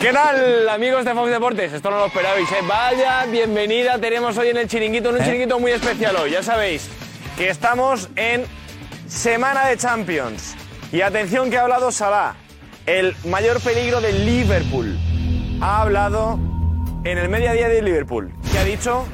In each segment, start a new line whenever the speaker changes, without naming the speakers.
¿Qué tal, amigos de Fox Deportes? Esto no lo esperabais, ¿eh? Vaya, bienvenida. Tenemos hoy en el chiringuito, en un chiringuito muy especial hoy. Ya sabéis que estamos en Semana de Champions. Y atención que ha hablado Salah, el mayor peligro del Liverpool. Ha hablado en el mediodía de Liverpool. que ha dicho?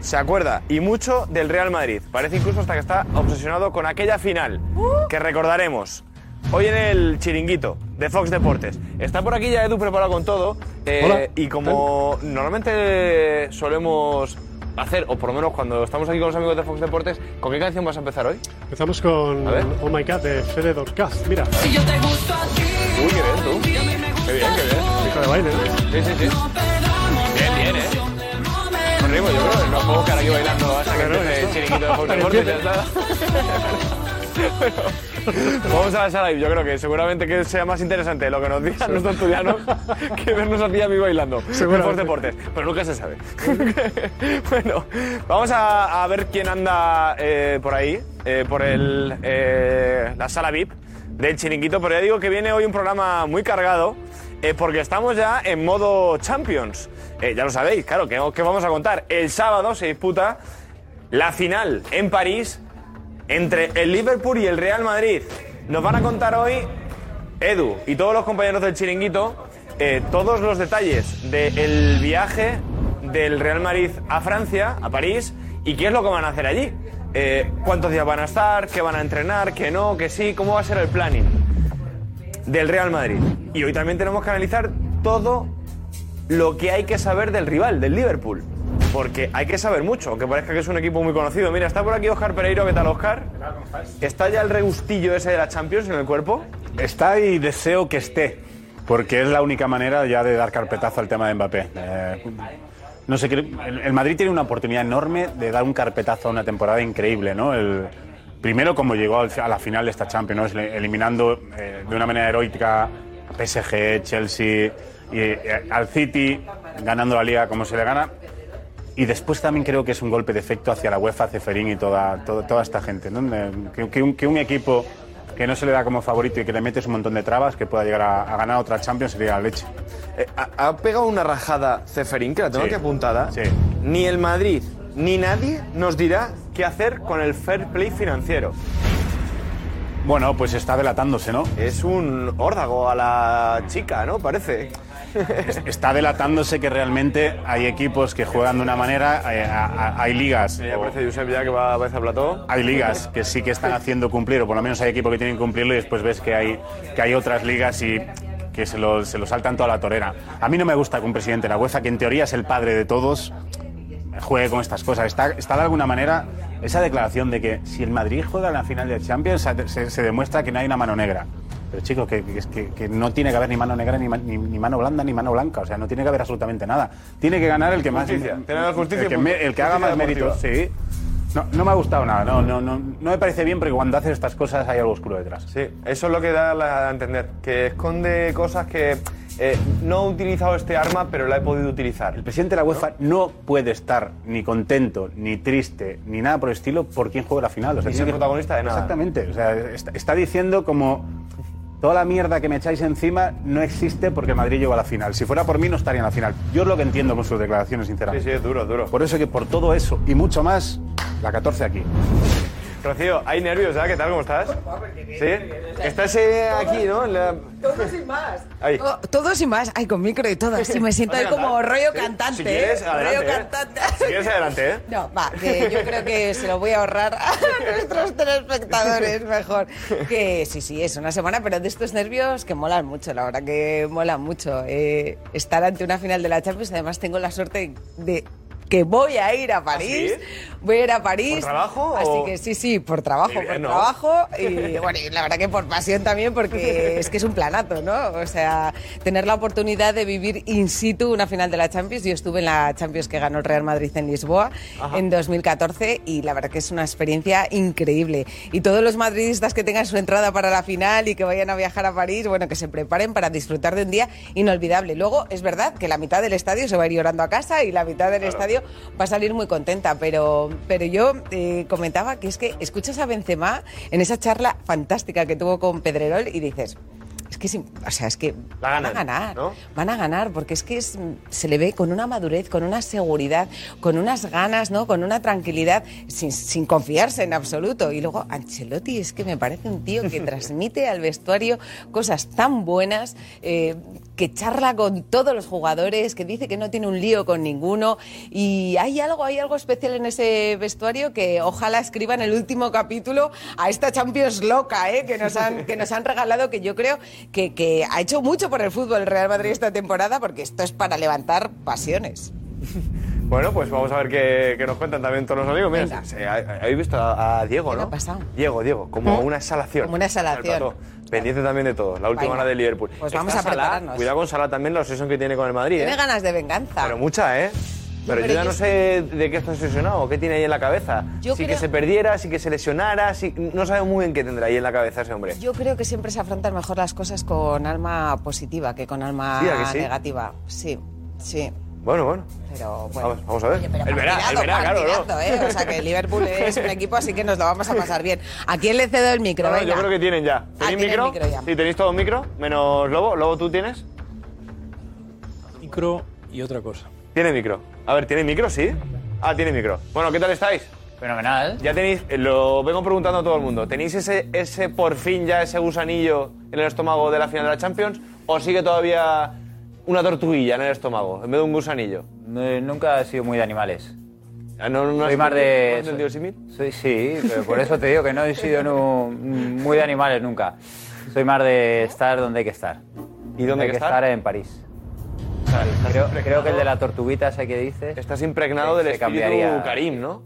Se acuerda, y mucho, del Real Madrid. Parece incluso hasta que está obsesionado con aquella final, que recordaremos. Hoy en el chiringuito de Fox Deportes. Está por aquí ya Edu preparado con todo. eh,
Hola.
Y como normalmente solemos hacer, o por lo menos cuando estamos aquí con los amigos de Fox Deportes, ¿con qué canción vas a empezar hoy?
Empezamos con Oh My God de Fede Dorcaz. Mira.
Uy, qué bien, tú. Qué bien, qué bien.
Hijo de baile,
Sí, sí, sí. Bien, bien, eh. Con ritmo, yo creo. No puedo estar aquí bailando hasta que empiece el chiringuito de Fox Deportes. ya está. Bueno, vamos a la sala y yo creo que seguramente que sea más interesante lo que nos digan los estudianos que vernos a ti y a mí bailando en Fox
Seguramente.
Deportes. Pero nunca se sabe. bueno, vamos a, a ver quién anda eh, por ahí, eh, por el, eh, la sala VIP del chiringuito. Pero ya digo que viene hoy un programa muy cargado eh, porque estamos ya en modo Champions. Eh, ya lo sabéis, claro, ¿qué, qué vamos a contar? El sábado se disputa la final en París entre el Liverpool y el Real Madrid. Nos van a contar hoy Edu y todos los compañeros del chiringuito eh, todos los detalles del viaje del Real Madrid a Francia, a París, y qué es lo que van a hacer allí. Eh, ¿Cuántos días van a estar? ¿Qué van a entrenar? ¿Qué no? ¿Qué sí? ¿Cómo va a ser el planning del Real Madrid? Y hoy también tenemos que analizar todo lo que hay que saber del rival, del Liverpool. Porque hay que saber mucho, aunque parezca que es un equipo muy conocido. Mira, está por aquí Oscar Pereiro, ¿qué tal Oscar? ¿Está ya el regustillo ese de la Champions en el cuerpo?
Está y deseo que esté, porque es la única manera ya de dar carpetazo al tema de Mbappé. Eh, no sé, creo- el el Madrid tiene una oportunidad enorme de dar un carpetazo a una temporada increíble, ¿no? El, primero, como llegó al- a la final de esta Champions, ¿no? Es- eliminando eh, de una manera heroica PSG, Chelsea, y, eh, al City, ganando la liga como se le gana. Y después también creo que es un golpe de efecto hacia la UEFA, Ceferín y toda, toda, toda esta gente. ¿no? Eh, Que, que un, que un equipo que no se le da como favorito y que le metes un montón de trabas, que pueda llegar a, a ganar otra Champions, sería la leche.
Eh, ha, ha pegado una rajada Ceferín, que la tengo
Sí.
aquí apuntada. Ni el Madrid ni nadie nos dirá qué hacer con el fair play financiero.
Bueno, pues está delatándose, ¿no?
Es un órdago a la chica, ¿no? Parece.
Está delatándose que realmente hay equipos que juegan de una manera, eh, a- a- hay ligas.
Ya parece Josep ya que va a veces a plató.
Hay ligas que sí que están haciendo cumplir, o por lo menos hay equipos que tienen que cumplirlo, y después ves que hay, que hay otras ligas y que se lo, se lo saltan toda la torera. A mí no me gusta que un presidente de la UEFA, que en teoría es el padre de todos, juegue con estas cosas. Está, está de alguna manera esa declaración de que si el Madrid juega en la final de Champions, se- se, se demuestra que no hay una mano negra. Pero chicos, que, que- que- que no tiene que haber ni mano negra, ni, ma- ni- ni mano blanda, ni mano blanca. O sea, no tiene que haber absolutamente nada. Tiene que ganar el que más.
Justicia. Tiene que haber justicia
el que,
y punto.
me- el que haga
Justicia
más méritos.
deportiva.
Sí. No, no me ha gustado nada. No, no, no, no me parece bien porque cuando haces estas cosas hay algo oscuro detrás.
Sí, eso es lo que da la- a entender. Que esconde cosas que eh, no he utilizado este arma, pero la he podido utilizar.
El presidente de la UEFA no puede estar ni contento, ni triste, ni nada por el estilo por quien juega la final. O sea,
Ni
tiene
ser protagonista de nada.
Exactamente. O sea, está, está diciendo como toda la mierda que me echáis encima no existe porque el Madrid llegó a la final. Si fuera por mí no estaría en la final. Yo es lo que entiendo con sus declaraciones, sinceramente.
Sí, sí, es duro, duro.
Por eso que por todo eso y mucho más, la 14 aquí.
Rocío, hay nervios, ¿verdad? ¿Qué tal? ¿Cómo estás? Sí. Estás eh, aquí, ¿no? En la-
Todos y más.
Ahí.
Oh, todos y más. Ay, con micro y todo. Sí, me siento ahí como rollo cantante.
Si quieres,
¿eh?
adelante.
Rollo
¿eh?
cantante.
Si quieres, adelante, ¿eh?
No, va, que yo creo que se lo voy a ahorrar a nuestros telespectadores mejor. Que sí, sí, es una semana, pero de estos nervios que molan mucho, la verdad que mola mucho. eh, estar ante una final de la Champions, además tengo la suerte de que voy a ir a París. Voy a ir a París.
¿Ah, ¿Por trabajo
Así
o-
que sí, sí, por trabajo,
Muy
por
bien, ¿no?
trabajo. Y bueno, y la verdad que por pasión también, porque es que es un planato, ¿no? O sea, tener la oportunidad de vivir in situ una final de la Champions. Yo estuve en la Champions que ganó el Real Madrid en Lisboa en 2014 y la verdad que es una experiencia increíble. Y todos los madridistas que tengan su entrada para la final y que vayan a viajar a París, bueno, que se preparen para disfrutar de un día inolvidable. Luego, es verdad que la mitad del estadio se va a ir llorando a casa y la mitad del estadio va a salir muy contenta, pero, pero yo eh, comentaba que es que escuchas a Benzema en esa charla fantástica que tuvo con Pedrerol y dices... Es que, sí, o sea, es que
La ganan,
van a ganar,
¿no?
van a ganar, porque es que es- se le ve con una madurez, con una seguridad, con unas ganas, ¿no? Con una tranquilidad, sin, sin confiarse en absoluto. Y luego Ancelotti es que me parece un tío que transmite al vestuario cosas tan buenas, eh, que charla con todos los jugadores, que dice que no tiene un lío con ninguno. Y hay algo, hay algo especial en ese vestuario que ojalá escriban el último capítulo a esta Champions loca, ¿eh? Que nos han, que nos han regalado, que yo creo que, que ha hecho mucho por el fútbol el Real Madrid esta temporada, porque esto es para levantar pasiones.
Bueno, pues vamos a ver qué, qué nos cuentan también todos los amigos. Mira,
Venga.
se- ha- habéis visto a, a Diego,
¿Qué le
¿no?
ha pasado?
Diego, Diego, como una exhalación.
Como una exhalación.
Al plató. Pendiente también de todo, la última
Venga.
hora de Liverpool.
Pues vamos
Está
a
Salah,
prepararnos.
Cuidado con Salah también, la obsesión que tiene con el Madrid,
Tiene
¿eh?
ganas de venganza.
Pero mucha, ¿eh? Pero,
Pero
yo ya
yo
no
sí.
sé de qué está obsesionado, qué tiene ahí en la cabeza.
Yo
si que
creo-
se perdiera, si que se lesionara, si... no sabemos muy bien qué tendrá ahí en la cabeza ese hombre.
Yo creo que siempre se afrontan mejor las cosas con alma positiva que con alma
Sí, ¿a que sí?
negativa. Sí, sí.
Bueno, bueno.
Pero bueno.
Vamos- vamos a ver.
Oye, pero
Él verá, él
partidazo,
verá, claro, ¿no?
partidazo, ¿eh? O sea que Liverpool es un equipo, así que nos lo vamos a pasar bien. ¿A quién le cedo el micro?
No, no,
Venga.
yo creo que tienen ya.
Ah,
¿Tenéis
tienen
micro?
micro ya.
Sí, tenéis todo micro, menos Lobo. Lobo, ¿tú tienes?
micro y otra cosa.
Tiene micro. A ver, ¿tiene micro? Sí. Ah, tiene micro. Bueno, ¿qué tal estáis?
Fenomenal.
Ya tenéis, eh, lo vengo preguntando a todo el mundo, ¿tenéis ese, ese por fin ya, ese gusanillo en el estómago de la final de la Champions? ¿O sigue todavía una tortuguilla en el estómago en vez de un gusanillo?
No- Eh, nunca he sido muy de animales.
Ah, No, no, no
Soy
has-
más de-
¿no has entendido el símil?
Soy, sí, pero por eso te digo que no he sido nu- muy de animales nunca. Soy más de estar donde hay que estar.
¿Y dónde hay que estar?
en París.
O sea, estás
Creo,
impregnado-
creo que el de la tortuguita ese que dices.
Estás impregnado
se
del espíritu
cambiaría.
Karim, ¿no?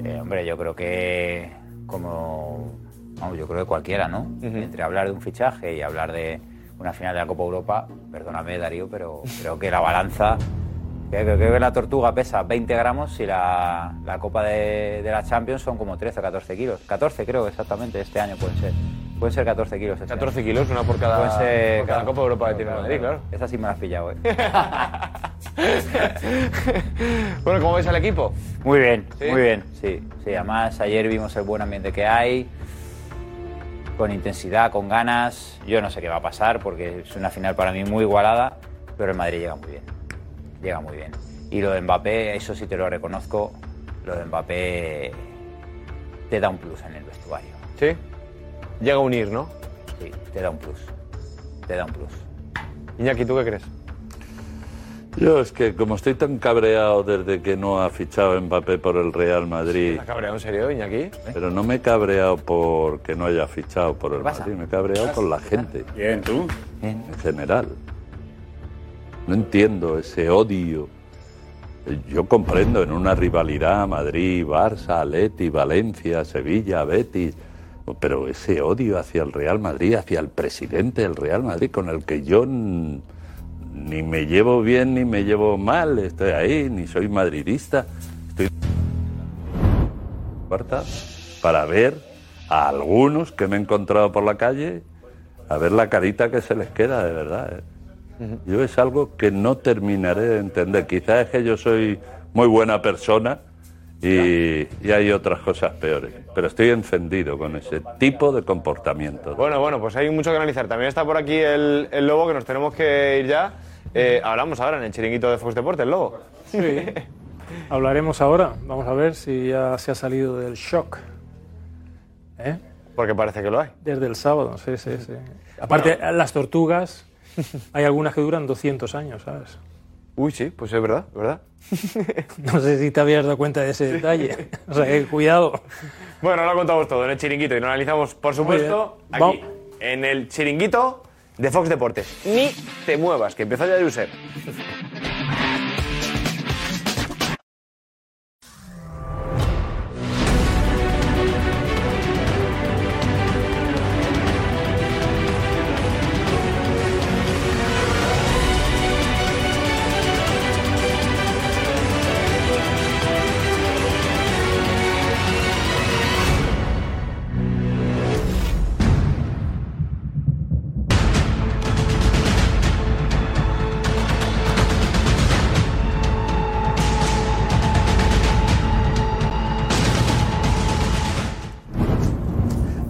eh, hombre, yo creo que como vamos, yo creo que cualquiera, ¿no? Entre hablar de un fichaje y hablar de una final de la Copa Europa, perdóname Darío, pero creo que la balanza creo, creo que la tortuga pesa 20 gramos y la, la Copa de, de la Champions son como 13 o 14 kilos. 14 creo exactamente este año pueden ser. Pueden ser 14 kilos. este año.
14 kilos, una por cada,
Pueden ser-
por cada Copa de Europa que tiene el Madrid, claro.
Esa sí me la has pillado, ¿eh?
bueno, ¿cómo veis al equipo?
Muy bien,
¿Sí?
muy bien, sí, sí. Además, ayer vimos el buen ambiente que hay, con intensidad, con ganas. Yo no sé qué va a pasar porque es una final para mí muy igualada, pero el Madrid llega muy bien, llega muy bien. Y lo de Mbappé, eso sí te lo reconozco, lo de Mbappé te da un plus en el vestuario,
Sí. Llega a unir, ¿no?
sí, te da un plus, te da un plus.
Iñaki, ¿tú qué crees?
Yo es que como estoy tan cabreado desde que no ha fichado Mbappé por el Real Madrid,
¿Está cabreado en serio, Iñaki?
¿Eh?
pero no me he cabreado por que no haya fichado por el
pasa?
Madrid, me he cabreado por la gente
Bien, ¿tú?
en general. No entiendo ese odio. Eh, Yo comprendo en una rivalidad Madrid, Barça, Atleti, Valencia, Sevilla, Betis, pero ese odio hacia el Real Madrid, hacia el presidente del Real Madrid, con el que yo n- ni me llevo bien ni me llevo mal, estoy ahí, ni soy madridista, estoy puerta para ver a algunos que me he encontrado por la calle, a ver la carita que se les queda, de verdad. ¿eh? Yo es algo que no terminaré de entender. Quizás es que yo soy muy buena persona y, y hay otras cosas peores. Pero estoy encendido con ese tipo de comportamiento.
Bueno, bueno, pues hay mucho que analizar. También está por aquí el, el lobo que nos tenemos que ir ya. Eh, hablamos ahora en el chiringuito de Fox Deportes, el lobo.
Hablaremos ahora. Vamos a ver si ya se ha salido del shock. ¿Eh?
Porque parece que lo hay.
Desde el sábado, sí, sí, sí. Aparte, las tortugas, hay algunas que duran 200 años, ¿sabes?
Uy, sí, pues es verdad, ¿verdad?
No sé si te habías dado cuenta de ese detalle. O sea, eh, que cuidado.
Bueno, lo contamos todo en el chiringuito y lo analizamos, por supuesto,
Muy bien.
aquí, en el chiringuito de Fox Deportes. Ni te muevas, que empieza ya Josep.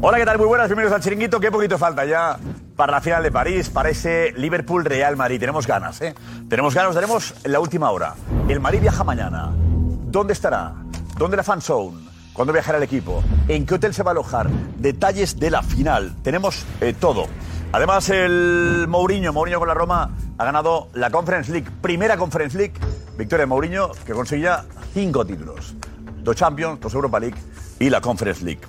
Hola, ¿qué tal? Muy buenas, bienvenidos al chiringuito. Qué poquito falta ya para la final de París, para ese Liverpool-Real Madrid. Tenemos ganas, ¿eh? Tenemos ganas, tenemos la última hora. El Madrid viaja mañana. ¿Dónde estará? ¿Dónde la fan zone? ¿Cuándo viajará el equipo? ¿En qué hotel se va a alojar? Detalles de la final. Tenemos eh, todo. Además, el Mourinho, Mourinho con la Roma, ha ganado la Conference League, primera Conference League, victoria de Mourinho, que conseguía cinco títulos. Dos Champions, dos Europa League y la Conference League.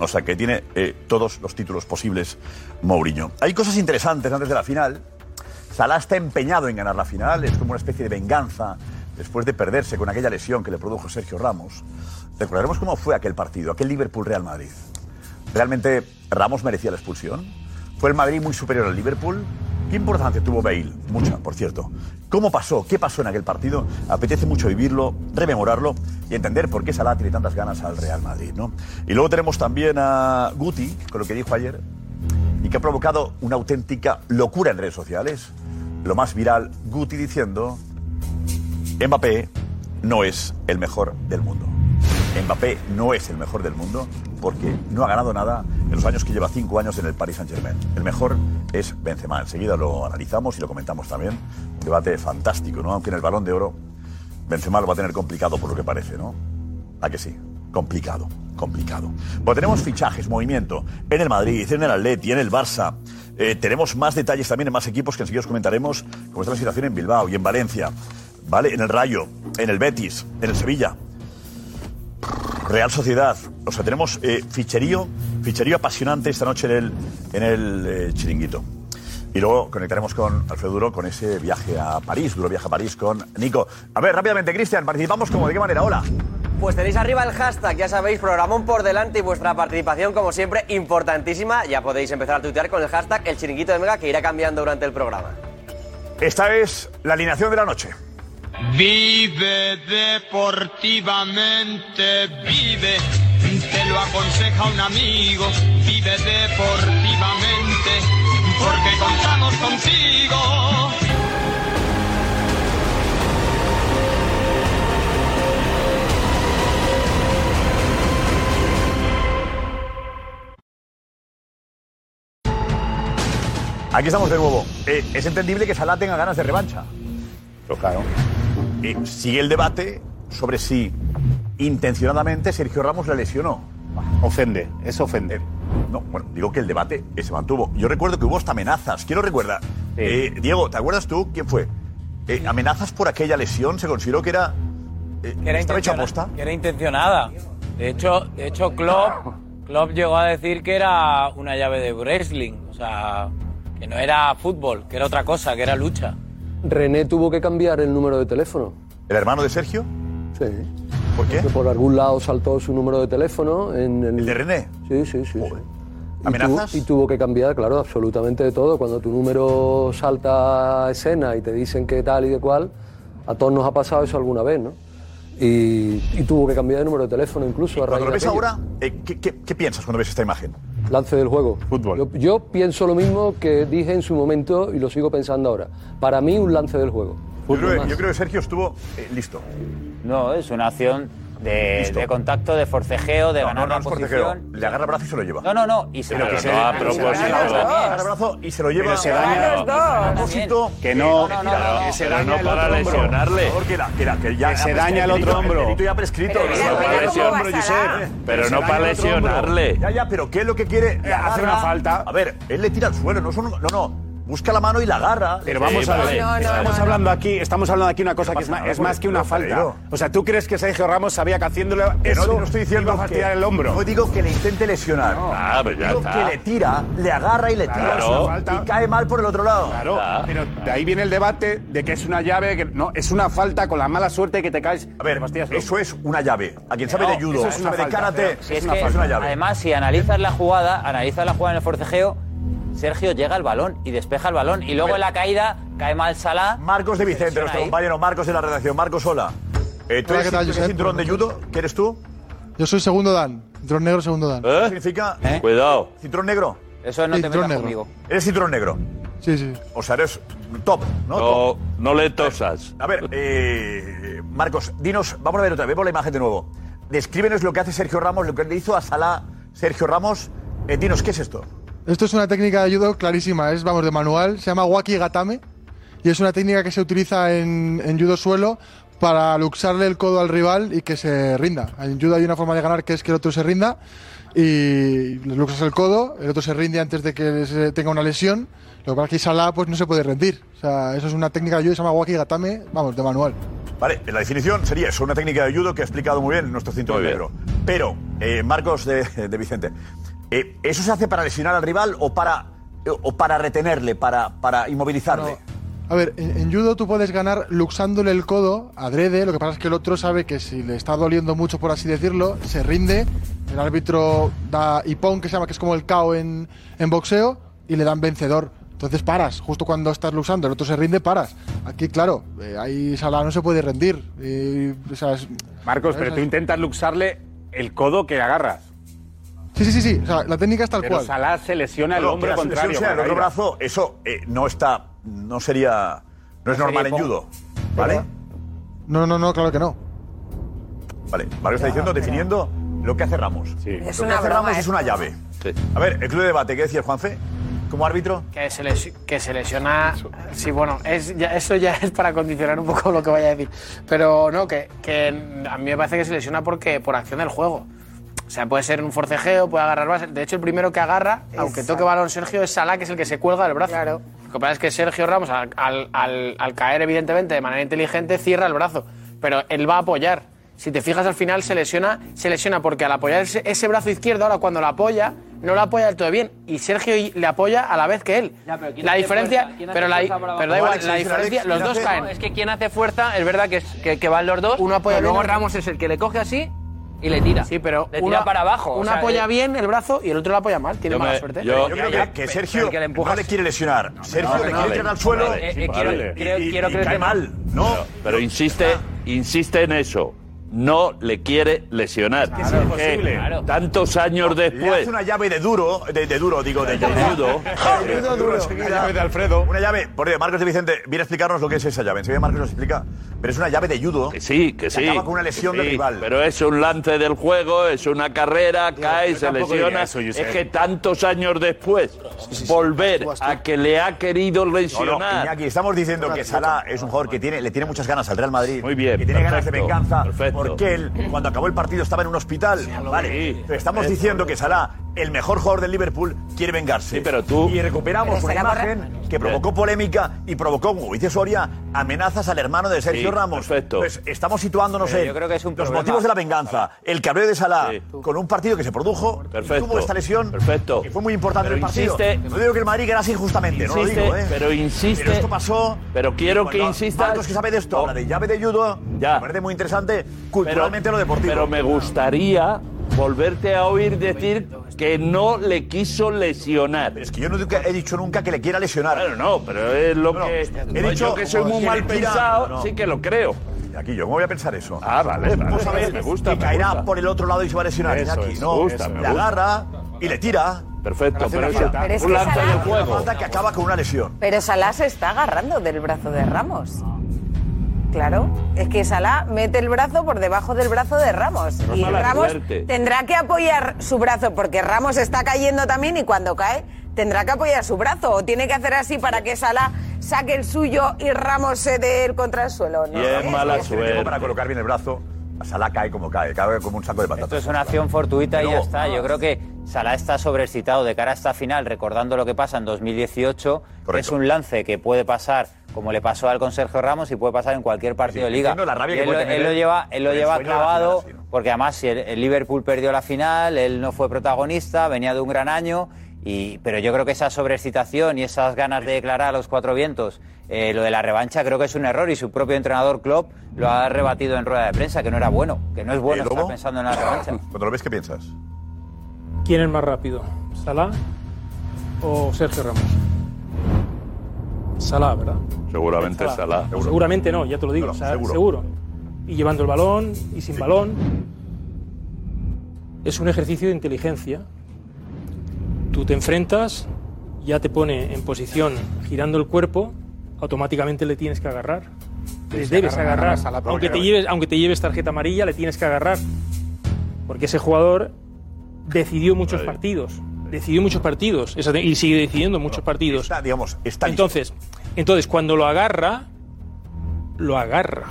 O sea que tiene eh, todos los títulos posibles Mourinho. Hay cosas interesantes antes de la final. Salah está empeñado en ganar la final, es como una especie de venganza después de perderse con aquella lesión que le produjo Sergio Ramos. Recordaremos cómo fue aquel partido, aquel Liverpool-Real Madrid. ¿Realmente Ramos merecía la expulsión? ¿Fue el Madrid muy superior al Liverpool? ¿Qué importancia tuvo Bale? Mucha, por cierto. ¿Cómo pasó? ¿Qué pasó en aquel partido? Apetece mucho vivirlo, rememorarlo y entender por qué Salah tiene tantas ganas al Real Madrid, ¿no? Y luego tenemos también a Guti, con lo que dijo ayer, y que ha provocado una auténtica locura en redes sociales. Lo más viral, Guti diciendo, Mbappé no es el mejor del mundo. Mbappé no es el mejor del mundo porque no ha ganado nada en los años que lleva cinco años en el Paris Saint-Germain. El mejor es Benzema. Enseguida lo analizamos y lo comentamos también. Un debate fantástico, ¿no? Aunque en el Balón de Oro Benzema lo va a tener complicado por lo que parece, ¿no? ¿A que sí? Complicado, complicado. Bueno, tenemos fichajes, movimiento en el Madrid, en el Atleti, en el Barça. Eh, tenemos más detalles también en más equipos que enseguida os comentaremos cómo está la situación en Bilbao y en Valencia, ¿vale? En el Rayo, en el Betis, en el Sevilla. Real Sociedad. O sea, tenemos eh, ficherío, ficherío apasionante esta noche en el, en el eh, chiringuito. Y luego conectaremos con Alfredo Duro con ese viaje a París, duro viaje a París con Nico. A ver, rápidamente, Cristian, participamos como de qué manera, hola.
Pues tenéis arriba el hashtag, ya sabéis, programón por delante y vuestra participación, como siempre, importantísima. Ya podéis empezar a tuitear con el hashtag el chiringuito de Mega que irá cambiando durante el programa.
Esta es la alineación de la noche.
Vive deportivamente, vive, te lo aconseja un amigo, vive deportivamente, porque contamos contigo.
Aquí estamos de nuevo. Eh, es entendible que Salah tenga ganas de revancha. Pues claro. Eh, sigue el debate sobre si intencionadamente Sergio Ramos la lesionó. Ofende, es ofender. no, bueno, digo que el debate eh, se mantuvo. Yo recuerdo que hubo hasta amenazas. Quiero recordar. Eh, Diego, ¿te acuerdas tú quién fue? Eh, amenazas por aquella lesión se consideró que era. eh,
que era
estaba hecho
intenciona-
aposta.
que era intencionada. De hecho, de hecho Klopp, Klopp llegó a decir que era una llave de wrestling, o sea, que no era fútbol, que era otra cosa, que era lucha.
René tuvo que cambiar el número de teléfono.
¿El hermano de Sergio?
Sí.
¿Por qué?
Porque por algún lado saltó su número de teléfono en el...
de René?
Sí, sí, sí. sí. Y tu-
¿Amenazas?
Y, tuvo que cambiar, claro, absolutamente de todo. Cuando tu número salta a escena y te dicen qué tal y de cuál, a todos nos ha pasado eso alguna vez, ¿no? Y, y tuvo que cambiar de número de teléfono incluso a raíz
Cuando lo
de
ves
aquello.
ahora, eh, ¿qué, qué, qué piensas cuando ves esta imagen?
Lance del juego. Fútbol. Yo, yo pienso lo mismo que dije en su momento y lo sigo pensando ahora. Para mí, un lance del juego.
Yo creo,
más.
yo creo que Sergio estuvo eh, listo.
No, es una acción de, de contacto, de forcejeo, de
No,
ganar
no, no
la
es
posición.
forcejeo. Le agarra el brazo y se lo lleva.
No, no, no. Y se
Pero
lo
que
se
se-
le-
a propósito.
se le agarra el brazo.
Agarra el brazo y se lo lleva.
Pero se daña-
A propósito.
Que no-
que
no, no, no,
que
pero no
el
para
otro hombro.
lesionarle.
Por favor, Que, la- que la- que ya-
Que se daña el otro
delito-
hombro.
delito ya prescrito.
Pero
Que
no
se
para
daña el otro
lesion-
hombro, Josep.
Pero no para
Que se daña el otro hombro.
lesionarle.
Ya, ya, pero ¿qué es lo que quiere? Hace una falta. A ver, él le tira al suelo, no es un- No, no. Busca la mano y la agarra.
Pero vamos a ver, estamos hablando aquí, estamos hablando aquí una cosa que es más, es más que una falta. O sea, ¿tú crees que Sergio Ramos sabía que haciéndole
Que no,
eso
no estoy diciendo
iba a fastidiar
que-
el hombro?
No digo que le intente lesionar.
Ah, pues ya
digo
está.
que le tira, le agarra y le tira.
Claro.
Es una falta. Y cae mal por el otro lado.
Claro, pero de ahí viene el debate de que es una llave, que no, es una falta con la mala suerte que te caes.
A ver, eso es una llave. A quien sabe
No,
de judo,
eso
es sabe de karate,
Pero
es,
si es
una
que,
falta. Es una llave.
Además, si analizas la jugada, analizas la jugada en el forcejeo, Sergio llega al balón y despeja el balón. Y luego en la caída cae mal Salah.
Marcos de Vicente, nuestro compañero Marcos de la redacción. Marcos, hola. Eh, ¿Tú
Hola,
eres
¿qué tal,
cinturón-
Josep?
cinturón de judo? ¿Qué eres tú?
Yo soy segundo Dan. Cinturón negro, segundo Dan.
¿Qué significa? Cuidado. ¿Cinturón negro?
Eso
no te ¿Eh? Cinturón metas negro. conmigo.
Eres cinturón negro.
Sí, sí.
O sea, eres top, ¿no?
No,
Top.
no le tosas.
A ver, eh, Marcos, dinos, vamos a ver otra vez, vemos la imagen de nuevo. Descríbenos lo que hace Sergio Ramos, lo que le hizo a Salah Sergio Ramos Eh, dinos, ¿qué es esto?
Esto es una técnica de judo clarísima, es, vamos, de manual, se llama Waki Gatame y es una técnica que se utiliza en, en judo suelo para luxarle el codo al rival y que se rinda. En judo hay una forma de ganar que es que el otro se rinda y le luxas el codo, el otro se rinde antes de que se tenga una lesión. Lo que pasa es que Salah pues, no se puede rendir. O sea, eso es una técnica de judo que se llama Waki Gatame, vamos, de manual.
Vale, la definición sería eso, una técnica de judo que ha explicado muy bien nuestro cinturón negro. Pero, eh, Marcos de, de Vicente, eh, ¿eso se hace para lesionar al rival o para, o para retenerle, para, para inmovilizarle?
A ver, en, en judo tú puedes ganar luxándole el codo adrede, lo que pasa es que el otro sabe que si le está doliendo mucho, por así decirlo, se rinde, el árbitro da hipón, que se llama, que es como el KO en, en boxeo, y le dan vencedor. Entonces paras, justo cuando estás luxando, el otro se rinde, paras. Aquí, claro, eh, ahí Salah no se puede rendir. y, o sea, es-
Marcos,
¿sabes?
pero tú intentas luxarle el codo que agarras.
Sí, sí, sí, sí, o sea, la técnica es tal
Pero
cual.
Salah se lesiona el
No,
hombro
que la
contrario.
selección sea el
por
otro
ahí.
brazo, eso eh, no está, no sería, no es
No
normal
sería
en judo, ¿vale?
No, no, no, claro que no.
Vale, Mario está diciendo, definiendo lo que hace Ramos.
Es
Lo que
una
hace
broma ¿eh?
Ramos es
esto.
una llave. A ver, el club de debate, ¿qué decía Juanfe? Como árbitro.
Que se, les- que se lesiona. Sí, bueno, es, ya, eso ya es para condicionar un poco lo que vaya a decir. Pero no, que, que a mí me parece que se lesiona porque por acción del juego. O sea, puede ser un forcejeo, puede agarrar base. De hecho, el primero que agarra, aunque toque balón Sergio, es Salah, que es el que se cuelga del brazo. Claro. Lo que pasa es que Sergio Ramos, al, al- al- al caer, evidentemente, de manera inteligente, cierra el brazo. Pero él va a apoyar. Si te fijas, al final se lesiona, se lesiona porque al apoyar ese, ese brazo izquierdo, ahora cuando lo apoya, no lo apoya del todo bien. Y Sergio y- le apoya a la vez que él.
Ah, ¿quién
la
hace
diferencia,
fuerza? ¿Quién hace
pero, la,
fuerza para
pero da
abajo?
igual,
Alex,
la
Alex,
diferencia,
Alex,
los dos
no,
caen.
Es que quien hace fuerza, es verdad que, es- que, que van los dos. Uno
apoya
pero
bien,
luego
otro-
Ramos es el que le coge así y le tira.
Sí, pero
le tira
uno-
para abajo.
Uno
o sea,
apoya
eh,
bien el brazo y el otro lo apoya mal. Tiene
Yo
mala
me-
suerte.
Yo, creo que, que Sergio no le quiere lesionar. Sergio
no,
le
no,
quiere
no,
tirar al
no,
suelo.
no, eh, eh,
y-
quiero-
y-
creo-
y-
quiero
y
creer
cae
que-
mal, ¿no?
Pero, pero insiste, insiste en eso. No le quiere lesionar.
que es imposible.
Eh, Tantos años
Le
después.
hace una llave de duro, de, de duro, digo, de,
judo.
De duro, enseguida. Una llave de Alfredo. Una llave, por Dios, Marcos de Vicente, viene a explicarnos lo que es esa llave. Enseguida Marcos nos explica. Pero es una llave de judo. Que
sí, que sí.
acaba con una lesión
que
de
sí,
rival.
Pero es un lance del juego, es una carrera, cae,
yo
se
tampoco diría
lesiona.
eso,
es
Josep.
que tantos años después, volver a que le ha querido
No,
lesionar.
no, Iñaki, estamos diciendo que Salah es un jugador que tiene, le tiene muchas ganas al Real Madrid.
Muy bien,
Que tiene ganas de
perfecto,
venganza.
perfecto.
Porque él, cuando acabó el partido, estaba en un hospital. vale. Pero estamos
eso,
diciendo que Salah, el mejor jugador del Liverpool, quiere vengarse.
Sí, pero tú-
Y recuperamos
Pero
una
Salah va a
imagen que provocó polémica y provocó, como dice Soria, amenazas al hermano de Sergio
Sí,
Ramos.
perfecto.
Entonces, estamos situándonos
Pero
en
yo creo que es un
los
problema.
motivos de la venganza. El cabreo de Salah con un partido que se produjo. y
Perfecto,
tuvo esta lesión.
perfecto.
Que fue muy importante
Pero
en el partido.
insiste-
no digo que el Madrid ganase injustamente, no lo
Insiste,
digo, ¿eh?
pero insiste-
Pero esto pasó.
Pero quiero que
Cuando
insistas-
Marcos que sabe de esto, habla de llave de judo. Me parece muy interesante culturalmente lo deportivo.
Pero me gustaría volverte a oír decir que no le quiso lesionar.
Es que yo no he dicho nunca que le quiera lesionar.
Claro, no, pero es lo
No, no.
que.
He dicho
yo que soy muy
que
mal
le tira-
pensado,
no, no.
sí que lo creo.
Aquí yo, ¿cómo voy a pensar eso?
Ah, vale, vale.
Vamos a ver,
me gusta.
que
me
caerá
gusta.
por el otro lado y se va a lesionar.
Eso
Iñaki,
es,
no,
me gusta, me
le
gusta.
agarra y le tira.
Perfecto,
Hace
pero
una
eso-
falta.
Pero es un que lance Salah- del juego.
Una falta que acaba con una lesión.
Pero Salah se está agarrando del brazo de Ramos. Claro, es que Salah mete el brazo por debajo del brazo de Ramos.
Pero
y
mala
Ramos
suerte.
tendrá que apoyar su brazo porque Ramos está cayendo también y cuando cae tendrá que apoyar su brazo o tiene que hacer así para que Salah saque el suyo y Ramos se dé él contra el suelo. ¿no?
Tiene tiempo Para colocar bien el brazo, Salah cae como cae, cae como un saco de patatas.
Esto es una acción fortuita y
No.
ya está. Yo creo que Salah está sobreexcitado de cara a esta final, recordando lo que pasa en 2018. Es un lance que puede pasar, como le pasó al con Sergio Ramos, y puede pasar en cualquier partido de liga.
entiendo la rabia
Y
que
él,
puede
lo-
tener
él lo lleva, él lo
el
lleva
sueño de la final,
clavado,
así,
porque además si el, el Liverpool perdió la final, él no fue protagonista, venía de un gran año. Y, pero yo creo que esa sobreexcitación y esas ganas de declarar a los cuatro vientos eh, lo de la revancha creo que es un error y su propio entrenador Klopp lo ha rebatido en rueda de prensa, que no era bueno, que no es bueno
¿Eh,
estar
Lobo?
pensando en la revancha.
Cuando lo ves, ¿qué piensas?
¿Quién es más rápido? ¿Salah o Sergio Ramos? Salah, ¿verdad?
Seguramente Salah.
Seguramente no, ya te lo digo.
No, no,
o sea,
seguro.
seguro. Y llevando el balón y sin balón. Es un ejercicio de inteligencia. Tú te enfrentas, ya te pone en posición girando el cuerpo, automáticamente le tienes que agarrar. Les
que
debes
agarrar,
agarrar.
agarras a la propia
Aunque te,
cabeza.
lleves, aunque te lleves tarjeta amarilla, le tienes que agarrar. Porque ese jugador decidió muchos partidos. decidió muchos partidos esa te- y sigue decidiendo muchos partidos.
digamos, está
entonces, entonces, cuando lo agarra, lo agarra.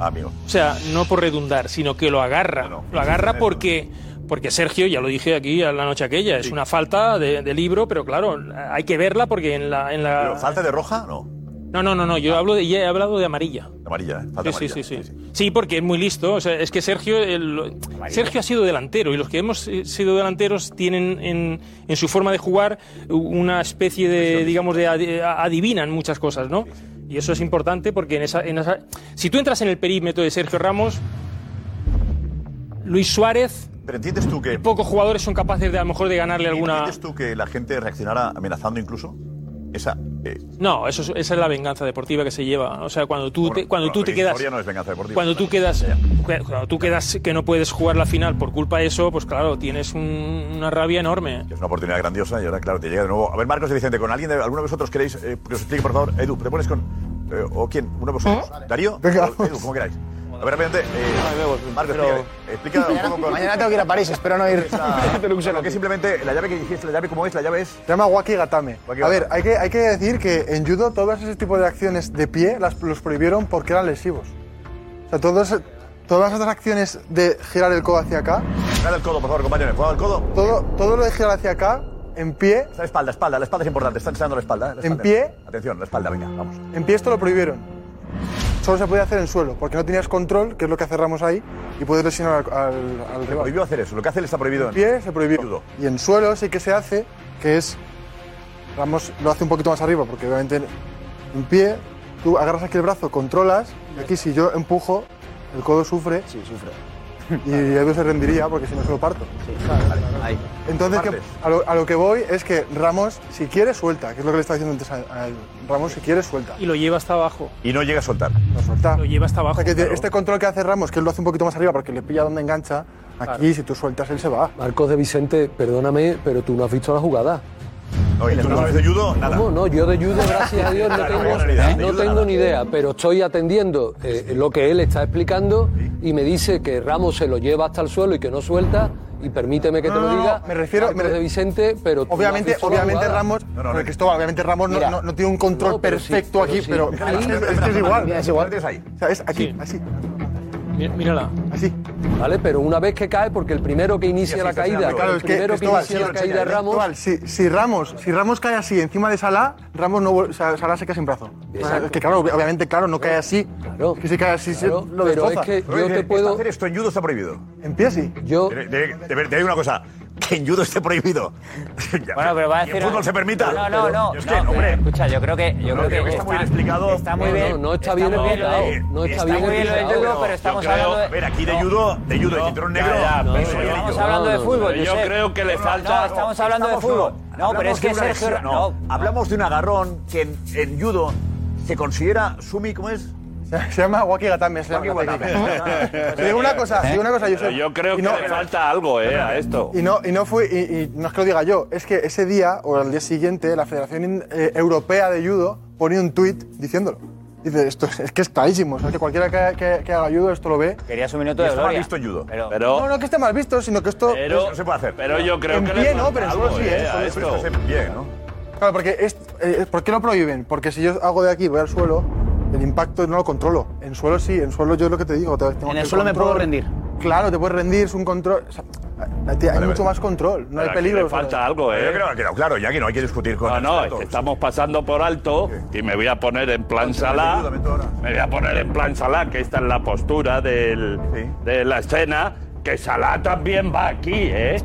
Amigo.
O sea, no por redundar, sino que lo agarra. lo agarra porque, porque Sergio, ya lo dije aquí a la noche aquella, es una falta de, de libro, pero claro, hay que verla porque en la. En la...
¿Pero falta de roja? No.
No, no, no, no, yo hablo de, ya he hablado de amarilla.
Ah. Amarilla, ¿eh?
Sí,
Falta
sí,
amarilla.
sí, sí. Sí, porque es muy listo. O sea, es que Sergio, el- Sergio ha sido delantero y los que hemos eh, sido delanteros tienen en, en su forma de jugar una especie de, digamos, de adi- adivinan muchas cosas, ¿no? Y eso es importante porque en esa, en esa- si tú entras en el perímetro de Sergio Ramos, Luis Suárez.
Pero entiendes tú que
pocos jugadores son capaces de a lo mejor de ganarle alguna.
¿Entiendes tú que la gente reaccionara amenazando incluso? Esa. eh,
No, eso es- esa es la venganza deportiva que se lleva. O sea, cuando tú te, cuando
bueno,
tú
la
te quedas
victoria no es venganza deportiva.
Cuando tú quedas, cuando tú quedas que no puedes jugar la final por culpa de eso, pues claro, tienes un- una rabia enorme.
Es una oportunidad grandiosa y ahora, claro, te llega de nuevo. A ver, Marcos y Vicente, ¿con alguien de, alguno de vosotros queréis eh, que os explique, por favor? Edu, ¿te pones con. eh, ¿O quién? ¿Uno de
¿Eh?
vosotros? ¿Darío? O Edu, como queráis. A ver, rápidamente. Eh, Marcos,
pero-
explica, explica un poco. con-
Mañana tengo que ir a París, espero no ir.
Lo que simplemente la llave que dijiste, la llave, ¿cómo es? La llave es.
Se llama Waki Gatame.
Gatame.
A ver, hay que, hay que decir que en judo todos ese tipo de acciones de pie las, los prohibieron porque eran lesivos. O sea, todos- todas las acciones de girar el codo hacia acá,
Dale el codo, por favor, compañero. Juega el codo.
todo, todo lo de girar hacia acá, en pie,
Está la espalda, espalda, la espalda es importante. Está enseñando la espalda. eh, la
¿En
espalda.
pie?
Atención, la espalda, venga, vamos.
en pie esto lo prohibieron. Solo se podía hacer en suelo, porque no tenías control, que es lo que hace Ramos ahí, y puedes lesionar al, al, al rival.
prohibió hacer eso, lo que hace le está prohibido.
En pie se prohibió. Y en suelo sí que se hace, que es. Ramos lo hace un poquito más arriba, porque obviamente en pie tú agarras aquí el brazo, controlas, y aquí si yo empujo, el codo sufre. Sí, sufre. Y Edu se rendiría porque si no se lo parto. Entonces, que- a, lo, a lo que voy es que Ramos, si quiere, suelta, que es lo que le está diciendo antes a, a Edu. Ramos, si quiere, suelta.
Y lo lleva hasta abajo.
Y no llega a soltar.
Lo suelta. Lo
lleva hasta abajo.
Este control que hace Ramos, que él lo hace un poquito más arriba porque le pilla donde engancha, aquí si tú sueltas, él se va.
Marcos de Vicente, perdóname, pero tú no has visto la jugada.
No, y tú no sabes de judo, nada.
¿Cómo no? Yo de judo, gracias a Dios, no
Claro,
tengo,
en realidad, de
no
judo
tengo
nada.
ni idea, pero estoy atendiendo eh, lo que él está explicando y me dice que Ramos se lo lleva hasta el suelo y que no suelta. Y permíteme que te
No,
lo
no, no,
diga.
me refiero-
Marcos
me-
de Vicente, pero. tú no has
Obviamente,
visto la
obviamente
jugada.
Ramos, no, Cristóbal, obviamente Ramos no,
Mira.
no- no tiene un control
No, pero sí,
perfecto
pero
aquí,
sí.
pero
Ahí-
es, que- es que es igual.
Mira, es igual.
O sea, es aquí, así.
Mírala.
Así.
Vale, pero una vez que cae, porque el primero que inicia la caída,
Claro,
el
es que
primero que
Cristóbal,
inicia la caída es Ramos.
Cristóbal, si, si Ramos, si Ramos cae así encima de Salah, Ramos no, vuel- o sea, Salah se queda sin brazo. O sea,
Exacto.
que claro, ob- obviamente claro, no cae así. Es que si cae así se-
Claro,
lo
pero
destroza.
es que yo te puedo-
Hacer esto en judo está prohibido.
En pie sí.
Yo.
Te, te- te digo una cosa. Que en judo esté prohibido. bueno,
pero va a
Que
decir.
en fútbol se permita.
No, no, no.
Es
no,
que,
pero
hombre.
Escucha, yo creo que. Yo
No,
creo que,
creo que está muy bien explicado.
Está muy
No,
bien.
no, no está bien
muy
explicado,
lo de-
no está
está
bien
muy bien lo del
explicado.
judo, pero
Yo
estamos
creo-
hablando.
a ver, aquí de judo, de judo, de cinturón negro, peso y brillo.
Estamos hablando de fútbol.
Yo
Josep.
creo que le
No,
falta-
No, estamos hablando de
Estamos-
fútbol. No, pero
hablamos
es
de
que
una
Sergio.
lesión,
No.
Hablamos de un agarrón que en, en judo se considera sumi, ¿cómo es?
Se llama Waki Gatame. Se llama
Waki
Gatame.
Gatame.
Te digo una
¿Eh?
cosa, te digo una cosa,
Pero
Josep.
yo creo
Y
que
no-
le falta algo, eh, a esto.
Y no, y no fue, y, y no es que lo diga yo, es que ese día o al día siguiente la Federación eh, Europea de Judo ponía un tuit diciéndolo. Dice, esto es que es clarísimo, o sea, que cualquiera que, que- que haga judo esto lo ve.
Querías un minuto de
Está mal
gloria.
visto en judo.
Pero-
no, no que esté mal visto, sino que esto
Pero,
es-
pero yo creo
en
que
pie
le
no, pero en
falta
suelo
algo,
sí, ¿eh?
eh, a
Solo
esto.
suelo
sí. Bien, ¿no?
Claro, porque es, eh, ¿por qué lo prohíben? Porque si yo hago de aquí y voy al suelo, el impacto no lo controlo. En suelo sí, en suelo yo es lo que te digo. te- tengo
En
que
el suelo me
control.
puedo rendir.
Claro, te puedes rendir, es un control. o sea, hay hay mucho más control, no hay peligro. o sea,
algo, ¿eh?
Yo creo que ha quedado claro, ya que no hay que discutir con
No, no, es
expertos.
que estamos pasando por alto y me voy a poner en plan salá. Me voy a poner en plan salá, que esta es la postura del, de la escena, que salá también va aquí, ¿eh?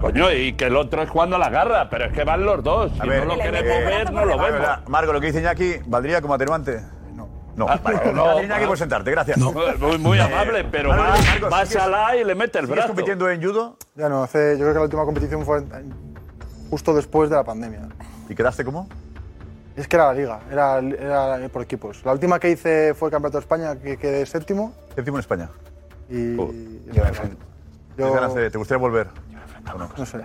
Coño, y que el otro es cuando la agarra, pero es que van los dos. Si no
eh,
lo queremos ver, no lo
Vale,
vemos.
verdad. Marco, lo que dice Iñaki, ¿valdría como atenuante? No. No, vale.
Ah, no,
Valdría Iñaki por sentarte, gracias.
Muy,
eh,
muy amable, pero va, va Salah y le mete el brazo.
compitiendo en judo?
Ya no, hace, yo creo que la última competición fue en- justo después de la pandemia.
¿Y quedaste cómo?
Es que era la liga, era, era por equipos. La última que hice fue el Campeonato de España, que quedé séptimo.
Séptimo en España. Oh.
Y.
Yo me enfrento.
Yo-
¿Te gustaría volver?
No sé.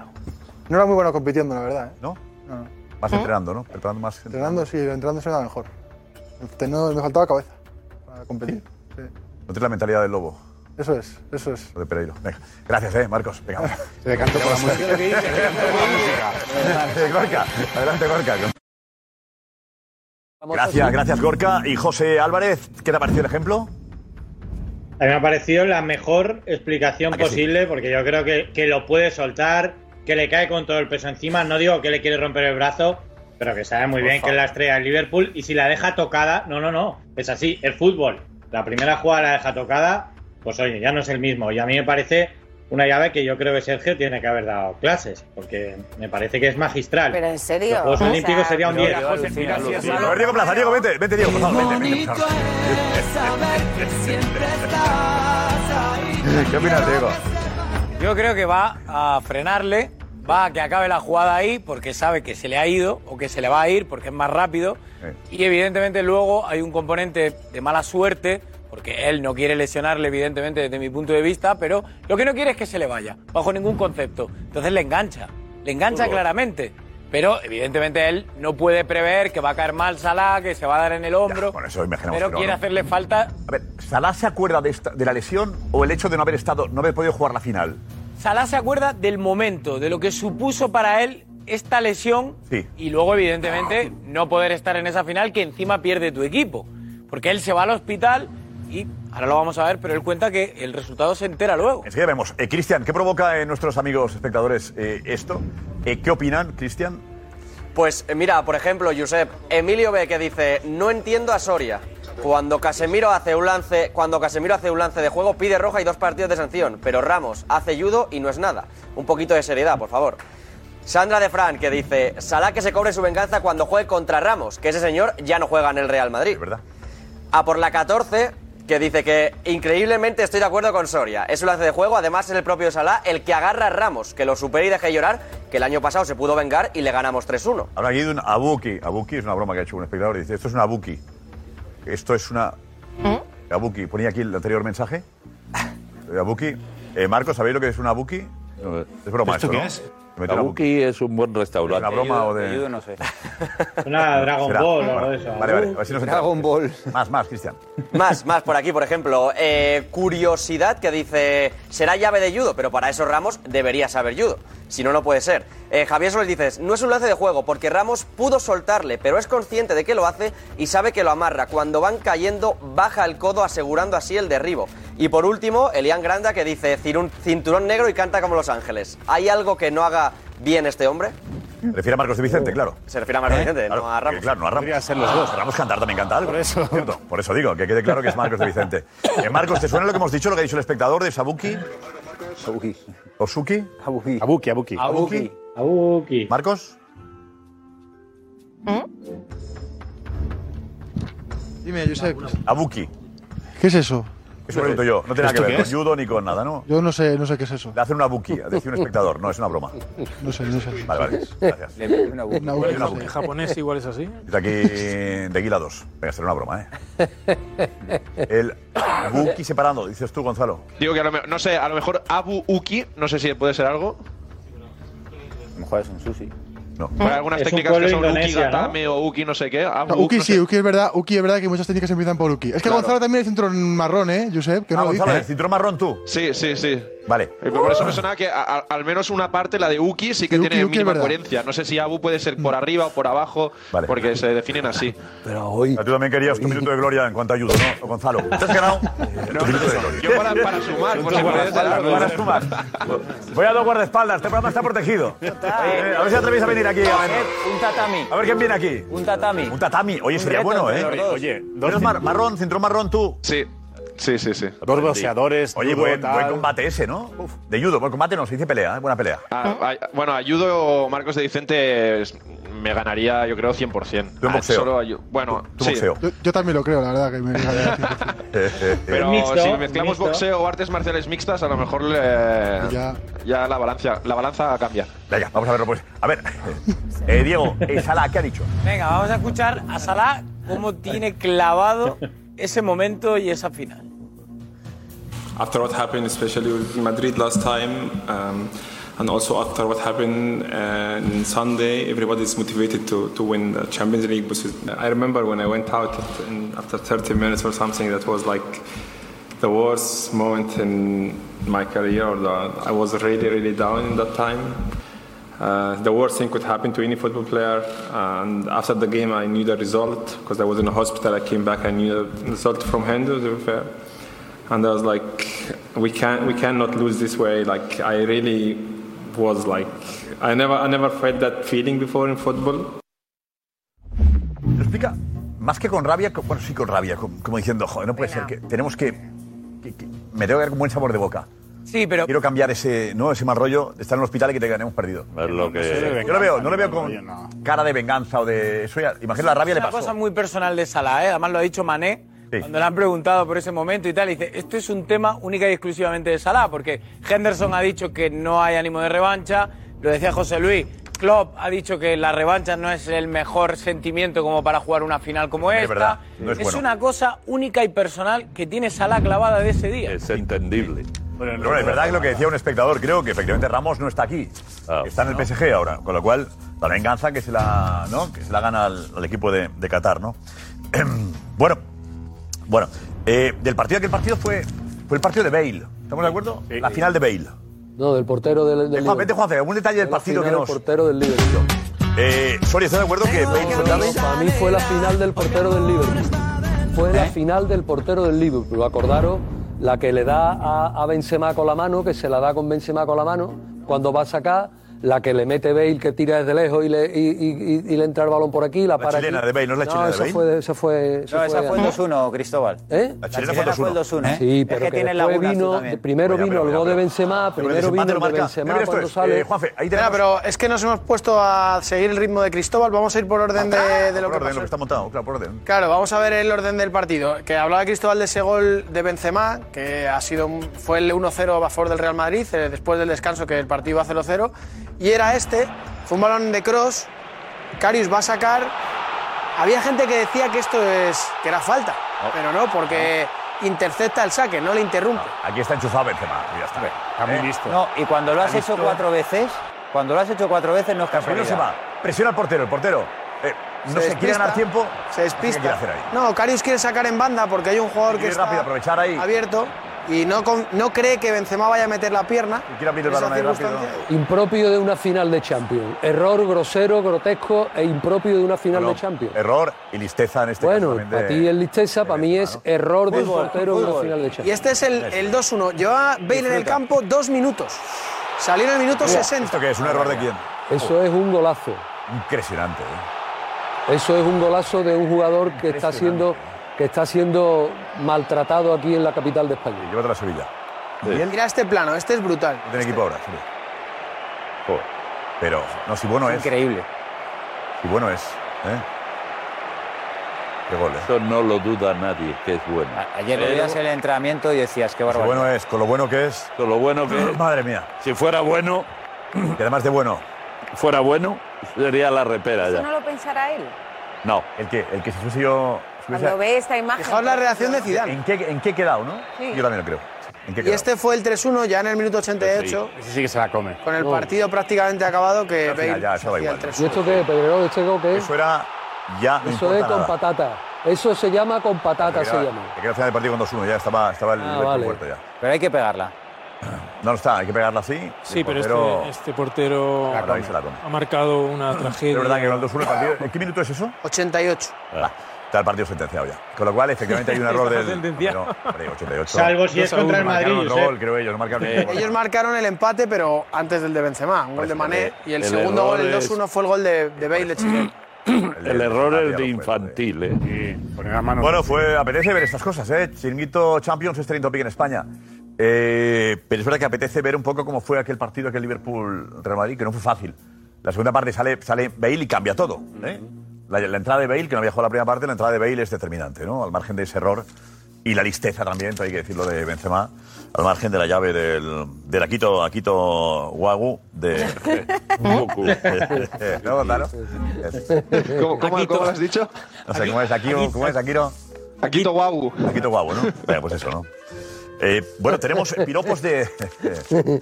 No era muy bueno compitiendo, la verdad. ¿eh?
¿No?
No, no.
Más entrenando, ¿no? Preparando más.
Entrenando sí, entrenando se me da mejor. Teniendo- me faltaba cabeza para competir.
No tienes la mentalidad del lobo.
Eso es, eso es.
De Pereiro. Venga. Gracias, eh, Marcos. Venga. Se
decantó por la música.
Gorka, adelante, Gorka. Gracias, gracias, Gorka. Y José Álvarez, ¿qué te ha parecido el ejemplo?
A mí me ha parecido la mejor explicación
¿A que sí?
posible, porque yo creo que, que lo puede soltar, que le cae con todo el peso encima. No digo que le quiere romper el brazo, pero que sabe muy
Por
bien que es la estrella del Liverpool. Y si la deja tocada, no, no, no, es así, es fútbol. La primera jugada la deja tocada, pues oye, ya no es el mismo. Y a mí me parece una llave que yo creo que Sergio tiene que haber dado clases, porque me parece que es magistral.
Pero en
Los
serio.
Juegos
o sea,
Olímpicos sería un
Pero
10.
José, mira, si es algo- A ver, Diego Plaza, Diego, vete, vete, Diego, por favor, vete, vete, por favor.
saber que siempre estás ahí.
¿Qué opinas, Diego?
Yo creo que va a frenarle, va a que acabe la jugada ahí porque sabe que se le ha ido o que se le va a ir porque es más rápido. Y evidentemente luego hay un componente de mala suerte porque él no quiere lesionarle, evidentemente, desde mi punto de vista, pero lo que no quiere es que se le vaya, bajo ningún concepto. Entonces le engancha, le engancha
Fútbol.
claramente. Pero evidentemente él no puede prever que va a caer mal Salah, que se va a dar en el hombro.
Eso imaginamos
pero
que no,
quiere
¿no?
hacerle falta
A ver, ¿Salah se acuerda de, esta- de la lesión o el hecho de no haber estado, no haber podido jugar la final?
Salah se acuerda del momento, de lo que supuso para él esta lesión
Sí.
y luego, evidentemente, no poder estar en esa final que encima pierde tu equipo. Porque él se va al hospital y ahora lo vamos a ver, pero él cuenta que el resultado se entera luego.
Enseguida vemos. Eh, Cristian, ¿qué provoca en nuestros amigos espectadores eh, esto? Eh, ¿Qué opinan, Cristian?
Pues eh, mira, por ejemplo, Josep, Emilio B que dice, no entiendo a Soria. Cuando Casemiro hace un lance, cuando Casemiro hace un lance de juego, pide roja y dos partidos de sanción, pero Ramos hace judo y no es nada. Un poquito de seriedad, por favor. Sandra de Fran que dice, Salah que se cobre su venganza cuando juegue contra Ramos, que ese señor ya no juega en el Real Madrid.
¿Verdad?
A por la 14, que dice que increíblemente estoy de acuerdo con Soria. Es un lance de juego, además es el propio Salah el que agarra a Ramos, que lo supera y deja de llorar, que el año pasado se pudo vengar y le ganamos 3-1.
Habrá aquí de un abuki. Abuki es una broma que ha hecho un espectador. Dice, esto es una abuki. Esto es una... Abuki. Ponía aquí el anterior mensaje. Eh, Abuki. Eh, Marcos, ¿sabéis lo que es una abuki? Es broma
eh. ¿Esto
esto,
qué
¿no?
es?
Meter la
Kabuki es un buen restaurante.
¿Es una broma o de- Ayudo,
no sé.
Una Dragon
Será.
Ball o
Bueno,
algo de eso.
Vale, vale. Así nos Dragon Ball. Más, más, Cristian.
Más, más por aquí, por ejemplo. eh, curiosidad que dice, será llave de judo, pero para eso Ramos debería saber judo. Si no, no puede ser. Eh, Javier Soler dices, no es un lance de juego, porque Ramos pudo soltarle, pero es consciente de que lo hace y sabe que lo amarra. Cuando van cayendo, baja el codo asegurando así el derribo. Y por último, Elian Granda que dice, "Cirun- cinturón negro y canta como Los Ángeles. ¿Hay algo que no haga bien este hombre?
Refiere a Marcos de Vicente, claro.
Se refiere a Marco Vicente,
¿Eh? Claro,
no a Ramos.
que Claro, no a Ramos. Ramos cantar también canta algo. Por eso. Por eso digo, que quede claro que es Marcos de Vicente. Eh, Marcos, ¿te suena lo que hemos dicho, lo que ha dicho el espectador de Sabuki? Sabuki. ¿Osuki? Abuki. Abuki, Abuki.
Abuki.
¿Marcos?
Dime, Josep.
Abuki.
¿Qué es eso?
Eso pregunto yo. No tiene nada que
¿Esto
ver
qué
con
es?
judo ni con nada, ¿no?
Yo no sé, no sé qué es eso.
Le hacen una Abuki, decía un espectador. No, es una broma.
No sé, no sé.
Vale, vale. Gracias.
Le meten una Abuki. Una Abuki.
Una Abuki.
En japonés igual es así.
Dice aquí de Guila 2. Voy a hacer una broma, ¿eh? El Abuki separando, dices tú, Gonzalo.
Digo que a lo me- no sé, a lo mejor Abu Uki, no sé si puede ser algo.
A lo mejor es un sushi.
No.
Hay algunas
Es un
técnicas que
pueblo
son Uki
Indonesia, ¿no?
Gatame o Uki no sé qué. Abu
No, Uki
no
sí,
sé.
Uki es verdad, Uki es verdad que muchas técnicas empiezan por Uki. Es que
Claro.
Gonzalo también es cinturón marrón, ¿eh, Josep?
Ah,
Que no lo dice. ¿eh?
cinturón marrón tú?
Sí, sí, sí. Eh,
Vale.
Por eso me sonaba que a- a- al menos una parte, la de Uki, sí que
Sí, Uki,
tiene
Uki es
mínima
verdad.
coherencia. No sé si Abu puede ser
Mm.
por arriba o por abajo, porque se definen así.
Pero hoy. Tú también querías tu minuto de gloria en cuanto a judo, ¿no? Gonzalo. Te has ganado. tu minuto de gloria.
Yo para, para sumar, por si puede ser algo.
Ahora tú más. Voy a dos guardaespaldas, este programa está protegido. Eh, a ver si atrevéis a venir aquí. A ver,
Un tatami.
a ver quién viene aquí.
Un tatami.
Un tatami. Oye,
Un
sería
reto
bueno,
entre
¿eh?
los dos. Oye,
Pero es mar- marrón, cinturón marrón tú.
Sí. Sí, sí, sí.
Dos boxeadores. Oye,
judo,
buen,
tal.
buen combate ese, ¿no? De judo, buen combate no, se dice pelea, ¿eh? buena pelea.
Ah, ah, bueno, ayudo Marcos de Vicente es- me ganaría, yo creo, 100%.
Tú en
Ah,
boxeo.
solo ayu- bueno,
tú
sí.
boxeo.
Yo, yo también lo creo, la verdad. Que me...
Pero
Mixto,
si mezclamos
mixto.
boxeo o artes marciales mixtas, a lo mejor le-
Ya.
ya. la balanza, la balanza cambia.
Venga, vamos a verlo pues. A ver, eh, Diego, eh, Salah, ¿qué ha dicho?
Venga, vamos a escuchar a Salah cómo tiene clavado ese momento y esa final.
after what happened, especially with Madrid last time, um, and also after what happened uh, on Sunday, everybody is motivated to, to win the Champions League. Because I remember when I went out in, after 30 minutes or something, that was like the worst moment in my career. Or the, I was really, really down in that time. Uh, the worst thing could happen to any football player. And after the game, I knew the result because I was in the hospital. I came back, I knew the result from Hendo. to be fair. And I was like, we can't, we cannot lose this way. Like I really was like, I never, I never felt that feeling before in football.
Lo explica más que con rabia, co- bueno, sí con rabia, com- como diciendo, joder, no puede ser que tenemos que, que- que- Me tengo que dar con buen sabor de boca.
Sí, pero...
Quiero cambiar ese, ¿no? ese mal rollo de estar en el hospital y que te ganemos perdido.
Es lo que...
Yo lo veo, no lo veo con cara de venganza o de... Eso ya, imagino la rabia
es
le
una
pasó.
cosa muy personal de Salah, ¿eh? además lo ha dicho Mané. Cuando le han preguntado por ese momento y tal, y dice, esto es un tema única y exclusivamente de Salah, porque Henderson ha dicho que no hay ánimo de revancha, lo decía José Luis, Klopp ha dicho que la revancha no es el mejor sentimiento como para jugar una final como esta.
verdad, no es bueno.
una cosa única y personal que tiene Salah clavada de ese día.
Es entendible.
Pero es verdad que lo que decía un espectador, creo que efectivamente Ramos no está aquí. está en el PSG ahora, con lo cual la venganza que se la, ¿no? que se la gana al, al equipo de, de Qatar, ¿no? bueno, bueno, eh, del partido aquel partido fue, fue el partido de Bale. ¿Estamos de acuerdo?
eh,
la final de Bale.
No, del portero del, del
Juan,
Liverpool.
vete, Juanfe, algún detalle del
Fue la
partido que
final
nos-
del portero del Liverpool.
Eh, Soria, ¿estás de acuerdo que Bale fue clave?
Para mí fue la final del portero del Liverpool. Fue
¿Eh?
la final del portero del Liverpool. Acordaros la que le da a, a Benzema con la mano, que se la da con Benzema con la mano, cuando va a sacar, la que le mete Bale que tira desde lejos y le, y, y- y- y le entra el balón por aquí, la, para
chilena
aquí.
de Bale, no es la chilena de
esa
Bale.
Fue, esa fue, esa
No, esa fue el
antes.
2-1, Cristóbal.
¿Eh?
La chilena fue el 2-1. ¿eh?
Sí,
Es
pero
que
que,
tiene
después
lagunas tú
vino,
también.
primero
Oye,
vino
pero-
el gol de Benzema,
pero el
primero vino
desempate lo
el de
marca.
Benzema
Mira, mira, esto
cuando
es,
sale.
eh, Juanfe,
ahí
Espera, pero es que nos hemos puesto a seguir el ritmo de Cristóbal. Vamos a ir por orden de, de lo
Por
que
orden,
pasó.
lo que está montado, claro, por orden.
Claro, vamos a ver el orden del partido. Que hablaba Cristóbal de ese gol de Benzema, que ha sido, un- fue el 1-0 a favor del Real Madrid, eh, después del descanso que el partido iba 0-0. Y era este, fue un balón de cross, Carius va a sacar. Había gente que decía que esto es que era falta,
Oh.
pero no, porque intercepta el saque, no le interrumpe.
Aquí está enchufado Benzema, y ya está. Está muy listo.
No, y cuando lo has
Está
hecho
listo.
cuatro veces, cuando lo has hecho cuatro veces no es
Primero se va,
casualidad.
presiona al portero, el portero. eh, no se, quiere
despista,
ganar tiempo.
Se despista.
¿Qué quiere hacer ahí?
No, Karius quiere sacar en banda porque hay un jugador que
Quiere
está
rápido aprovechar ahí.
abierto y no, con- no cree que Benzema vaya a meter la pierna.
Quiere abrir el
Esa
balón ahí rápido.
circunstancia-
Impropio de una final de Champions. Error grosero, grotesco e impropio de una final de Champions.
Error y listeza en este
Bueno,
caso.
para ti es listeza, para mí es error de un portero en una final de Champions.
Y este es el, el 2-1. Lleva Bale en el
Disfruta.
campo dos minutos. Salió en el minuto 60.
¿Esto qué es? ¿Un error de quién?
Eso es un golazo.
Impresionante. ¿eh?
Eso es un golazo de un jugador que está siendo que está siendo maltratado aquí en la capital de España.
Llévatela a Sevilla.
Mira este plano, este es brutal.
Tiene equipo ahora. sí. Pero, no, si bueno es.
Increíble.
Si bueno es. ¿eh? Qué gol, eh.
Eso no lo duda nadie, que es bueno.
Ayer veías el entrenamiento y decías, qué
Si
barbaridad.
bueno es, con lo bueno que es.
Con lo bueno que es.
Madre mía.
Si fuera bueno,
Que además de bueno.
fuera bueno, sería la repera
Eso
ya.
no lo pensará él.
No.
El que, el que si fuese yo. si fuese-
Cuando ve esta imagen. pues,
Fijaos la reacción de Zidane.
¿En qué, ¿En qué he quedado, no?
Sí.
Yo también lo creo. ¿En qué he
Y
quedado?
este fue el 3-1 ya en el minuto 88,
Ese sí que se la come.
con el partido prácticamente acabado que
final,
Bale
ya, eso da
hacía el
igual.
3-1.
¿Y esto qué, Pedro? ¿Este gol qué?
Eso era ya. no
Eso es
importa
con
nada.
patata. Eso se llama con patata,
Me
se
queda-
llama.
me queda al final del partido con 2-1, ya estaba, estaba el
Ah,
Liverpool
vale.
muerto ya.
Pero hay que pegarla.
No, no está, hay que pegarla así.
Sí,
El
pero
portero-
este, este portero
La come, se la come.
ha marcado una tragedia.
Es verdad que con el 2-1 el partido. ¿En qué minuto es eso?
88.
Ah, está el partido sentenciado ya. Con lo cual, efectivamente, hay un error
Está
del.
sentenciado.
No, hombre, 88.
Salvo si es contra el
Marcaron
Madrid,
otro
Josep.
gol, creo ellos, no marcaron ningún gol.
Ellos marcaron el empate, pero antes del de Benzema, un gol de Mané. Y el,
el
segundo gol, el
error es-
2-1, fue el gol de, de Bale chileno.
El error es de infantil, ¿eh?
Bueno, fue, apetece ver estas cosas, ¿eh? Chiringuito Champions, este lindo pick en España. Eh, pero es verdad que apetece ver un poco cómo fue aquel partido, aquel Liverpool-Real Madrid, que no fue fácil. La segunda parte sale, sale Bale y cambia todo. ¿eh? La, la entrada de Bale, que no había jugado la primera parte, la entrada de Bale es determinante, ¿no? Al margen de ese error y la listeza también, hay que decirlo de Benzema, al margen de la llave del, del Akito, Akito Wagu de... ¿Eh? ¿No, Gonzalo?
¿Cómo, cómo, cómo lo has dicho?
No sé, ¿cómo es Akiro? ¿Cómo es Akiro?
Akito Wagu.
Akito Wagu, ¿no? Venga, pues eso, ¿no? Eh, bueno, tenemos piropos de,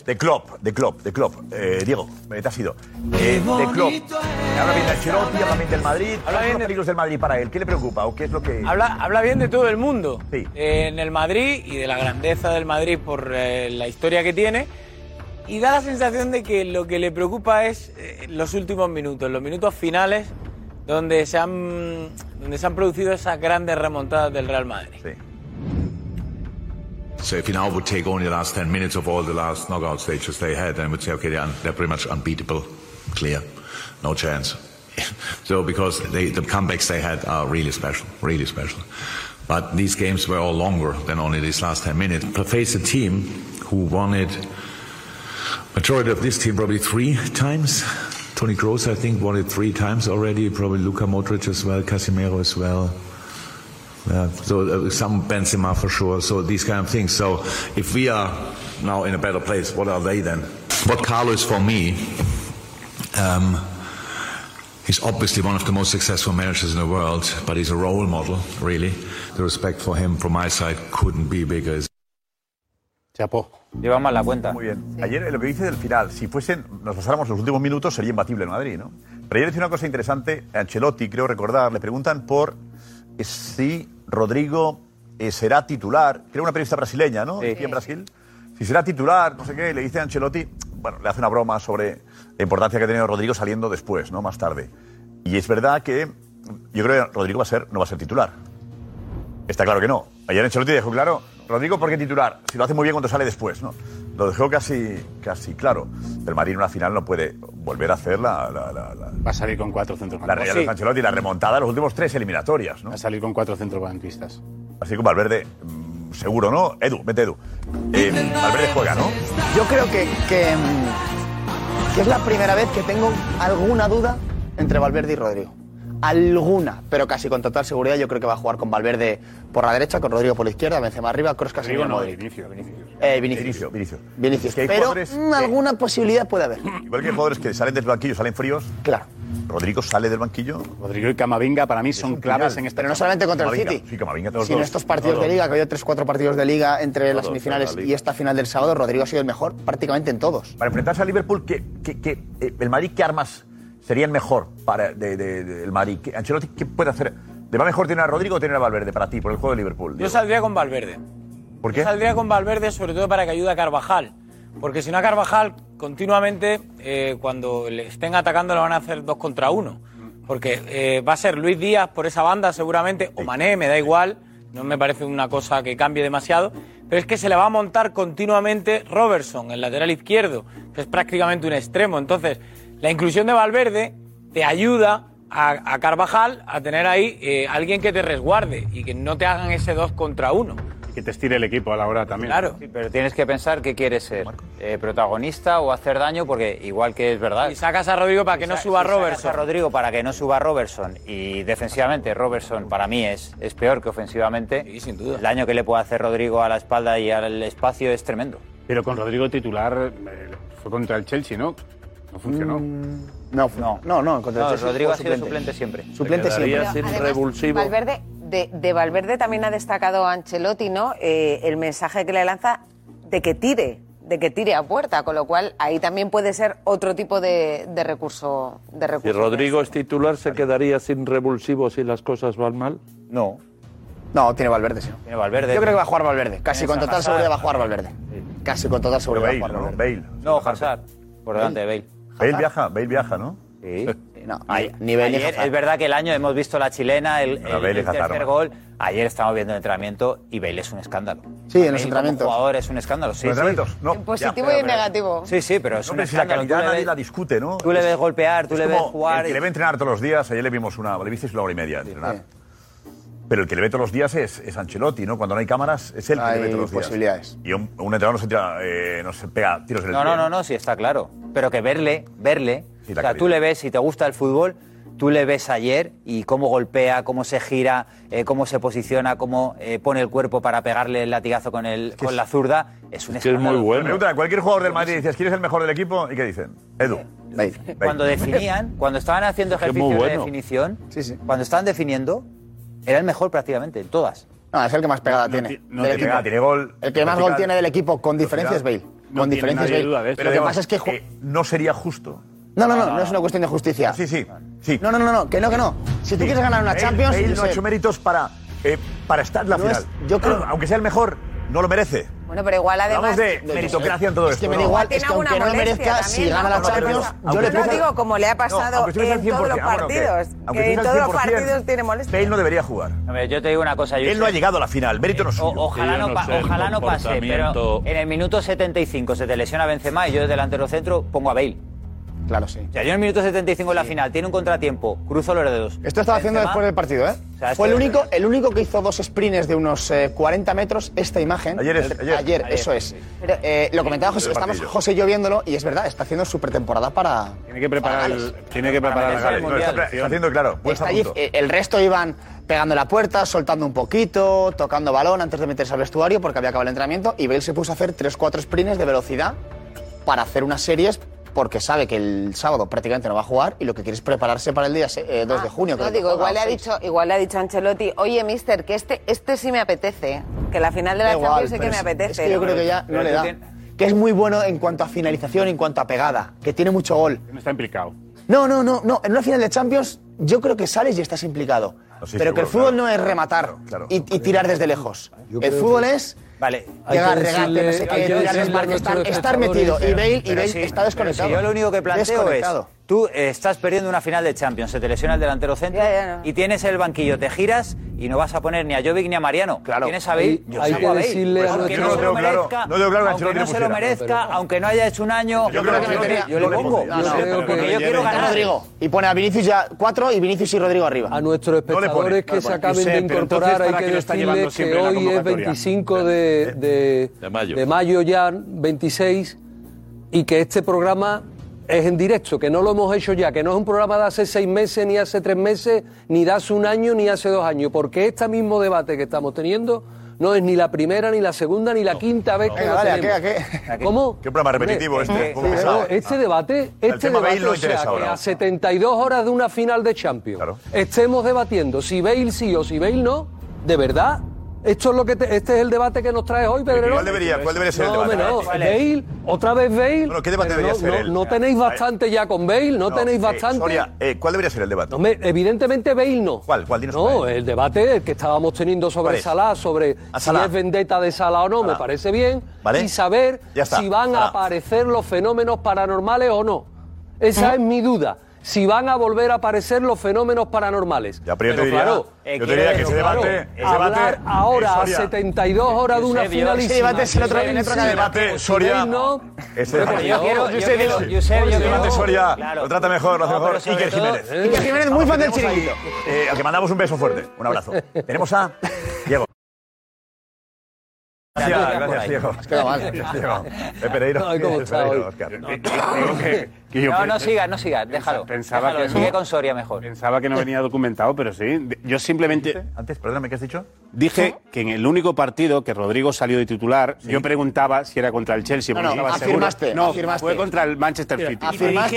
de Klopp, de Klopp, de Klopp. Eh, Diego, te has ido. Eh, de Klopp. Habla bien de Ancelotti, habla bien del Madrid. Habla bien de los peligros del Madrid para él. ¿Qué le preocupa o qué es lo que...?
Habla, habla bien de todo el mundo. Eh, en el Madrid y de la grandeza del Madrid por eh, la historia que tiene. Y da la sensación de que lo que le preocupa es eh, los últimos minutos, los minutos finales donde se han, donde se han producido esas grandes remontadas del Real Madrid.
So if you now would take only the last 10 minutes of all the last knockout stages they had, then I would say, okay, they're, un- they're pretty much unbeatable, clear, no chance. so because they, the comebacks they had are really special, really special. But these games were all longer than only these last 10 minutes. But face a team who won it, majority of this team probably three times. Tony Kroos, I think, won it three times already. Probably Luka Modric as well, Casimiro as well. Yeah, so uh, some Benzema for sure. So these kind of things. So if we are now in a better place, what are they then? What Carlo is for me, um, he's obviously one of the most successful managers in the world, but he's a role model, really. The respect for him from my side couldn't be bigger.
Chapo.
Lleva mal la cuenta.
Muy bien. Ayer eh, lo que dice del final, si fuesen, nos pasáramos los últimos minutos, sería imbatible en Madrid, ¿no? Pero ayer decía una cosa interesante, Ancelotti, creo recordar, le preguntan por eh, si Rodrigo eh, será titular, creo una periodista brasileña, ¿no? Aquí en Brasil. Si será titular, no sé qué, y le dice a Ancelotti, bueno, le hace una broma sobre la importancia que ha tenido Rodrigo saliendo después, ¿no? Más tarde. Y es verdad que yo creo que Rodrigo va a ser, no va a ser titular. Está claro que no. Ayer Ancelotti dejó claro, Rodrigo, ¿por qué titular? Si lo hace muy bien cuando sale después, ¿no? Lo dejó casi, casi claro. El Madrid en una final no puede volver a hacer la...
Va a salir con cuatro
La
centrocampistas.
Real de Ancelotti, la remontada de los últimos tres eliminatorias, ¿no?
Va a salir con cuatro centrocampistas.
Así que Valverde, mm, seguro, ¿no? Edu, vete Edu. Eh, Valverde juega, ¿no?
Yo creo que, que, mm, que es la primera vez que tengo alguna duda entre Valverde y Rodrigo. Alguna, pero casi con total seguridad yo creo que va a jugar con Valverde por la derecha, con Rodrigo por la izquierda, Benzema arriba, Kroos Casemiro,
Rodrigo no,
Modric.
Vinicius, Vinicius.
Eh, Vinicius.
Vinicius, Vinicius.
Vinicius.
Es que hay
pero
jugadores
mm, alguna posibilidad puede haber.
Igual que hay jugadores que salen del banquillo, salen fríos.
Claro.
Rodrigo sale del banquillo.
Rodrigo y Camavinga para mí son claves en este
Pero no solamente contra el
Camavinga.
City.
Sí, Camavinga. los
sino
dos.
estos partidos
Los
de
dos.
liga, que había 3-4 partidos de liga entre
Los
las
dos,
semifinales
la liga.
y esta final del sábado, Rodrigo ha sido el mejor prácticamente en todos.
Para enfrentarse a Liverpool, ¿qué, qué- qué- eh, el Madrid qué armas serían mejor para de, de- de- el Madrid? ¿Qué- Ancelotti, ¿qué puede hacer? ¿Le va mejor tener a Rodrigo o tener a Valverde para ti, por el juego de Liverpool?
Yo saldría con Valverde.
¿Por
Yo
qué?
saldría con Valverde sobre todo para que ayude a Carvajal. Porque si no a Carvajal, continuamente, eh, cuando le estén atacando, lo van a hacer dos contra uno. Porque eh, va a ser Luis Díaz por esa banda seguramente, o Mané, me da igual, no me parece una cosa que cambie demasiado. Pero es que se le va a montar continuamente Robertson, el lateral izquierdo, que es prácticamente un extremo. Entonces, la inclusión de Valverde te ayuda a, a Carvajal a tener ahí eh, alguien que te resguarde y que no te hagan ese dos contra uno.
Que te estire el equipo a la hora también.
Claro.
Sí, pero tienes que pensar qué quieres ser. eh, ¿Protagonista o hacer daño? Porque igual que es verdad. Y
sacas a Rodrigo para que no suba
Robertson. a Rodrigo para que no suba Robertson. Y defensivamente, Robertson para mí es, es peor que ofensivamente.
sin duda.
El daño que le puede hacer Rodrigo a la espalda y al espacio es tremendo.
Pero con Rodrigo titular eh, fue contra el Chelsea, ¿no?
pues
No funcionó.
Mm, No, no, no,
No, Rodrigo ha sido suplente siempre.
Suplente siempre.
Valverde, de, de Valverde también ha destacado Ancelotti, ¿no? Eh, el mensaje que le lanza de que tire, de que tire a puerta, con lo cual ahí también puede ser otro tipo de, de recurso. De
Si
recurso.
Rodrigo es titular, ¿se quedaría sin revulsivo si las cosas van mal?
No.
No, tiene Valverde, sí.
Tiene Valverde.
Yo creo que va a jugar Valverde. Casi
Tienes
con
a
total
Hazard.
seguridad va a jugar Valverde. Casi con total seguridad va a
Bale,
jugar
¿no?
Valverde.
Bale.
No, Hazard. Por delante de Bale.
Bale viaja, Bale viaja, ¿no?
Sí.
No,
Ay,
ni Bale ni
ayer,
Hazard.
es verdad que el año hemos visto la chilena, el,
Pero
el-
Bale y
el
Hazard,
tercer
¿no?
gol. Ayer estamos viendo el entrenamiento y Bale es un escándalo.
Sí, en los
Bale como
entrenamientos.
jugador es un escándalo. Sí,
Los
sí.
entrenamientos,
no.
En
Ya,
Pues
positivo
pero-
y
pero-
en negativo.
Sí, sí, pero es
No,
un
pero si la
escándalo.
calidad
Tú le
nadie
ves-
la discute, ¿no?
tú le ves golpear, tú
Es
le ves
como
jugar
El
y-
que le ve entrenar todos los días, ayer le vimos una, le visteis una hora y media entrenar. Pero el que le ve todos los días es, es Ancelotti, ¿no? Cuando no hay cámaras, es él que le ve
Hay
todos los días.
posibilidades.
Y un, un entrenador no se, tira, eh, no se pega tiros en el
No,
pie,
no, no, no, sí, está claro. Pero que verle, verle.
Sí,
o
la
sea, tú
calidad.
le ves, si te gusta el fútbol, tú le ves ayer y cómo golpea, cómo se gira, eh, cómo se posiciona, cómo eh, pone el cuerpo para pegarle el latigazo con, el, con la zurda. Es un escándalo.
Pregunta a cualquier jugador del Madrid, dices, ¿quién es el mejor del equipo? ¿Y qué dicen?
Eh,
Edu.
Cuando definían, cuando estaban haciendo
Es que es
ejercicios
muy
de
bueno.
definición, cuando estaban definiendo, era el mejor prácticamente, en todas.
No, es el que más pegada tiene.
no tiene
Del equipo.
pegada, tiene gol,
El que más
vertical,
gol tiene del equipo, con diferencia, es Bale.
velocidad. No
Con
tiene
diferencia es
nadie
Bale.
duda de eso.
Pero lo que
Pero
pasa es que. ju-
No sería justo.
No, no, no, no es una cuestión de justicia. Sí,
sí.
No, no, no, no, que no, que no. Si tú
Sí.
quieres ganar una
Bale-
Champions.
Bale
yo
no ha
sé.
hecho méritos para, eh, para estar en la
No
final.
es- yo creo-
Aunque sea el mejor, no lo merece.
Bueno, pero igual además.
Hablamos de meritocracia en todo
Es
esto.
que me da
¿no?
igual, es que
alguna
aunque no lo
molestia
merezca,
también,
si
¿no?
gana la
Porque
Champions,
no-
yo
yo
le
no
pienso-
digo como le ha pasado
aunque estuviese al
en todos los
100%, ah, bueno, que-
partidos.
aunque
que en
estuviese al
todos los
100%,
partidos tiene molestia.
Bale no debería jugar.
yo te digo una cosa. Eh,
Él no ha llegado a la final, mérito no es suyo.
Ojalá no, pa- ojalá no pase, pero en el minuto 75 se te lesiona Benzema y yo desde delantero centro pongo a Bale.
Claro, sí.
O sea, yo en el minuto 75 en la final tiene un contratiempo, cruzo los dedos.
Esto estaba haciendo
Benzema-
después del partido, ¿eh?
O sea,
Fue el
este-
esto-
único, el único que hizo dos sprints de unos eh, 40 metros, esta imagen.
Ayer es,
El-
ayer. Ayer,
eso es.
sí.
Eh, lo comentaba
Del
José, estamos
partido.
José y yo viéndolo, y es verdad, está haciendo super temporada para.
Tiene que preparar, el, tiene que preparar
meterse
a
al
Gales.
Mundial.
Está haciendo claro, pues
Está allí, eh, el resto iban pegando la puerta, soltando un poquito, tocando balón antes de meterse al vestuario porque había acabado el entrenamiento y Bale se puso a hacer 3-4 sprints de velocidad para hacer unas series porque sabe que el sábado prácticamente no va a jugar y lo que quiere es prepararse para el día se- eh, 2 de junio.
Ah, No, digo, igual le, ha dicho, igual le ha dicho Ancelotti, oye, mister, que este, este sí me apetece. Que la final de la Champions sí que me apetece.
Es que yo creo que ya no le da. Que es muy bueno en cuanto a finalización, en cuanto a pegada, que tiene mucho gol.
No está implicado.
No, no, no, no. En una final de Champions, yo creo que sales y estás implicado.
sí,
Pero que el
seguro,
fútbol no es rematar y, y tirar desde lejos.
Yo
El
creo
fútbol es.
Vale,
Llegar, regate, no sé qué, tirar los marcos, estar, estar metido.
eh,
Y Bale, y Bale está desconectado.
yo lo único que planteo es,
Desconectado.
tú eh, estás perdiendo una final de Champions, se te lesiona el delantero centro y tienes el banquillo, te giras y no vas a poner ni a Jovic ni a Mariano. Tienes a Bale,
Hay- hay
saco
que
a Bale.
decirle a
aunque
nuestro-
no se lo
Yo no tengo
merezca,
claro- no tengo claro que
aunque
Ancelotti
no
le
se lo
pusiera.
merezca, aunque no haya hecho un año,
Yo creo que
yo
metería-
yo le pongo.
No, no,
Porque yo quiero
Pone a
ganar.
Rodrigo. Y pone a Vinicius ya cuatro y Vinicius y Rodrigo arriba.
A nuestros espectadores que se acaben de incorporar, hay que decirles que hoy es 25 de, de-
mayo.
de mayo ya, 26, y que este programa es en directo, que no lo hemos hecho ya, que no es un programa de hace seis meses, ni hace tres meses, ni de hace un año, ni hace dos años, porque este mismo debate que estamos teniendo no es ni la primera, ni la segunda, ni la quinta vez que
Venga,
lo
dale, ¿a qué,
tenemos.
a qué?
¿Cómo?
Qué programa repetitivo
Hombre,
este,
eh,
un poco pesado.
Este debate, este
tema Bale
debate,
no
o sea,
interesa
que
ahora.
a 72 horas de una final de Champions estemos debatiendo si Bale sí o si Bale no, de verdad. Esto es lo que te- este es el debate que nos traes hoy, Pedro.
¿Cuál debería- cuál debería ser el
No,
debate?
hombre, no.
¿Cuál es?
Bale, otra vez Bale.
¿qué debate
pero
debería
no-
ser
no,
él?
no tenéis bastante ya con Bale, no,
No,
tenéis
eh,
bastante.
Soria, eh, ¿cuál debería ser el debate?
Hombre, evidentemente Bale no. ¿Cuál?
¿Cuál?
No, el debate el que estábamos teniendo
¿Cuál
sobre
es?
Salah, sobre
Ah,
si
Salah.
es vendetta de Salah o no, me parece bien.
¿Vale?
Y saber
Ya está,
si van a
Salah.
aparecer los fenómenos paranormales o no.
¿Mm?
Esa es mi duda. Si van a volver a aparecer los fenómenos paranormales.
Ya, pero yo te diría- yo te diría que ese debate- ese
hablar
debate, eh,
ahora a
Soria,
72 horas de una
Eusebio,
finalísima.
ese debate es el otro-
Bale
en otra
sí,
cadena.
si Bale
Soria,
no,
Ese
Pero
debate.
yo quiero- yo
Josep, Josep,
quiero- Josep,
Josep,
yo
Josep
quiero-
Soria,
Claro.
lo trata mejor, lo hace
No,
mejor.
pero sobre
Iker
todo-
Jiménez.
Eh. Iker Jiménez,
muy
Vamos,
fan del
tenemos ahí,
chiringuito.
eh, Al que mandamos un beso fuerte, un abrazo. Tenemos a Diego. Gracias, gracias, Diego.
Has quedado mal.
Diego. Eh, Pereiro.
Ay, cómo está
Pereiro,
hoy.
Oscar.
No, no sigas, no sigas, déjalo.
pensaba
déjalo,
que
sigue
no.
con Soria mejor.
Pensaba que no venía documentado, pero sí. De- Yo simplemente.
Antes, perdóname, ¿qué has dicho?
Dije que en el único partido que Rodrigo salió de titular, yo preguntaba si era contra el Chelsea.
No,
porque
no,
estaba seguro.
afirmaste,
No,
afirmaste.
fue contra el Manchester City.
Y te dijeron, y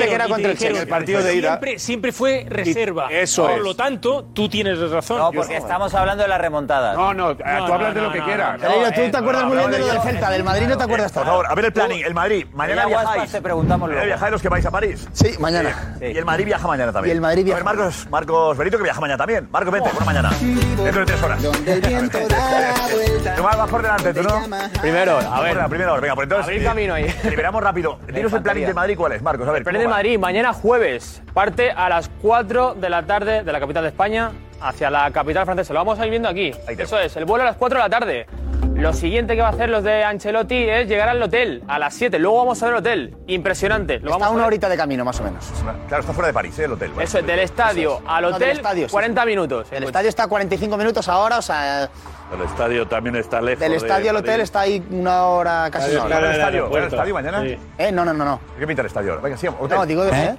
te dijeron,
En el partido de ida.
Siempre, siempre fue reserva.
eso
Por
es.
lo tanto, tú tienes razón.
No, porque estamos hablando de las remontadas.
No,
eh,
no, tú
hablas de lo que quieras.
Pereiro, tú te acuerdas muy bien de lo del Celta, del Madrid no te acuerdas
Por
tanto.
favor, a ver el planning. El Madrid, mañana
Pero ya
viajáis.
Guaspas te preguntamos
Mañana
luego.
viajáis los que vais a París. Eh,
Sí, mañana.
Y el Madrid viaja mañana también.
Y el Madrid
A ver, Marcos, Marcos Benito que viaja mañana también. Marcos, vente, por mañana. Dentro de tres horas. Donde el viento da vuelta. Tomás, vas por delante, ¿tú no?
Primero, a
Por la
ver.
primera hora, venga, por entonces.
Abrir camino ahí.
Liberamos rápido. Dinos el planning
encantaría.
del Madrid, ¿cuál es, Marcos? Pues A ver.
El Premier de Madrid, mañana jueves, parte a las 4 de la tarde de la capital de España hacia la capital francesa. Lo vamos a ir viendo aquí. Eso es, el vuelo a las 4 de la tarde. Lo siguiente que va a hacer los de Ancelotti es llegar al hotel a las 7. Luego vamos a ver el hotel. Impresionante. Lo vamos
Está
a
una
ver.
horita de camino, más o menos.
Claro, está fuera de París, ¿eh? el hotel.
Eso es, del estadio al
No, del
hotel,
estadio, sí, sí.
40 minutos.
El estadio está a 45 minutos ahora, o sea,
El estadio también está lejos.
del
de
estadio al hotel
Madrid.
está ahí una hora, casi una
¿Está el
hora.
estadio? ¿Está el estadio mañana?
Sí. Eh, no, no, no, no.
¿Qué pinta el estadio ahora? Venga, sigamos. hotel.
No, digo, ¿eh?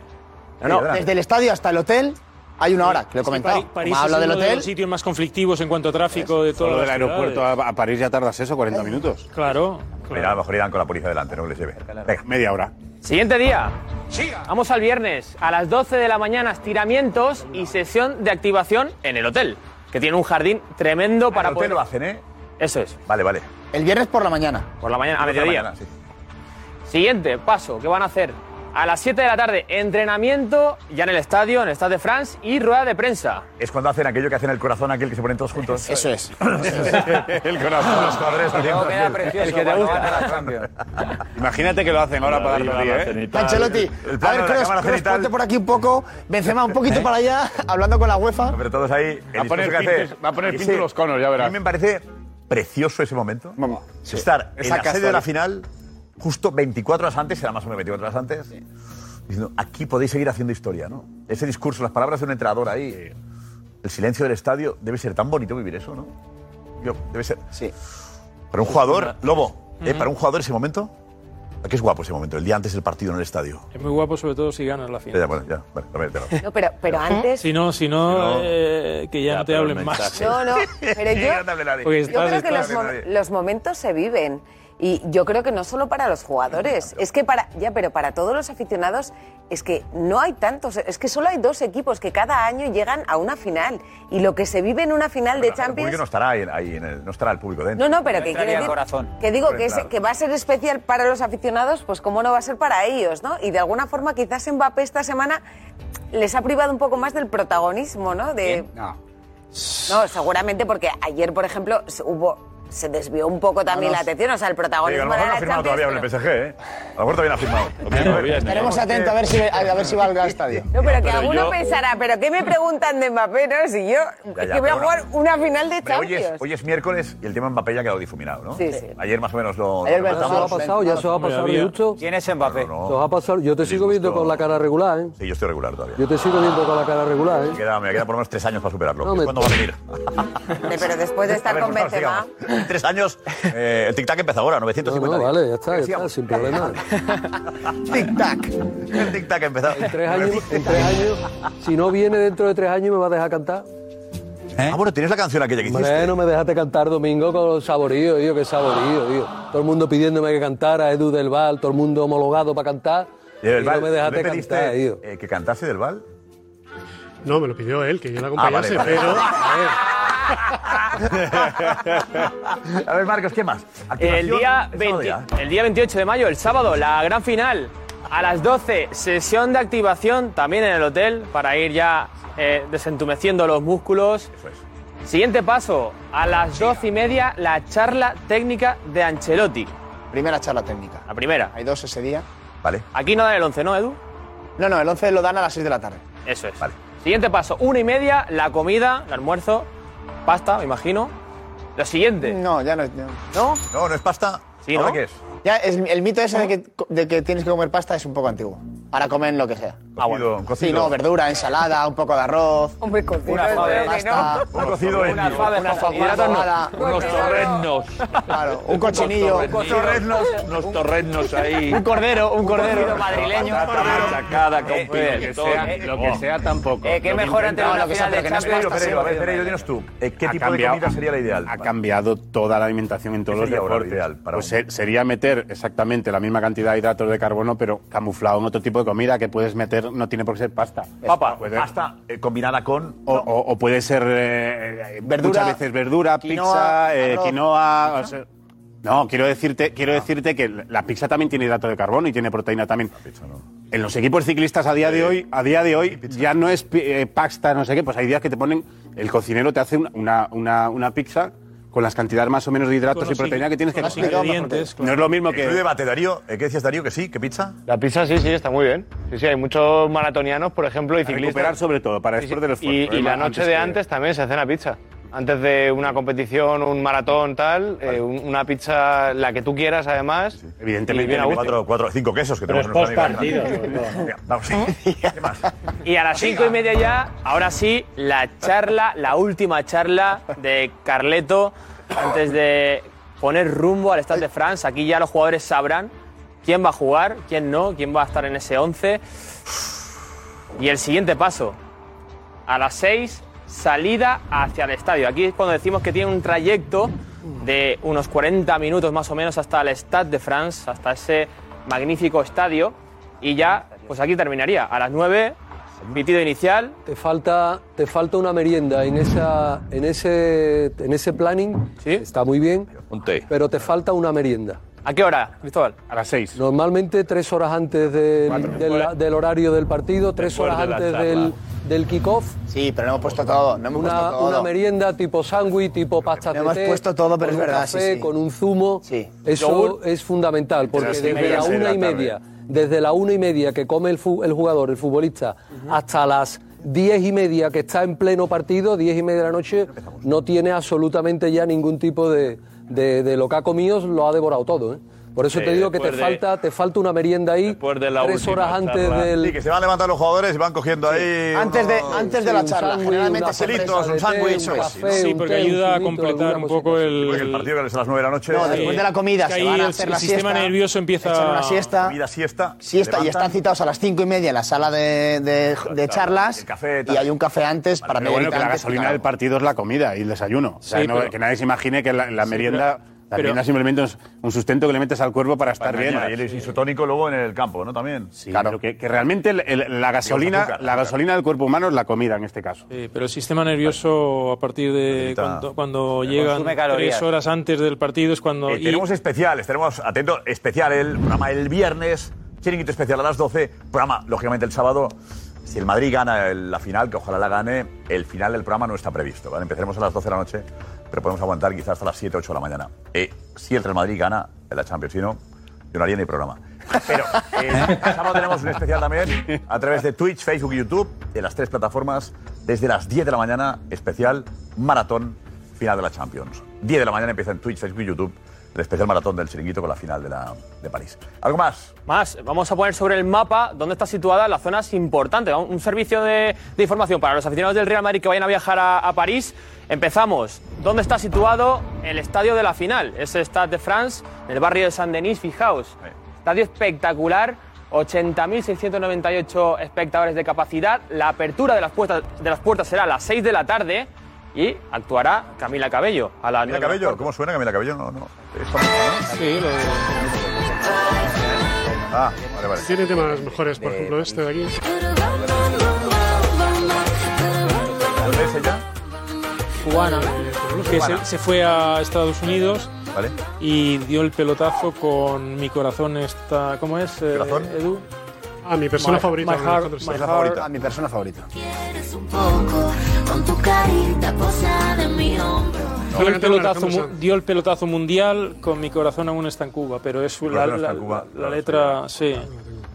No, no.
Desde el estadio hasta el hotel hay una hora, que lo he comentado.
París, París
Como
es
habla del
uno de
hotel.
los sitios más conflictivos en cuanto a tráfico de todo
Solo del aeropuerto a, a París ya tardas eso, 40 minutos.
Claro.
Mira, a lo mejor irán con la policía delante, no que les lleve. Venga,
media hora.
Siguiente día. Vamos al viernes. A las 12 de la mañana, estiramientos y sesión de activación en el hotel. que tiene un jardín tremendo para
hotel
poder...
lo hacen, ¿eh?
Eso es.
Vale, vale.
El viernes por la mañana.
Por la mañana, a
Por la
mediodía.
mañana,
Siguiente paso, ¿qué van a hacer? A las 7 de la tarde, entrenamiento ya en el estadio, en el Stade de France y rueda de prensa.
Es cuando hacen aquello que hacen el corazón, aquel que se ponen todos juntos. Eso
es.
el corazón.
Los cuadres que tienen
queda
aquel.
precioso El que te cuando gusta. van a la Imagínate que lo hacen ahora para darle a ti, ¿eh?
Ancelotti, a ver, Kroos, Kroos, ponte por aquí un poco, Benzema un poquito para allá, hablando con la UEFA.
Pero todos ahí.
Va
el
a poner
discurso que hace-
pintos- va a poner
Ese-
pintos los conos, ya verás.
A mí me parece precioso ese momento. Estar en
Esa
la sede de
casualidad.
la final, justo 24 horas antes, será más o menos 24 horas antes, diciendo, aquí podéis seguir haciendo historia, ¿no? Ese discurso, las palabras de un entrenador ahí, el silencio del estadio, debe ser tan bonito vivir eso, ¿no? Yo, debe ser.
Sí.
Para un jugador, Lobo, ¿eh?
Ujú.
para un jugador ese momento, que es guapo ese momento, el día antes del partido en el estadio.
Es muy guapo, sobre todo si ganas la
Ya, ya,
final.
bueno, ya, vale, vale, ya.
No, pero, pero antes.
Si no, si no, eh, que ya, no te
pero el
hablen más.
mensaje.
No, no, pero
Sí,
yo,
no te hable nadie.
Porque
yo
estás-
creo que
estás-
los, mo- los momentos se viven. Y yo creo que no solo para los jugadores, es que para, ya, pero para todos los aficionados, es que no hay tantos, es que solo hay dos equipos que cada año llegan a una final. Y lo que se vive en una final de
El público
Champions.
no estará ahí, ahí en el- no estará el público dentro.
No, no, pero que quiero decir que digo
Hombre,
que, es-
claro.
que va a ser especial para los aficionados, pues cómo no va a ser para ellos, ¿no? Y de alguna forma quizás Mbappé esta semana les ha privado un poco más del protagonismo, ¿no? De,
No.
no, seguramente porque ayer, por ejemplo, se hubo se desvió un poco también
No, no.
la atención, o sea, el
Oye, a
protagonismo
lo mejor
era
no
la
ha firmado
Champions,
todavía con el PSG, ¿eh? A lo mejor todavía no ha firmado.
Estaremos atentos a ver si, a ver si va al estadio.
No, pero que
Pero
alguno
yo-
pensará, ¿pero qué me preguntan de Mbappé, no? Si yo
Ya, ya,
que voy a
pero
jugar una final de
Hombre, hoy,
Champions.
es, hoy es miércoles y el tema Mbappé ya ha quedado difuminado, ¿no?
Sí, sí.
Ayer más o menos lo.
Ayer
lo
Benzema
tratamos.
lo ha pasado, ya se lo ha pasado Hombre, había- Lucho.
¿Quién es Mbappé?
Os ha pasado- yo te sigo viendo con la cara regular, ¿eh?
Sí, yo estoy regular todavía.
Yo te sigo viendo con la cara regular, ¿eh?
Me queda, me queda por lo menos tres años para superarlo.
No me-
¿Cuándo va a venir?
Hombre, Pero después de estar
A ver,
con
pues,
Benzema,
En tres años, eh, el tic-tac empezó ahora, 950
No,
días.
vale, ya está, ya está, sin problema.
Tic-tac. El tic-tac empezó. En
tres años, en tres años, si no viene dentro de tres años, me va a dejar cantar.
Ah, bueno, tienes la canción aquella que hiciste.
Hombre, no me dejaste cantar domingo con saborío, tío, qué saborío, tío. Todo el mundo pidiéndome que cantara, Edu del Val, todo el mundo homologado para cantar.
Y el
y
Val,
no me dejaste
¿no pediste,
cantar, tío.
eh, que cantase del Val?
No, me lo pidió él, que yo la
Ah, vale,
acompañase,
vale.
pero.
A ver, Marcos, ¿qué más?
El
Activación, ¿eh?
día,
el
20
sábado
el día 28 de mayo, el sábado, la gran final. A las 12, sesión de activación también en el hotel para ir ya eh, desentumeciendo los músculos. Siguiente paso, a las 12 y media, la charla técnica de Ancelotti.
Primera charla técnica.
La primera.
Hay dos ese día.
Vale.
Aquí no dan el 11, ¿no, Edu?
No, no, el 11 lo dan a las 6 de la tarde.
Eso es. Siguiente paso, una y media, la comida, el almuerzo, pasta, me imagino. Lo siguiente.
No, ya no es.
¿No?
No, no es pasta.
Sí,
¿Ahora
¿no?
qué
es?
Ya, es- el mito ese de que, de que tienes que comer pasta es un poco antiguo. Ahora comen lo que sea.
Ah, bueno.
Sí, no, verdura, ensalada, un poco de arroz.
Hombre, cocido.
Una fava de pasta.
Un cocido en.
Una fava de fabada.
Unos torrenos.
Claro, un cochinillo.
Unos torrenos, unos torrenos ahí.
Un cordero, un cordero.
cocido
madrileño.
Machacada con
Eh,
pimentón.
eh, lo que sea
tampoco.
Eh, qué Lo que mejor ante intentaba, una lo que sea, final de pero que no es Champions, pasta,
Pereiro, a ver, Pereiro, dinos tú. eh, ¿Qué
Ha
tipo
cambiado-
de comida sería la ideal?
Ha cambiado toda la alimentación en todos
¿Qué
los
sería ahora lo
deportes.
ideal para
Pues
un-
se- sería meter exactamente la misma cantidad de hidratos de carbono, pero camuflado en otro tipo de comida que puedes meter, no tiene por qué ser pasta.
Papa,
Puede-
pasta eh, combinada con.
O, o- o puede ser eh, eh, muchas veces verdura,
quinoa,
pizza, eh,
arroz. Ah.
quinoa. o sea- no, quiero decirte, quiero decirte que la pizza también tiene hidrato de carbono y tiene proteína también. En los equipos ciclistas a día de hoy, a día de hoy ya no es pi- eh, pasta, no sé qué, pues hay días que te ponen, el cocinero te hace una, una, una- una pizza con las cantidades más o menos de hidratos y proteína que tienes que conseguir. No es lo mismo que...
Estoy de debate, Darío. Eh, ¿Qué decías, Darío? ¿Que sí? ¿Que pizza?
La pizza sí, sí, está muy bien. Sí, sí, hay muchos maratonianos, por ejemplo, y ciclistas.
recuperar sobre todo, para después del esfuerzo,
Y, y
¿eh?
la
Antes
noche
que-
de antes también se hace una pizza. Antes de una competición, un maratón, tal, eh, un- una pizza, la que tú quieras, además. y
Evidentemente,
bien a gusto.
Eh, cuatro, cuatro, cinco quesos que
Pero
tenemos
es
en nuestra
postpartido,
mesa. Venga, Vamos,
Y a las cinco y media ya, ahora sí, la charla, la última charla de Carleto antes de poner rumbo al Stade de France. Aquí ya los jugadores sabrán quién va a jugar, quién no, quién va a estar en ese 11. Y el siguiente paso, a las 6, salida hacia el estadio. Aquí es cuando decimos que tiene un trayecto de unos 40 minutos más o menos hasta el Stade de France, hasta ese magnífico estadio. Y ya, pues aquí terminaría. A las 9, pitido inicial.
Te falta, te falta una merienda en, esa, en, ese, en ese planning. Está muy bien. Pero te falta una merienda.
¿A qué hora, Cristóbal?
A las 6. Normalmente tres horas antes del, del- del horario del partido, tres
Después
horas
de la
antes
charla.
del, del kickoff.
Sí, pero no hemos puesto todo. No hemos
una,
puesto todo.
una merienda tipo sándwich, tipo pasta
No hemos puesto todo, pero es
con un
verdad,
café,
sí, sí.
Con un zumo. Eso
Yogur.
es fundamental, porque
las
desde
seis y media,
la
seis de
una
la
y
tarde.
media, desde la una y media que come el, fu- el jugador, el futbolista, hasta las diez y media que está en pleno partido, diez y media de la noche, no tiene absolutamente ya ningún tipo de, de, de lo que ha comido, lo ha devorado todo. ¿eh? Por eso
Sí,
te digo que te
después de-
falta, te falta una merienda ahí, tres horas antes del.
Sí, que se van levantando los jugadores y van cogiendo ahí.
Antes de-
unos-
antes de la Sí, un charla, sándwich, generalmente una se-
Paselitos, un
cerveza de té,
sándwich,
un
eso
café,
es.
Sí, un porque té, un ayuda a zumito, completar alguna un poco
cosita.
el-
Sí, porque el partido que es a las 9 de la noche.
No, después de la comida se van a hacer la siesta. Echan una siesta.
Comida, siesta.
Siesta y
levantan.
están citados a las cinco y media en la sala de, de- de charlas. y hay un café antes para
Pero
media
bueno,
horita
que la
antes,
gasolina
claro.
del partido es la comida y el desayuno. O sea,
Sí,
no-
pero-
que nadie se imagine que la, la
Sí,
merienda,
pero-
la
pero-
merienda simplemente es un sustento que le metes al cuerpo para estar
Para
bien.
mañana, Y el isotónico luego en el campo, ¿no? También.
Sí, pero que, que realmente el- el- la gasolina,
azúcar,
la gasolina del cuerpo humano es la comida en este caso.
Sí, pero el sistema nervioso a partir de cuando, cuando llegan
consume calorías.
tres horas antes del partido es cuando...
Eh,
y-
tenemos especiales, tenemos, atento, especial el programa el viernes, chiringuito especial a las 12, programa, lógicamente, el sábado. Si el Madrid gana el- la final, que ojalá la gane, el final del programa no está previsto, ¿vale? Empezaremos a las 12 de la noche, pero podemos aguantar quizás hasta las 7, 8 de la mañana. Eh, si el Real Madrid gana en la Champions, si no, yo no haría ni programa. El sábado tenemos un especial también a través de Twitch, Facebook y YouTube, de las tres plataformas, desde las 10 de la mañana, especial maratón final de la Champions. 10 de la mañana empieza en Twitch, Facebook y YouTube el especial maratón del chiringuito con la final de, la, de París. ¿Algo más?
Más, vamos a poner sobre el mapa dónde está situada las zonas importantes. Un un servicio de, de información para los aficionados del Real Madrid que vayan a viajar a, a París. Empezamos. ¿Dónde está situado el estadio de la final? Es el Stade de France, en el barrio de Saint-Denis, fijaos. Estadio espectacular, 80.698 espectadores de capacidad. La apertura de las, puertas, de las puertas será a las 6 de la tarde y actuará Camila Cabello a las
Camila
9 menos
Cabello, ¿cómo suena Camila Cabello? No, no.
Sí, lo
Ah, vale, vale.
Tiene temas mejores, por ejemplo, este de aquí.
¿Dónde es ella?
Cubana. Que se,
Cubana.
se fue a Estados Unidos
Vale.
y dio el pelotazo con mi corazón está... ¿Cuánto ¿Cómo es, eh, Edu?
A mi persona
My-
favorita.
my
de
heart-
Alejandro
my
Sanz.
heart-
A mi persona favorita.
Con tu carita posada en mi hombro.
Dio el, pelotazo, mu- dio el pelotazo mundial con mi corazón aún está en Cuba, pero es la,
corazón está
la-
en Cuba,
la letra, sí.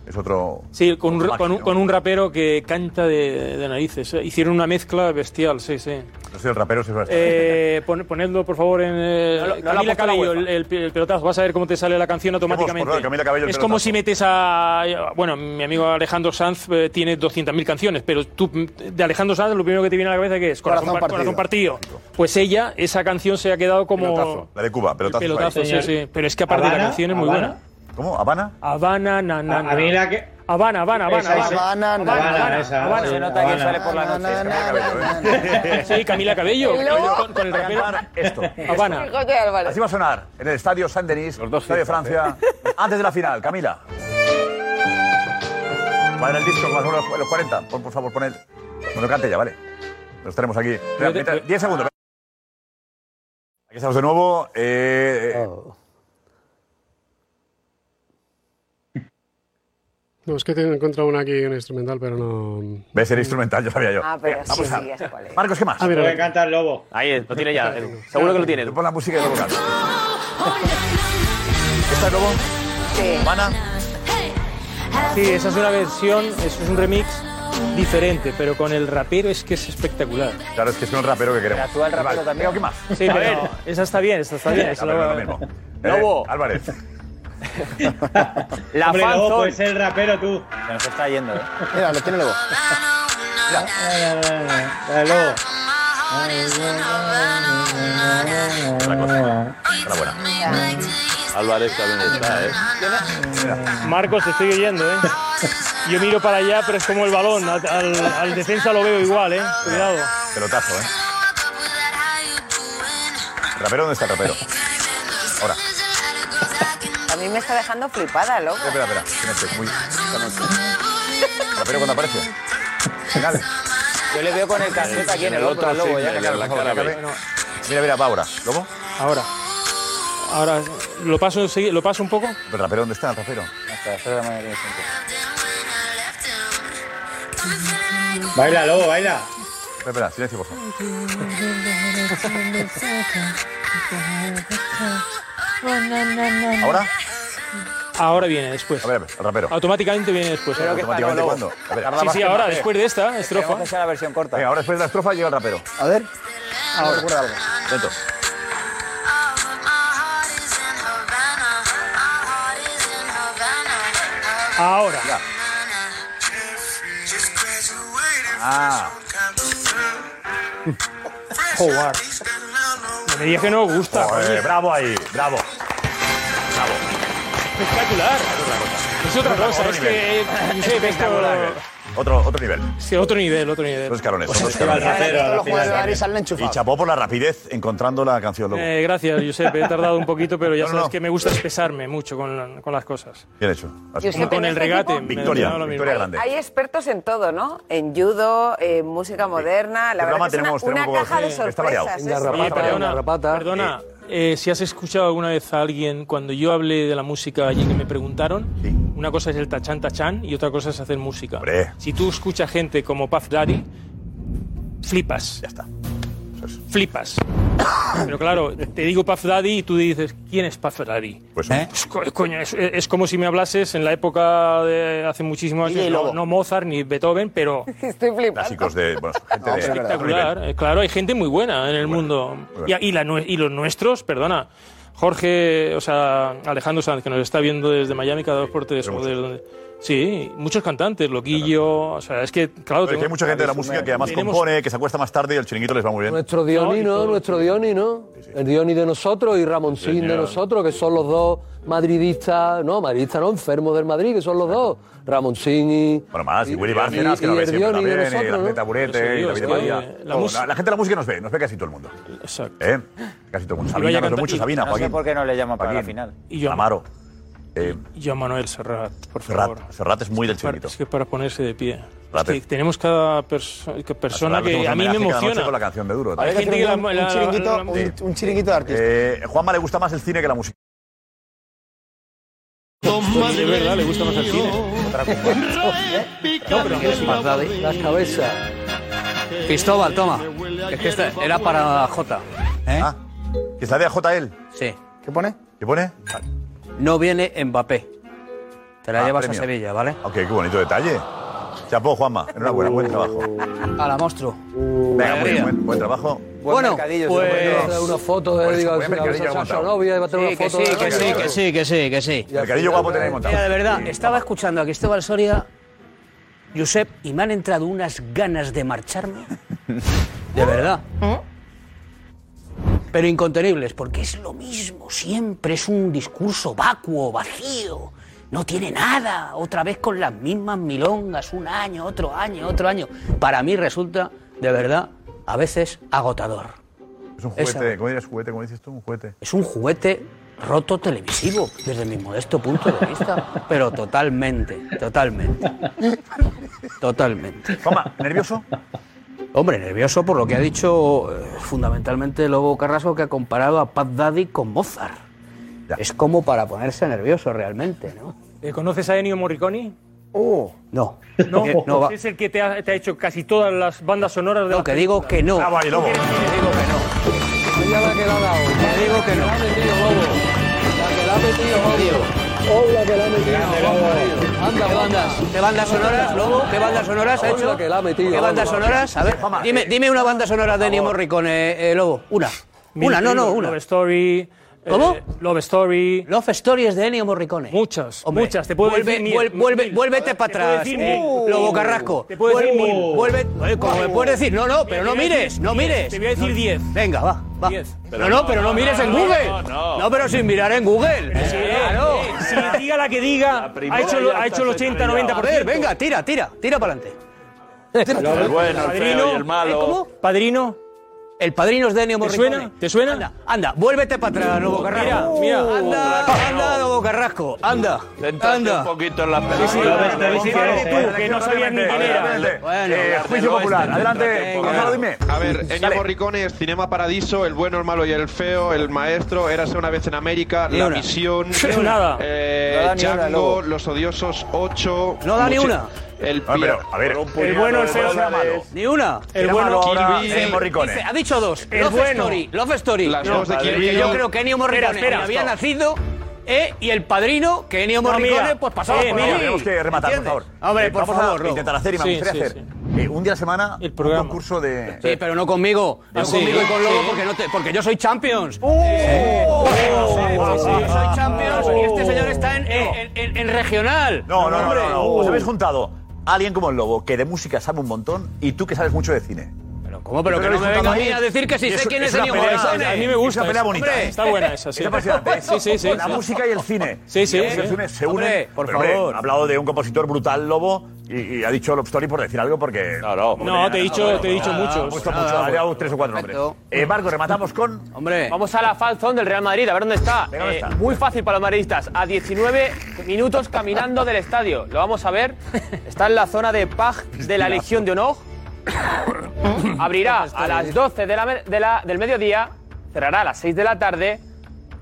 Es otro.
Sí, con un, ra-
Mágico.
con un, con un rapero que canta de, de narices. eh. Hicieron una mezcla bestial, sí, sí.
No sé, el rapero se va a
Eh, pon- ponedlo, por favor, en eh,
No lo- no lo ha
Camila
puesto la
Cabello,
UEFA.
el, el- el pelotazo. Vas a ver cómo te sale la canción automáticamente.
favor, Camila Cabello, el
es como
pelotazo.
si metes a... Bueno, mi amigo Alejandro Sanz eh, tiene 200.000 canciones, pero tú, de Alejandro Sanz, lo primero que te viene a la cabeza que es Corazón, par-
Corazón partido.
corazón partido. Pues ella, esa canción se ha quedado como...
La de Cuba, pelotazo.
Pelotazo, sí,
Ahí.
sí. Pero es que aparte la
¿Habana?
canción es muy
¿Habana?
buena.
¿Cómo? ¿Habana?
Habana, na, na,
A- a mí
na.
la que-
Habana, Habana, Habana.
Esa, esa.
Habana,
Habana,
Habana,
esa,
Habana.
sí, Se nota que Habana. sale
por la noche.
Sí, Camila Cabello.
¿Y luego?
Con, con el rapero.
¿eh? Esto.
Habana.
El Goyo Álvarez.
Así va a sonar en el estadio San Denis, estadio de Francia,
¿eh?
antes de la final. Camila. Va en el disco, más o menos los 40. Pon, por favor, pon el. Bueno, cante ya, vale. Los tenemos aquí. Espera, mientras- 10 segundos. Aquí estamos de nuevo. Eh, eh,
Oh.
No, es que te he encontrado una aquí, un instrumental, pero no.
¿Ves el instrumental? Yo sabía yo.
Ah, pero sí,
vamos a-
sí, ya sé cuál es.
Marcos, ¿qué más?
Ah, mira,
Puede
cantar Lobo.
Ahí es, lo tiene ya, Edu.
Seguro que lo tiene. Pon la música y luego canta. ¿Esta es Lobo?
Sí.
Sí, esa es una versión, eso es un remix diferente, pero con el rapero es que es espectacular.
Claro, es que es un rapero que queremos.
Actúa el rapero
también. ¿Qué más?
Sí,
A
pero
ver.
esa está bien, esa está bien.
Ah,
esa
pero
la-
no es lo mismo. Eh, Álvarez.
La
Hombre,
fanzone.
Lobo, pues el rapero tú.
Se nos está yendo, ¿eh?
Mira, lo tiene luego.
Mira. Lobo.
Está buena.
Álvarez también está, ¿eh?
Marcos, te estoy oyendo, ¿eh? Yo miro para allá, pero es como el balón. Al, al- al defensa lo veo igual, ¿eh? Cuidado.
Pelotazo, ¿eh? ¿Rapero dónde está el rapero? Ahora.
ah, A mí me está dejando flipada, loco.
Espera, espera, espera. Tienes que- Uy, esta noche. ¿Rapero cuando aparece? Penales.
Yo le veo con el casete aquí en el otro
otro,
lobo,
sí,
ya
mira,
que acaba
la
la jugada,
cara,
que
ve.
acaba.
Mira, mira, va ahora. ¿Lobo?
Ahora. Ahora, ¿lo paso, ensegui- ¿lo paso un poco?
¿El rapero dónde está, el rapero?
Baila, lobo, baila.
Espera, espera, silencio, por favor.
Ahora.
Ahora viene, después.
A ver, a ver, el rapero.
Automáticamente viene después.
Pero que ¿Automáticamente está lobo. cuándo? A ver. Tarda
sí,
más
sí,
que
ahora,
Mbappé.
después de esta
Esperemos
estrofa.
que
sea la versión corta. Ah,
Venga, ahora después de la estrofa llega el rapero.
A ver.
Ahora.
recuerda algo.
Lento.
Ahora.
Ah.
Jugar. Me digas que no os gusta.
Joder,
coño.
bravo ahí, bravo.
Espectacular. Es otra
Otro
cosa, es
nivel.
que. eh, Josep,
Espectacular.
esto-
Otro, otro nivel.
Es que otro nivel, otro nivel.
Dos escalones,
Pues
son dos
es que va el
escalones.
rapero, al final también.
Y chapó por la rapidez encontrando la canción Lobo.
Eh, gracias, Josep. He tardado un poquito, pero ya
No, no,
sabes
no.
que me gusta expresarme mucho con, la- con las cosas.
Bien hecho. Has-
Josep, en
con el
este
regate.
equipo-
me-
Victoria,
me da lo mismo.
victoria grande.
Hay expertos en todo, ¿no? En judo, en música moderna.
Este
La verdad
programa
que es
tenemos-
una,
tenemos
una
un poco-
caja de
sí, está
sorpresas.
variado.
¿eh?
En la
Oye,
rapata,
perdona,
la rapata.
perdona, eh, si has escuchado alguna vez a alguien cuando yo hablé de la música y que me preguntaron, una cosa es el tachán tachán y otra cosa es hacer música. Si tú escuchas gente como Puff Daddy, flipas. Ya
está.
Flipas. Pero claro, te digo Puff Daddy y tú dices, ¿quién es Puff Daddy?
Pues,
Pues, co- coño, es, es como si me hablases en la época de hace muchísimos años, no, no Mozart ni Beethoven, pero
Estoy flipando.
Clásicos de. Bueno, gente de.
espectacular. Eh, Claro, hay gente muy buena en el mundo.
buena.
Y, y la nue- y los nuestros, perdona. Jorge, o sea, Alejandro Sanz, que nos está viendo desde Miami cada dos por tres. joder, donde- Sí, muchos cantantes, Loquillo, o sea, es que, claro...
Oye, que hay mucha gente de la música que además
tenemos-
compone, que se acuesta más tarde y el chiringuito les va muy bien.
Nuestro Dioni, ¿no? Nuestro Dioni, ¿no? El Dioni de nosotros y Ramoncín de
Señor.
nosotros, que son los dos madridistas, no, madridistas no, enfermos del Madrid, que son los dos. Ramoncín y.
Bueno, más, y Willy Bárcenas,
y-
que nos
y
ve
el
siempre
Dioni de
también, y
nosotros,
David
¿no?
Taburete, y
Dios,
David
es que
María.
la
Todo,
mus-
La la gente de la música nos ve, nos ve casi todo el mundo.
Exacto.
¿Eh? Casi todo el mundo.
Y vaya
Sabina nos ve
canta-
mucho,
y-
Sabina,
no sé
Joaquín.
por
qué no le llaman
para la
Joaquín,
final.
Y yo-
Amaro. Eh,
Yo a Manuel Serrat, por favor.
Serrat, Serrat es muy del
Para-
chiringuito.
es que para ponerse de pie. Es
Serrat
que tenemos cada perso- que persona
Serrat le
que
hacemos
a mí me
homenaje cada noche
emociona.
con la canción de Duro.
Hay gente que la- la- la- la-
un chiringuito de artista. Juanma le gusta más el cine que la música.
Pues de verdad, le gusta más el cine.
No, pero Las cabezas.
Cristóbal, toma. Es que esta era para Jota.
Ah, ¿Que está de AJ él?
Sí.
¿Qué pone? ¿Qué pone?
No viene Mbappé. Te la
Ah,
llevas
premio.
a Sevilla, ¿vale?
Ok, qué bonito detalle. Chapó, Juanma. Enhorabuena, buen trabajo.
A la monstruo.
Venga, muy bien, buen, buen trabajo.
bueno,
Va a
pues...
traer una foto de diga,
buen mercadillo
Sasha
montado.
Novia, va a traer
Sí,
una
que sí,
foto de-
que sí, que sí, que sí, que sí.
El cariño guapo tenéis montado.
Mira, de verdad, estaba escuchando a Cristóbal Soria, Josep, y me han entrado unas ganas de marcharme. De verdad. Pero incontenibles, porque es lo mismo siempre, es un discurso vacuo, vacío. No tiene nada, otra vez con las mismas milongas, un año, otro año, otro año. Para mí resulta, de verdad, a veces agotador.
Es un
Esa.
juguete, ¿cómo dirías juguete? ¿Cómo dices tú? Un juguete.
Es un juguete roto televisivo, desde mi modesto punto de vista, pero totalmente, totalmente. Totalmente.
Juanma, ¿nervioso?
Hombre, nervioso por lo que ha dicho eh, fundamentalmente Lobo Carrasco, que ha comparado a Pat Daddy con Mozart. Es como para ponerse nervioso realmente, ¿no?
Eh, ¿Conoces a Ennio Morricone?
No.
No,
Que no va-
es el que te ha, te ha hecho casi todas las bandas sonoras de
No,
las
que digo
películas.
que no. Ah, vale, Lobo.
¿Qué quieres decir?
Ella la que la ha dado.
Te digo que no.
Hola, que la ha metido. Eh, Anda, banda.
¿Qué bandas sonoras, Lobo? ¿Qué bandas sonoras ha hecho?
Hola, que la ha metido.
¿Qué bandas sonoras? A ver,
eh.
dime, dime una banda sonora de Ennio Morricone, eh, Lobo. Una. Una, no, no, una.
Love Story.
¿Cómo?
eh, Love Story.
Love Stories de Ennio Morricone.
Muchas,
Hombre,
muchas. Te puedo
vuelve,
decir mil,
vuel- vuelve-
mil.
Vuélvete para
Te puedo
atrás,
decir
eh,
mil.
Lobo Carrasco.
Te puedo decir
Vuel-
mil.
Vuelve, oye, como me puedes decir, no, no, pero no
Te voy a decir
mires, no
diez,
mires.
te voy a decir
No,
diez.
Venga, va, va.
Pero
No, no,
no,
pero no
no,
mires
no,
en
no,
Google.
no, no.
No, pero sin mirar en Google.
Sí,
Claro.
eh, sí, diga la que diga, ha hecho, lo- ha hecho el 80, 90
A ver, venga, tira, tira, tira para adelante.
Padrino, ¿eh, cómo? Padrino,
El padrino es Dennio Morricone. ¿Te suena?
¿Te suena?
Anda, anda, vuélvete para atrás, Lobo Carrasco.
Mira, mira.
Anda, anda, Lobo Carrasco, anda.
Anda. un poquito en la película.
que no sabías ni quién era. Bueno,
juicio popular. Adelante,
Venga.
Gonzalo, dime.
A ver, Ennio Morricone es Cinema Paradiso, El bueno, el malo y el feo, El maestro, Érase una vez en América,
Ni
La
una.
misión,
Ni una.
eh,
No da ni una,
Django,
Lobo.
Los odiosos 8.
No da ni una.
El
Ah, pero, a ver,
El bueno, el feo, será malo.
Ni una.
El Era bueno malo ahora
ahora
Kill Bill. es Morricone.
ha dicho dos.
El
Love
bueno.
Story. Love Story.
Las dos de Kill
que
Bill.
Yo creo que Ennio Morricone
Espera, espera,
había
stop.
nacido. eh, y el padrino, que Ennio
No,
Morricone,
mira.
pues pasaba
Eh,
por
mira,
ahí.
tenemos que rematar, por
¿Entiendes?
favor.
Hombre,
Eh,
por
vamos a
favor.
intentar hacer, y me gustaría hacer, eh, un día a la semana el programa. un concurso de...
Sí, pero no conmigo. No
Ah, sí.
conmigo y con Lobo
Sí.
porque, no te- porque yo soy Champions.
¡Uh!
Eh, porque no sé, porque sí, yo soy Champions y este señor está en, en- en- en regional.
No, no, no,
Hombre.
no, no. Os habéis juntado a alguien como el Lobo, que de música sabe un montón, y tú que sabes mucho de cine. Pero
¿Cómo? Pero que no me venga a mí a decir que si sé quién es Ennio Morricone.
A mí me gusta
Es una pelea
eso.
bonita.
Hombre,
¿eh?
está buena esa, sí.
Es apasionante.
Sí, sí, sí,
La
sí.
música y el cine.
Sí, sí,
La música y el
sí.
cine se unen.
Hombre, por
Pero, hombre,
favor.
Ha hablado de un compositor brutal, Lobo, y, y ha dicho Love Story por decir algo porque... No, no.
No, te he dicho- te he dicho muchos.
He puesto
Nada,
muchos,
bueno.
ha dado tres o cuatro nombres. Eh, Marco, rematamos con...
Hombre.
Vamos a la fan zone del Real Madrid, a ver dónde está.
Venga, ¿dónde
Eh,
está?
Muy fácil para los madridistas. A 19 minutos caminando del estadio. Lo vamos a ver. Está en la zona de Paj de la Legión de Honor. Abrirá a las 12 de la me- de la- del mediodía. Cerrará a las 6 de la tarde.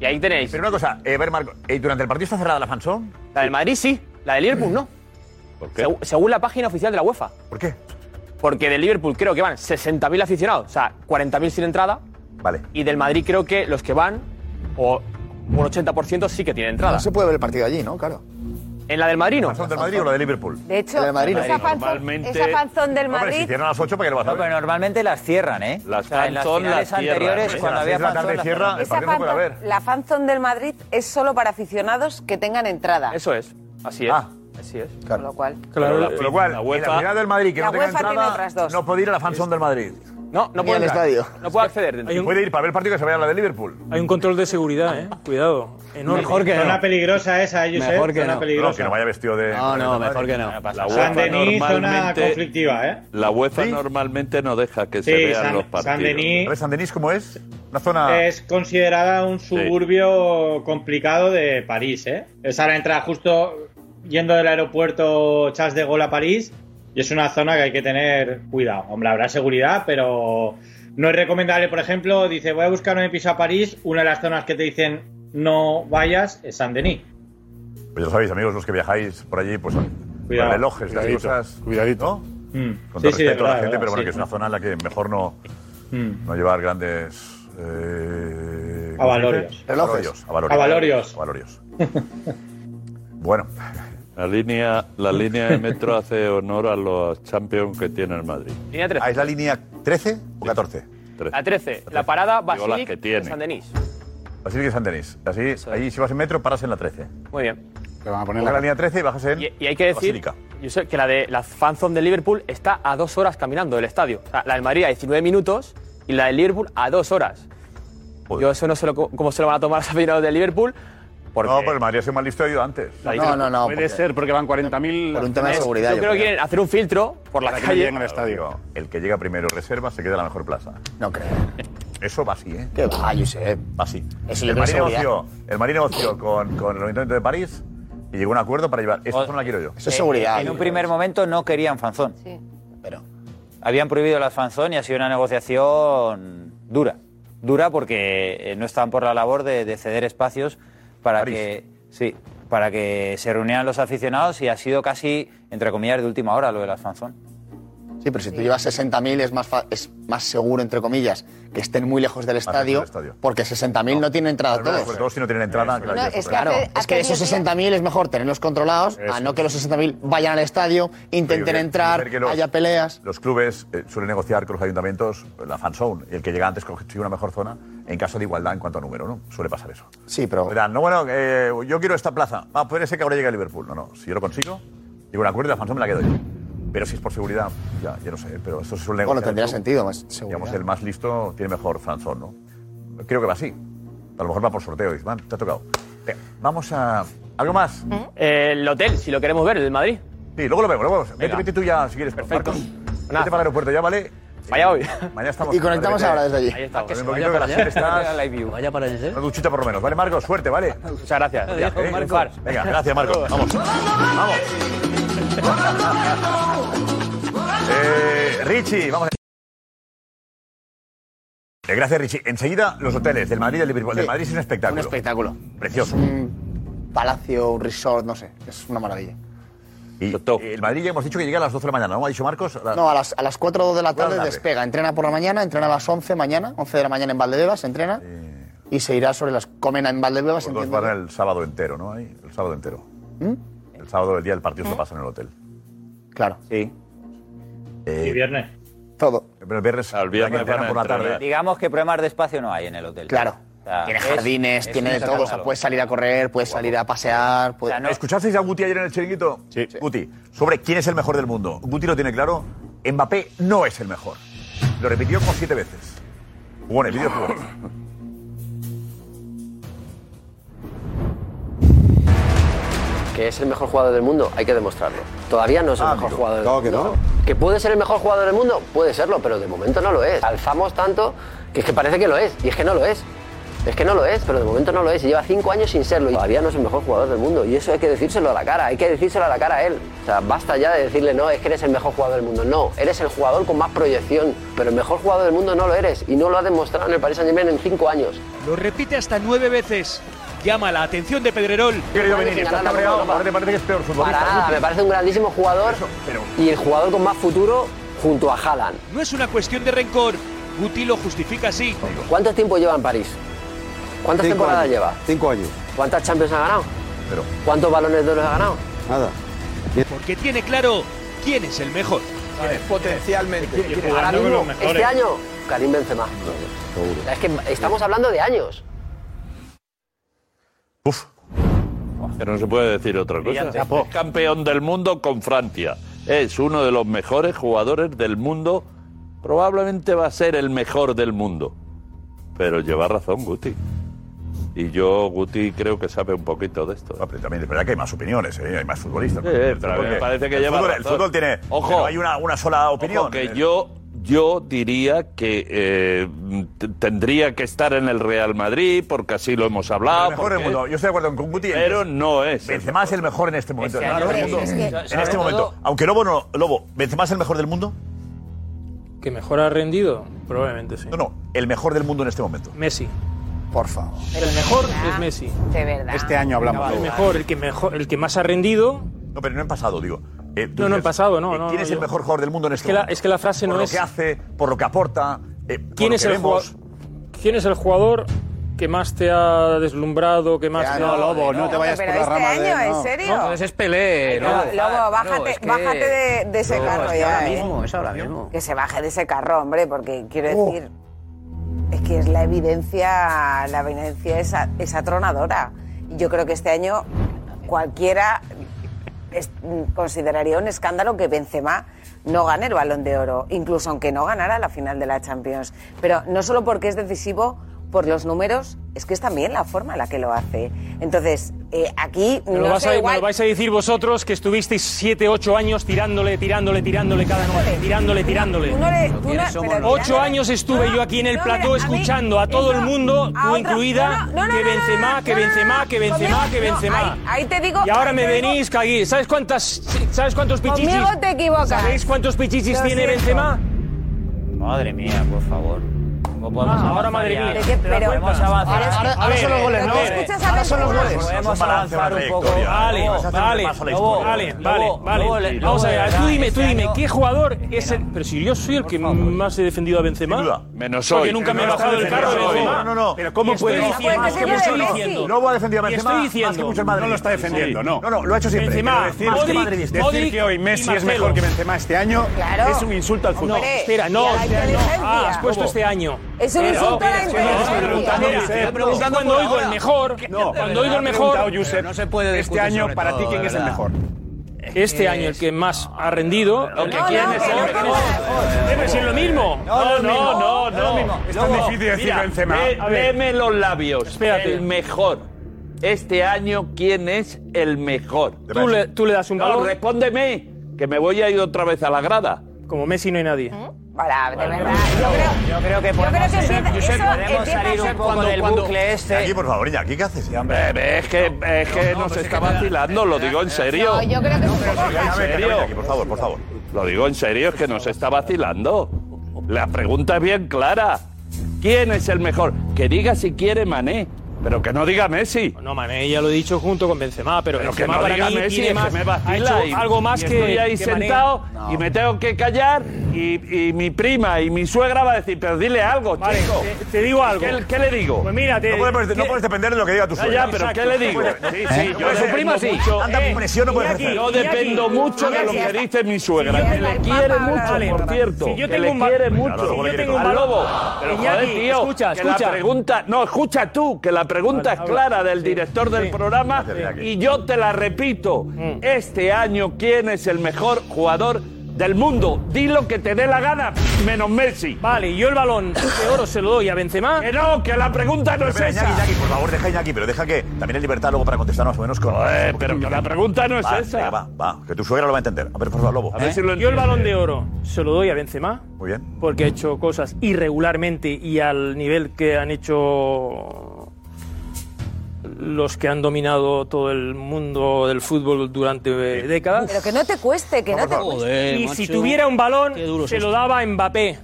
Y ahí tenéis.
Pero una cosa, eh, a ver, Marco, eh, ¿durante el partido está cerrada la fanzón?
La del Madrid sí, la del Liverpool no. Segu- según la página oficial de la UEFA.
¿Por qué?
Porque del Liverpool creo que van 60.000 aficionados, o sea, 40.000 sin entrada.
Vale.
Y del Madrid creo que los que van, o un 80% sí que tienen entrada.
No se puede ver el partido allí, ¿no? Claro.
¿En la del Madrid no?
¿Del Madrid o la de Liverpool?
De hecho,
La de Madrid,
esa,
Madrid.
fanzón,
Normalmente-
esa fanzón del
Hombre,
Madrid.
Cierran a las 8 para que lo vas a
No,
ver.
pero normalmente las cierran, ¿eh? Las, en las
son
finales
las cierran,
anteriores,
¿eh?
cuando
A las
había
seis de la tarde
fanzón, las
cierra,
cerraban.
el partido no puede
fanzón- la fanzón del Madrid es solo para aficionados que tengan entrada.
Eso es, así es.
Ah,
Así es.
Con
lo cual.
Claro, Con lo cual, la, final del Madrid que
La
no tenga
UEFA tiene otras
entrada
dos.
no puede ir a la fanzón del Madrid.
No, no puede entrar. No puede acceder.
Y
dentro.
puede ir para ver el partido que se vaya a la de Liverpool.
Hay un control de seguridad, ¿eh? Cuidado. Enorme.
Mejor que
Zona
no.
peligrosa esa, Josep. zona peligrosa.
No, que no vaya vestido de...
No, no,
de-
mejor que no.
de-
La
San
UEFA
Denis, zona
normalmente,
conflictiva, ¿eh?
la UEFA normalmente no deja que se
Sí,
vean
San-
los
San
partidos.
Denis. A ver,
San Denis cómo es? Una zona...
Es considerada un suburbio complicado de París, ¿eh? Esa la entrada justo yendo del aeropuerto Charles de Gaulle a París y es una zona que hay que tener cuidado. Hombre, habrá seguridad, pero no es recomendable, por ejemplo, dice voy a buscar un piso a París, una de las zonas que te dicen no vayas es Saint-Denis.
Pues ya sabéis, amigos, los que viajáis por allí, pues
Cuidado.
con relojes, las
Cuidadito, Mm.
cosas... Cuidadito. Con
Sí,
todo
sí, de
respeto a
verdad,
la gente,
de
pero bueno,
verdad,
que es
sí.
una zona en la que mejor no,
Mm.
no llevar grandes... Eh, ¿cómo se
Avalorios.
dice?
Relojes.
Avalorios.
Avalorios.
Avalorios. Avalorios. Bueno.
La línea, la línea de metro hace honor a los champions que tiene el Madrid.
Línea 13.
Ah, ¿Es la línea 13 o 14?
La 13, la parada
Digo, las que
Basilic
tiene.
de San Denis.
Así que San Denis. Así, ahí si vas en metro, paras en la 13.
Muy bien.
van a poner la línea 13 y bajas en...
Y, y hay que decir
Basílica.
yo sé que la de la fanzone de Liverpool está a dos horas caminando del estadio. O sea, la del Madrid a 19 minutos y la de Liverpool a dos horas.
Pues
Yo eso no sé lo- cómo se lo van a tomar los aficionados de Liverpool. Porque
No, pues el Madrid ha sido mal listo y ha ido antes.
No, no, no,
Puede
porque-
ser porque van 40.000. Por
Yo, creo que quieren hacer un filtro por la
Para que no
calle.
lleguen al estadio. El que llega primero reserva se queda la mejor plaza. No creo. Eso va así, ¿eh? Que va, Josep. Va así.
Eso yo
el, Madrid
creo que es
negoció, el Madrid negoció con, con el Ayuntamiento de París y llegó a un acuerdo para llevar. Esta zona la quiero yo.
Oh, Eso es seguridad.
En un primer momento no querían fanzón. Pero habían prohibido las fanzón y ha sido una negociación dura. Dura porque eh, no estaban por la labor de, de ceder espacios para que sí, para que se reunieran los aficionados y ha sido casi entre comillas de última hora lo de las fanzón.
Sí, pero si tú llevas 60.000 es más, fa- es más seguro, entre comillas, que estén muy lejos del estadio, porque 60.000 no, tienen entrada
Sobre
todos.
sobre todo si no tienen entrada.
No,
claro,
es que, claro, es que esos 60.000 es mejor tenerlos controlados, a no que los 60.0il vayan al estadio,
Pero
intenten
yo-
entrar,
yo creo que los-
haya peleas.
Los clubes eh, suelen negociar con los ayuntamientos la fan zone y el que llega antes consigue una mejor zona en caso de igualdad en cuanto a número, ¿no? Suele pasar eso.
Sí, pero.
Verán, no, bueno, eh, yo quiero esta plaza. Ah, puede ser que ahora llegue a Liverpool. No, no, si yo lo consigo, digo, un acuerdo y la fanzón me la quedo yo. Pero si es por seguridad, ya, ya no sé, pero esto es un negocio.
Bueno, tendría sentido, más
Digamos,
seguridad.
el más listo tiene mejor fanzón, ¿no? Creo que va así. A lo mejor va por sorteo, dice, man, te ha tocado. Venga, vamos a. ¿Algo más?
Eh, el hotel, si lo queremos ver, el del Madrid.
Sí, luego lo vemos, luego lo vemos. Vete, vete tú ya, si quieres. Perfecto. Marcos, vete para el aeropuerto ya, ¿vale?
Vaya hoy.
Mañana estamos.
Y conectamos ahora desde allí.
Ahí
Que
estamos.
se
Un
vaya
poquito
para
para
allá.
allá. Estás...
Vaya para allá. ¿eh?
Una duchita por lo menos. Vale, Marcos, suerte, ¿vale?
Muchas gracias.
Ya, ¿eh? Venga, gracias, Marcos. Vamos. Vamos. Eh, Richie, vamos. Eh, Gracias, Richie. Enseguida, los hoteles del Madrid y del Liverpool. Del Madrid es un espectáculo.
Un espectáculo.
Precioso.
Es un palacio, un resort, no sé. Es una maravilla.
Y eh, el Madrid ya hemos dicho que llega a las 12 de la mañana, ¿no? ¿Ha dicho Marcos? La-
No, a las, a las 4 o 2 de la
Cuatro
tarde
de la tarde.
despega. Entrena por la mañana, entrena a las 11 mañana, 11 de la mañana en Valdebebas, entrena. Y se irá sobre las. Comen en Valdebebas, ¿Mm?
Dos
entiendo.
van el sábado entero, ¿no? Ahí, el sábado entero. El sábado, el día del partido, se pasa en el hotel.
¿Eh? Claro.
Sí.
¿Y viernes?
Todo.
Pero el viernes, el viernes por la
¿eh?
tarde.
Digamos que problemas de espacio no hay en el hotel.
Claro.
Ah.
tiene
Jardines, tiene de todo. O sea, puedes salir a correr, puedes salir a pasear. Puedes...
¿Escuchasteis a Guti ayer en el chiringuito? Sí. Guti, sobre quién es el mejor del mundo. Guti lo tiene claro, Mbappé no es el mejor. Lo repitió como siete veces. Jugó en el vídeo, jugó.
que es el mejor jugador del mundo, hay que demostrarlo. Todavía no es el mejor jugador del mundo. Ah, Que puede ser el mejor jugador del mundo, puede serlo, pero de momento no lo es. Alzamos tanto que es que parece que lo es, y es que no lo es. Es que no lo es, pero de momento no lo es. Y lleva cinco años sin serlo y todavía no es el mejor jugador del mundo. Y eso hay que decírselo a la cara, hay que decírselo a la cara a él. O sea, basta ya de decirle, no, es que eres el mejor jugador del mundo. No, eres el jugador con más proyección, pero el mejor jugador del mundo no lo eres. Y no lo ha demostrado en el Paris Saint-Germain en cinco años.
Lo repite hasta nueve veces. Llama la atención de Pedrerol.
Querido Benítez, estás cabreado, parece, parece que es peor futbolista.
Para nada,
Guti.
me parece un grandísimo jugador y el jugador con más futuro junto a Haaland.
No es una cuestión de rencor. Guti lo justifica así.
¿Cuánto tiempo lleva en París? ¿Cuántas
Cinco
temporadas
años.
lleva?
Cinco años.
¿Cuántas Champions ha ganado?
Pero
¿Cuántos balones de oro ha ganado?
nada.
Porque tiene claro quién es el mejor.
Potencialmente.
¿Quién es?
Ahora
Jugando con
mismo,
los mejores.
este año, Karim Benzema. O sea, Es que estamos hablando de años.
Pero no se puede decir otra cosa.
Brillante.
Es campeón del mundo con Francia. Es uno de los mejores jugadores del mundo. Probablemente va a ser el mejor del mundo. Pero lleva razón Guti. Y yo, Guti, creo que sabe un poquito de esto.
Pero también es verdad que hay más opiniones, ¿eh? hay más futbolistas.
Sí, eh, pero a mí me
Porque
parece que
el
lleva
fútbol, el
razón.
fútbol tiene.
Ojo.
pero hay una, una sola opinión.
Ojo, que yo, yo diría que eh, t- tendría que estar en el Real Madrid, porque así lo hemos hablado.
El mejor del
porque-
mundo. Yo estoy de acuerdo con Guti.
Pero no es.
Benzema es el mejor en este momento.
Ese año
Claro,
es-
mundo.
es que-
en
sobre
este
todo-
momento. Aunque Lobo no. Lobo, ¿Benzema es el mejor del mundo?
¿Que mejor ha rendido? Probablemente sí.
No, no. El mejor del mundo en este momento.
Messi.
Por favor.
El mejor es Messi.
De verdad.
Este año hablamos.
El mejor, el que mejor, el que más ha rendido.
No, pero no en pasado, digo. Eh, tú
No, no
dices,
en pasado, no.
eh,
no,
¿Quién
no,
es
yo-
el mejor jugador del mundo en
Es
este
que la-
momento?
es que la frase
por
no
lo
es-
que hace, por lo que aporta. eh, por
¿Quién
lo
es
que
el
vemos.
jugador? ¿Quién es el jugador que más te ha deslumbrado, que más
Ya,
te
no,
ha... este
Lobo, no te vayas
Pero este año, ¿en serio?
Entonces es Pelé.
No, Lobo, bájate, bájate de, de ese
Lobo,
carro
es que
ya.
ahora
¿eh?
mismo, es ahora mismo.
Que se baje de ese carro, hombre, porque quiero decir. Es que es la evidencia, la evidencia es, a- es atronadora. Y Yo creo que este año cualquiera es- consideraría un escándalo que Benzema no gane el balón de oro, incluso aunque no ganara la final de la Champions. Pero no solo porque es decisivo por los números, es que es también la forma en la que lo hace. Entonces, eh, aquí
Me lo,
no
vas
sé,
a, me
igual-
lo vais a decir vosotros que estuvisteis 7, 8 años tirándole, tirándole, tirándole cada noche, tirándole, tirándole.
Tú no le- tú no- pero
Ocho
tirándole-
años estuve yo aquí en el
no,
plató
mira, a mí- eh,
escuchando a todo el mundo,
a
tú
otro-
incluida,
no, no, no,
que
no, no,
Benzema, que
no, no,
Benzema, que Benzema,
conmigo-
que
no,
Benzema.
ahí- ahí te digo-
Y ahora me
conmigo-
venís aquí. ¿Sabes cuántas sabes cuántos pichichis?
Conmigo te equivocas.
¿Sabéis cuántos pichichis
Lo
tiene
siento.
Benzema?
Madre mía, por favor. ¿Cómo podemos
Ah,
avanzar
ahora madre
ya?
mía. ¿De qué? Pero-
podemos avanzar.
Ahora- ahora- ahora son los goles, ¿no? escuchas a
Ahora son los
Benzema. Eso
goles.
es un
Podemos
balance,
avanzar
una
un poco.
trayectoria. Vale,
Vamos a hacer
vale,
un repaso a la
Lobo,
historia.
vale, vale,
Lobo,
vale.
Lobo, le-
Vamos a
Lobo, de
ver,
verdad,
tú dime, tú
este
dime,
año-
¿qué jugador es el...? Pero si yo soy el que más he defendido a Benzema.
Menos
Porque
hoy.
nunca me he bajado del carro de Benzema.
No, no, no.
Pero ¿cómo puedes decir? ¿Cómo estoy diciendo?
Lobo ha defendido a
Y
Benzema
estoy
más que
diciendo.
muchos madridistas.
No lo está defendiendo, no.
No, no, lo ha hecho siempre.
Benzema,
Pero decir,
Modric,
más que madridista.
Modric Decir que hoy Messi y es Marcelo. mejor que Benzema este año Claro. es un insulto al fútbol.
No,
Hombre,
espera,
y a
no,
la
este año.
inteligencia.
Ah, has puesto
¿Cómo?
este año.
Es un
Espera,
insulto a la
espera, espera,
inteligencia.
espera,
Preguntando,
espera,
Josep,
espera,
preguntando
Cuando
por
oigo el
ahora.
mejor,
No,
cuando oigo el
me ha
mejor,
preguntado Josep, este año para ti quién es el mejor.
Este año el que más ha rendido, el que quién es el mejor. Debe ser lo mismo.
No, no, no, no.
Es tan
Lobo,
difícil decir
mira,
Benzema.
ve-
A ver.
Veme los labios.
Espérate.
El mejor. Este año, ¿quién es el mejor?
Tú le- tú le das un
No,
valor.
respóndeme, que me voy a ir otra vez a la grada.
Como Messi no hay nadie.
Hola, de verdad. Yo creo,
yo creo que
yo creo que sí, eso
podemos
empieza
salir
a
un
ser
poco
cuando-
del
cuando-
bucle este.
Aquí, por favor, Iñaki, ¿qué haces? pues
Eh, ve, es que, es que nos está vacilando, lo digo en serio.
No, yo creo que es un poco
¿En serio?
Por favor, por favor.
Lo digo en serio, es que nos está vacilando. La pregunta es bien clara. ¿Quién es el mejor? Que diga si quiere Mané, pero que no diga Messi.
No, Mané, ya lo he dicho junto con Benzema, pero,
Pero que
Benzema
no
para
diga
mí
Messi,
tiene
que
más,
me
ha
vacila.
hecho
y-
algo más
y
que...
Estoy ahí
que Mané.
sentado
No.
y me tengo que callar y, y mi prima y mi suegra va a decir, pero dile algo,
Vale,
chico.
te- te digo algo.
¿Qué, qué le digo?
Pues mira, te-
No puedes, no puedes depender de lo que diga tu
Ya,
suegra.
ya, pero ¿qué le digo? Sí, sí, yo
yo
dependo mucho-
Anda
Eh,
con presión, no puedes
Iñaki,
hacer.
Yo dependo mucho de lo que dice mi suegra, que le quiere mucho, por cierto.
Si yo
que
tengo
le
un va-
quiere
Venga,
mucho.
luego le quiere
al
tocar.
lobo. Pero joder,
Iñaki,
tío,
escucha,
que
escucha.
la pregunta, no, escucha tú, que la pregunta es clara del director del programa y yo te la repito.
Mm.
Este año quién es el mejor jugador del mundo? Di lo que te dé la gana, menos Messi.
Vale, y yo el balón de oro se lo doy a Benzema.
Que no, que la pregunta no
Pero
es
espera,
esa.
Iñaki, Iñaki, por favor, deja Iñaki, pero deja que también hay libertad luego para contestar más o menos con.
Eh, pero que la pregunta no es
Va,
esa.
venga, va, va, que tu suegra lo va a entender. A ver, por favor, Lobo.
¿Eh? Yo el balón de oro se lo doy a Benzema.
Muy bien.
Porque ha hecho cosas irregularmente y al nivel que han hecho los que han dominado todo el mundo del fútbol durante eh, décadas.
Pero que no te cueste, que no te cueste.
Pues, y si tuviera un balón,
duro es
se lo
esto.
daba a Mbappé.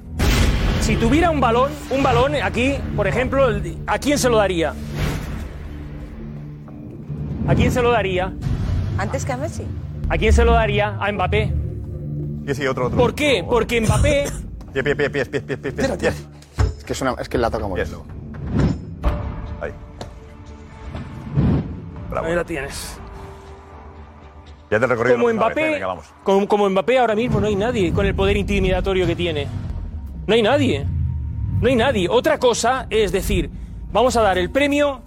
Si tuviera un balón, un balón aquí, por ejemplo, el- ¿a quién se lo daría? ¿A quién se lo daría?
Antes que a Messi.
¿A quién se lo daría? A Mbappé.
Y sí, otro, otro.
¿Por qué? Porque Mbappé
Pie, pie, pie, pie, pie, pie, pie, pie.
Es que, es, una, es que la toca muy bien.
Ahí la tienes.
Ya te he recorrido.
Como
la misma vez,
Mbappé,
¿eh? Venga, vamos.
como, como Mbappé ahora mismo no hay nadie con el poder intimidatorio que tiene. No hay nadie. No hay nadie. Otra cosa es decir, vamos a dar el premio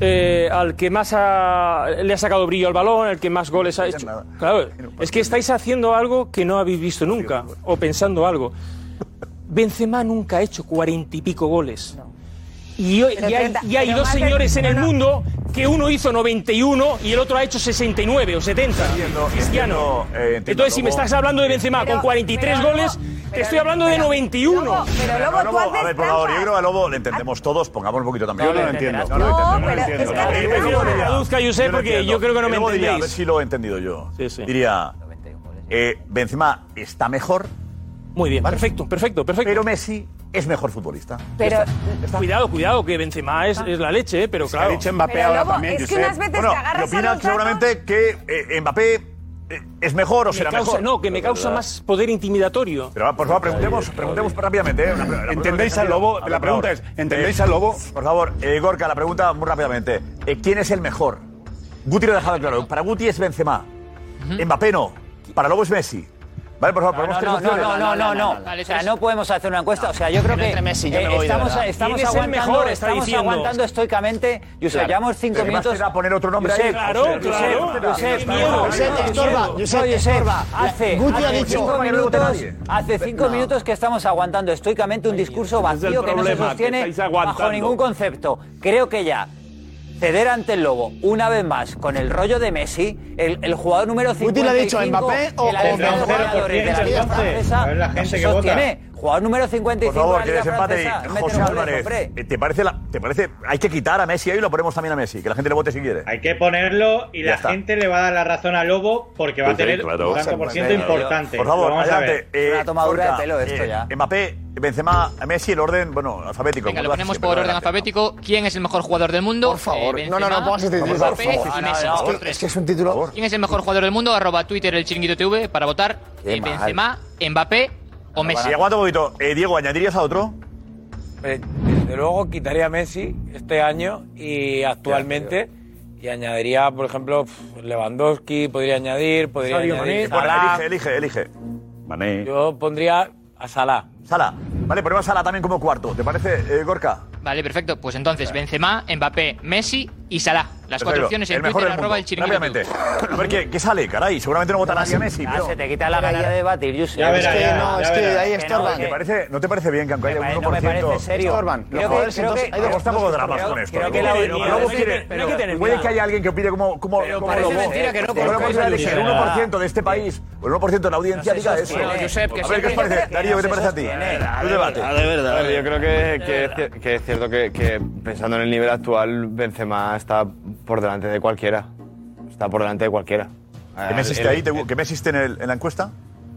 eh, al que más ha- le ha sacado brillo al balón, al que más goles ha hecho. Claro, es que estáis haciendo algo que no habéis visto nunca o pensando algo. Benzema nunca ha hecho cuarenta y pico goles. Y, hoy-
Pero
y hay,
treinta-
y hay
pero
dos
más de-
señores en el
no, no.
mundo que uno hizo 91 y el otro ha hecho 69 o 70. Cristiano.
entiendo, eh, entiendo,
Entonces, si
Lobo.
me estás hablando de Benzema
Pero-
con 43
pero,
goles, te estoy hablando de 91.
Pero Lobo, tú
A ver,
haces
por favor, yo
trampa.
creo que a Lobo le entendemos todos, pongamos un poquito también.
Yo no lo entiendo.
No, lo entendemos.
No, pero es que
Eh, yo
haces trampa.
diría-
Traduzca, Josep,
lo
porque
entiendo.
yo creo que no me
Lobo diría, A ver
entendéis.
si lo he entendido yo.
sí.
Diría, eh, Benzema está mejor.
Muy bien, perfecto, perfecto, perfecto.
Pero Messi es mejor futbolista.
Pero,
Cuidado, cuidado, que Benzema es, es la leche, eh, pero
Se
claro.
ha dicho Mbappé ahora también. Josep. bueno, y opinan seguramente que eh, Mbappé eh, es mejor o
Me
será
causa-
mejor.
no, que me causa más poder intimidatorio.
Pero va, por favor, preguntemos, preguntemos rápidamente. eh, una- una- una-
¿Entendéis al lobo?
A ver,
La
por
pregunta
favor.
es, ¿entendéis
Eh,
al lobo?
Por favor, eh, Gorka, la pregunta muy rápidamente. Eh, ¿Quién es el mejor? Guti lo ha dejado claro. Para Guti es Benzema. Mbappé no. Para Lobo es Messi. Vale, por favor,
No,
ponemos tres
no, no,
opciones.
no, no, no, no. O sea, no podemos hacer una encuesta. O sea, yo creo
Pero
que
entre Messi, yo
eh,
me voy de
estamos,
verdad.
estamos
¿Quién es el
aguantando,
mejor? Está
estamos
diciendo.
aguantando estoicamente. Yo sé,
Claro.
llevamos cinco
Pero que
minutos.
más te da poner otro nombre
Josep,
ahí.
Claro,
Josep,
claro.
Josep,
Josep,
Josep,
miedo.
Josep,
Josep,
estorba.
no,
Josep, estorba.
Hace,
Guti
hace
ha dicho-
cinco
No, no te da
minutos,
nadie.
hace cinco minutos que estamos aguantando estoicamente un discurso
ese es
vacío
el
que no se
problema, que
sostiene
estáis aguantando.
bajo ningún concepto. Creo que ya ceder ante el lobo una vez más con el rollo de Messi, el, el jugador número 55.
Guti le ha dicho a Mbappé o-
el adelantado
o- Tendrá un
jugadores de la Liga
0%,
Francesa,
entonces. Es la
no
gente
se
que vota.
sostiene. Jugador número 55
Por favor, que
de la Liga
desempate.
Francesa, mete
José
goles,
Álvarez,
hombre.
eh, ¿te parece, la, ¿te parece? Hay que quitar a Messi ahí y lo ponemos también a Messi, que la gente le vote si quiere.
Hay que ponerlo y
Ya
la
está.
gente le va a dar la razón a Lobo porque va a
Sí, sí,
tener
claro.
un tanto por ciento importante.
Por favor,
Lo vamos a ver.
adelante. Eh,
Una tomadura de
Gorka,
pelo esto
eh,
ya.
Mbappé, Benzema, Messi, el orden, bueno, alfabético.
Venga,
como hace
lo ponemos
siempre,
por orden
adelante.
alfabético. ¿Quién es el mejor jugador del mundo? Eh, Por favor.
No, no, no, pongas este título.
Mbappé
Por favor.
y Messi.
Es que-
Por tres.
Es que es un título.
¿Quién es el mejor jugador del mundo? Arroba Twitter el chiringuito TV para votar.
Qué
eh,
mal.
Benzema, Mbappé o Messi.
Y aguanta un poquito. Eh, Diego, ¿añadirías a otro?
Eh, Desde luego quitaría a Messi este año y actualmente y añadiría, por ejemplo, pf, Lewandowski, podría añadir, podría
Sadio
añadir
Mané. Bueno,
Salah.
elige, elige, elige.
Yo pondría a Salah.
Salah. Vale, ponemos a Salah también como cuarto. ¿Te parece, eh, Gorka?
Vale, perfecto. Pues entonces, Benzema, Mbappé, Messi y Salah. Las cuatro
Perfecto.
opciones
El
en
mejor
Twitter,
del
arroba
mundo.
el chiringuito.
Rápidamente. A ver qué, qué sale, caray. Seguramente no votará a Messi.
Ah,
pero-
se te quita la gana de debatir, Yusef.
¿Te parece- ¿No te parece bien que aunque haya un 1%?
no me parece serio.
Estorban.
Creo
Los
que-
jugadores
creo
entonces
que-
hay de
creo-
tampoco
creo-
dramas con esto.
creo que la
Luego-
opinión-
luego
es
quiere-
que- pero-
puede
pero-
puede que haya alguien que opine como como como
parece
lo votó.
mentira que no
Pero
conozcáis
puede
a
ser que El
Josep.
1% de este país, o el 1% de la audiencia
No se
diga eso.
sostiene. No, Josep, que
A ver, ¿qué os
siempre-
parece? Darío, ¿qué te parece a ti?
Ah,
Un debate.
ah, A ver, yo creo que, que es cier- que es cierto que, que pensando en el nivel actual, Benzema está por delante de cualquiera. Está por delante de cualquiera.
¿Qué
Eh,
Messi esté
El-
este ahí? ¿Te- ¿Qué Messi esté en el- en la encuesta?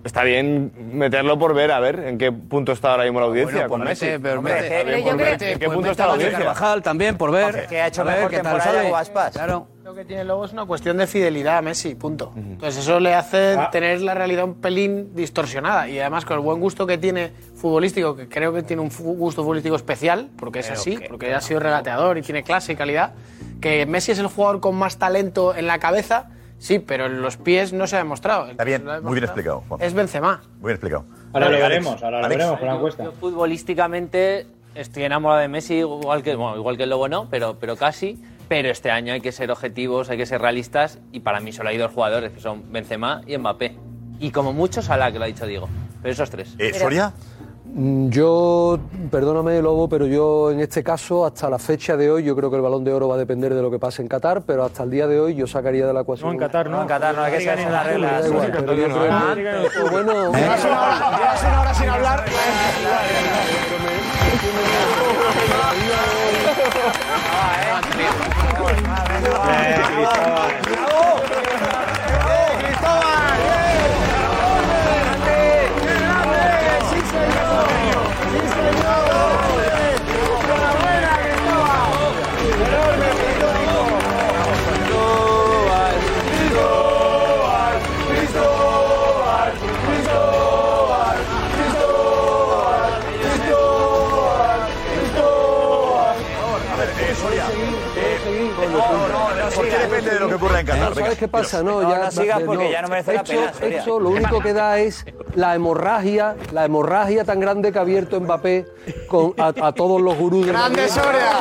Está bien meterlo por ver, a ver en qué punto está ahora mismo la audiencia
Bueno,
con
pues
Messi.
mete, pero
Hombre,
mete.
está bien
Pero yo
por
creo-
ver en qué
pues
punto
mete
está la
a Jorge
audiencia.
Carvajal también por ver.
Que ha hecho
A ver
mejor
qué tal
temporada
sale.
Guaspas.
Claro. Lo que tiene Lobo es una cuestión de fidelidad a Messi, punto. Entonces eso le hace
Ah.
tener la realidad un pelín distorsionada y además con el buen gusto que tiene futbolístico, que creo que tiene un fu- gusto futbolístico especial, porque es
Pero
así,
que-
porque ha sido regateador y tiene clase y calidad, que Messi es el jugador con más talento en la cabeza, sí, pero en los pies no se ha demostrado. Está
bien, Muy bien explicado, Juan.
Es Benzema.
Muy bien explicado.
Ahora
Vale,
lo
Alex.
veremos, ahora lo
Alex.
veremos con la encuesta.
Yo futbolísticamente estoy enamorado de Messi, igual que, bueno, igual que el Lobo no, pero, pero casi. Pero este año hay que ser objetivos, hay que ser realistas y para mí solo hay dos jugadores, que son Benzema y Mbappé. Y como mucho Salah, que lo ha dicho Diego. Pero esos tres.
Eh,
Eh,
Mm, Yo, perdóname Lobo, pero yo en este caso, hasta la fecha de hoy, yo creo que el balón de oro va a depender de lo que pase en Qatar, pero hasta el día de hoy yo sacaría de la ecuación.
No, en Qatar no.
No, en Qatar no, hay que
Digan
ser
en
la
Qatar,
regla.
da igual,
Pero yo creo que- pero bueno,
Llevas
una hora sin hablar.
Eh,
¿Por qué depende de lo que ocurra en Qatar?
No, ¿Sabes qué pasa? No,
No,
ya,
no sigas
eh,
porque ya no merece la
Esto-
pena, Soria.
esto lo único que da es la hemorragia, la hemorragia tan grande que ha abierto Mbappé con, a, a todos los gurús. del
¡Grande
Madrid.
Soria!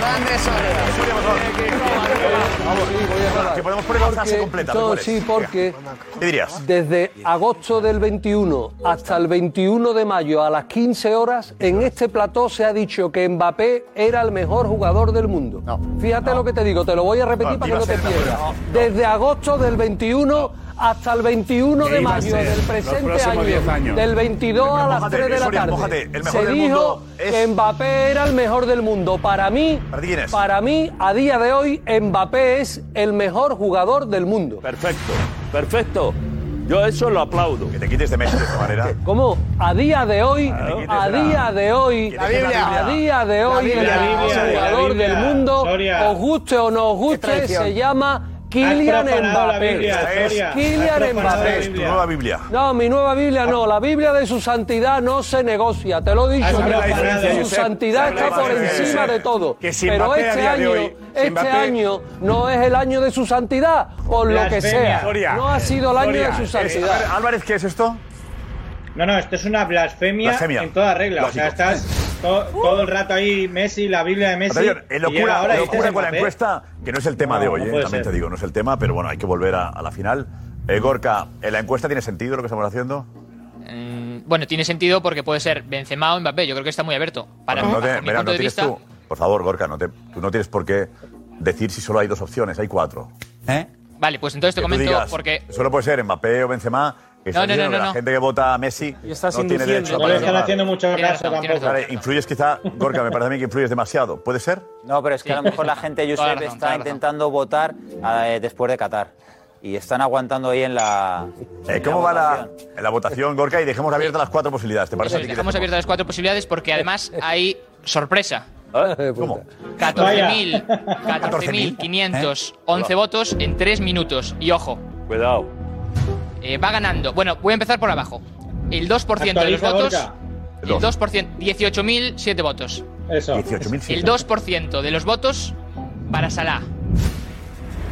Grande Que podemos poner la frase completa. ¿me
No,
puedes?
sí, porque
¿Qué dirías?
desde agosto del 21 hasta el 21 de mayo a las 15 horas, en este plató se ha dicho que Mbappé era el mejor jugador del mundo. Fíjate lo que te digo, te lo voy a repetir
No,
para
iba
que no
a
te
ser la
pierdas.
prueba.
Desde agosto del 21 hasta el 21
Que
de
iba a
mayo
ser
del
los
presente
próximos 10
año,
años.
del 22 a las
mójate,
3 de la
Soria,
tarde,
mójate. El mejor
se
del
dijo
mundo
que Mbappé era el mejor del mundo. Para mí, para mí, a día de hoy, Mbappé es el mejor jugador del mundo.
Perfecto, perfecto. Yo eso lo aplaudo. Que
te quites de Messi de esta manera.
¿Cómo? A día de hoy,
Ah,
a
la-
día de hoy,
Que te quites la
a
Biblia.
día de
La
hoy, el
Biblia,
mejor
la Biblia,
jugador
la Biblia.
del mundo,
Soria.
os guste o no os guste,
traición.
se llama Kylian
profanado la
Mbappé.
Biblia,
Es
Soria. Has
Kylian
profanado la
Mbappé.
Biblia. Tu nueva Biblia.
No, mi nueva Biblia no. La Biblia de su santidad no se negocia. Te lo he dicho.
Habla Ah, la diferencia,
Su
Josep.
santidad
Habla la
está por
diferencia,
encima
Josep.
de todo.
Que si
Pero
Mbappé a
este
día de
año,
hoy, si
este
Mbappé-
año no es el año de su santidad, por lo que sea.
Soria.
No ha sido el año de
Soria.
su
Es-
santidad.
a ver, Álvarez, ¿qué es esto?
No, no, esto es una blasfemia,
Blasfemia.
en toda regla. O sea,
Lógico.
estás to- todo el rato ahí, Messi, la Biblia de Messi.
Atención,
y
en locura,
ahora
en
dices
locura con la
Mbappé.
encuesta, que no es el tema
No,
de hoy,
no
eh,
puede
también
ser.
te digo, no es el tema, pero bueno, hay que volver a, a la final. Eh, Gorka, ¿en la encuesta tiene sentido lo que estamos haciendo?
Mm, Bueno, tiene sentido porque puede ser Benzema o Mbappé. Yo creo que está muy abierto. Para
Bueno, no
mí,
te-
bajo mi
mira,
punto
no
de
tienes
vista,
tú. Por favor, Gorka, no te, tú no tienes por qué decir si solo hay dos opciones, hay cuatro.
vale, pues entonces te
Que tú
comento
digas,
porque
Solo puede ser Mbappé o Benzema. Que
No,
están
no, no,
diciendo que
no,
la
no.
gente que vota a Messi no tiene derecho a
No le están
participar.
haciendo mucho
Tienes
caso
razón, tienes
tampoco.
Vale, influyes quizá, Gorka, me parece a mí que influyes demasiado. ¿Puede ser?
No, pero es que a lo mejor la gente, Josep,
Toda la razón, toda
está
la razón.
intentando votar eh, después de Qatar. Y están aguantando ahí en la.
Eh, ¿Cómo va la, la votación, Gorka? Y dejemos abiertas las cuatro posibilidades, ¿te parece?
eso
a
es,
ti que
dejamos abiertas las cuatro posibilidades porque además hay sorpresa.
¿Cómo?
14.000, 14.511
¿Eh?
votos en tres minutos. Y ojo,
Cuidado.
eh, va ganando. Bueno, voy a empezar por abajo. El 2% de los
Actualiza,
votos.
Gorka. Eh,
El 2%, 18.007 votos.
Eso.
El 2% de los votos para Salah.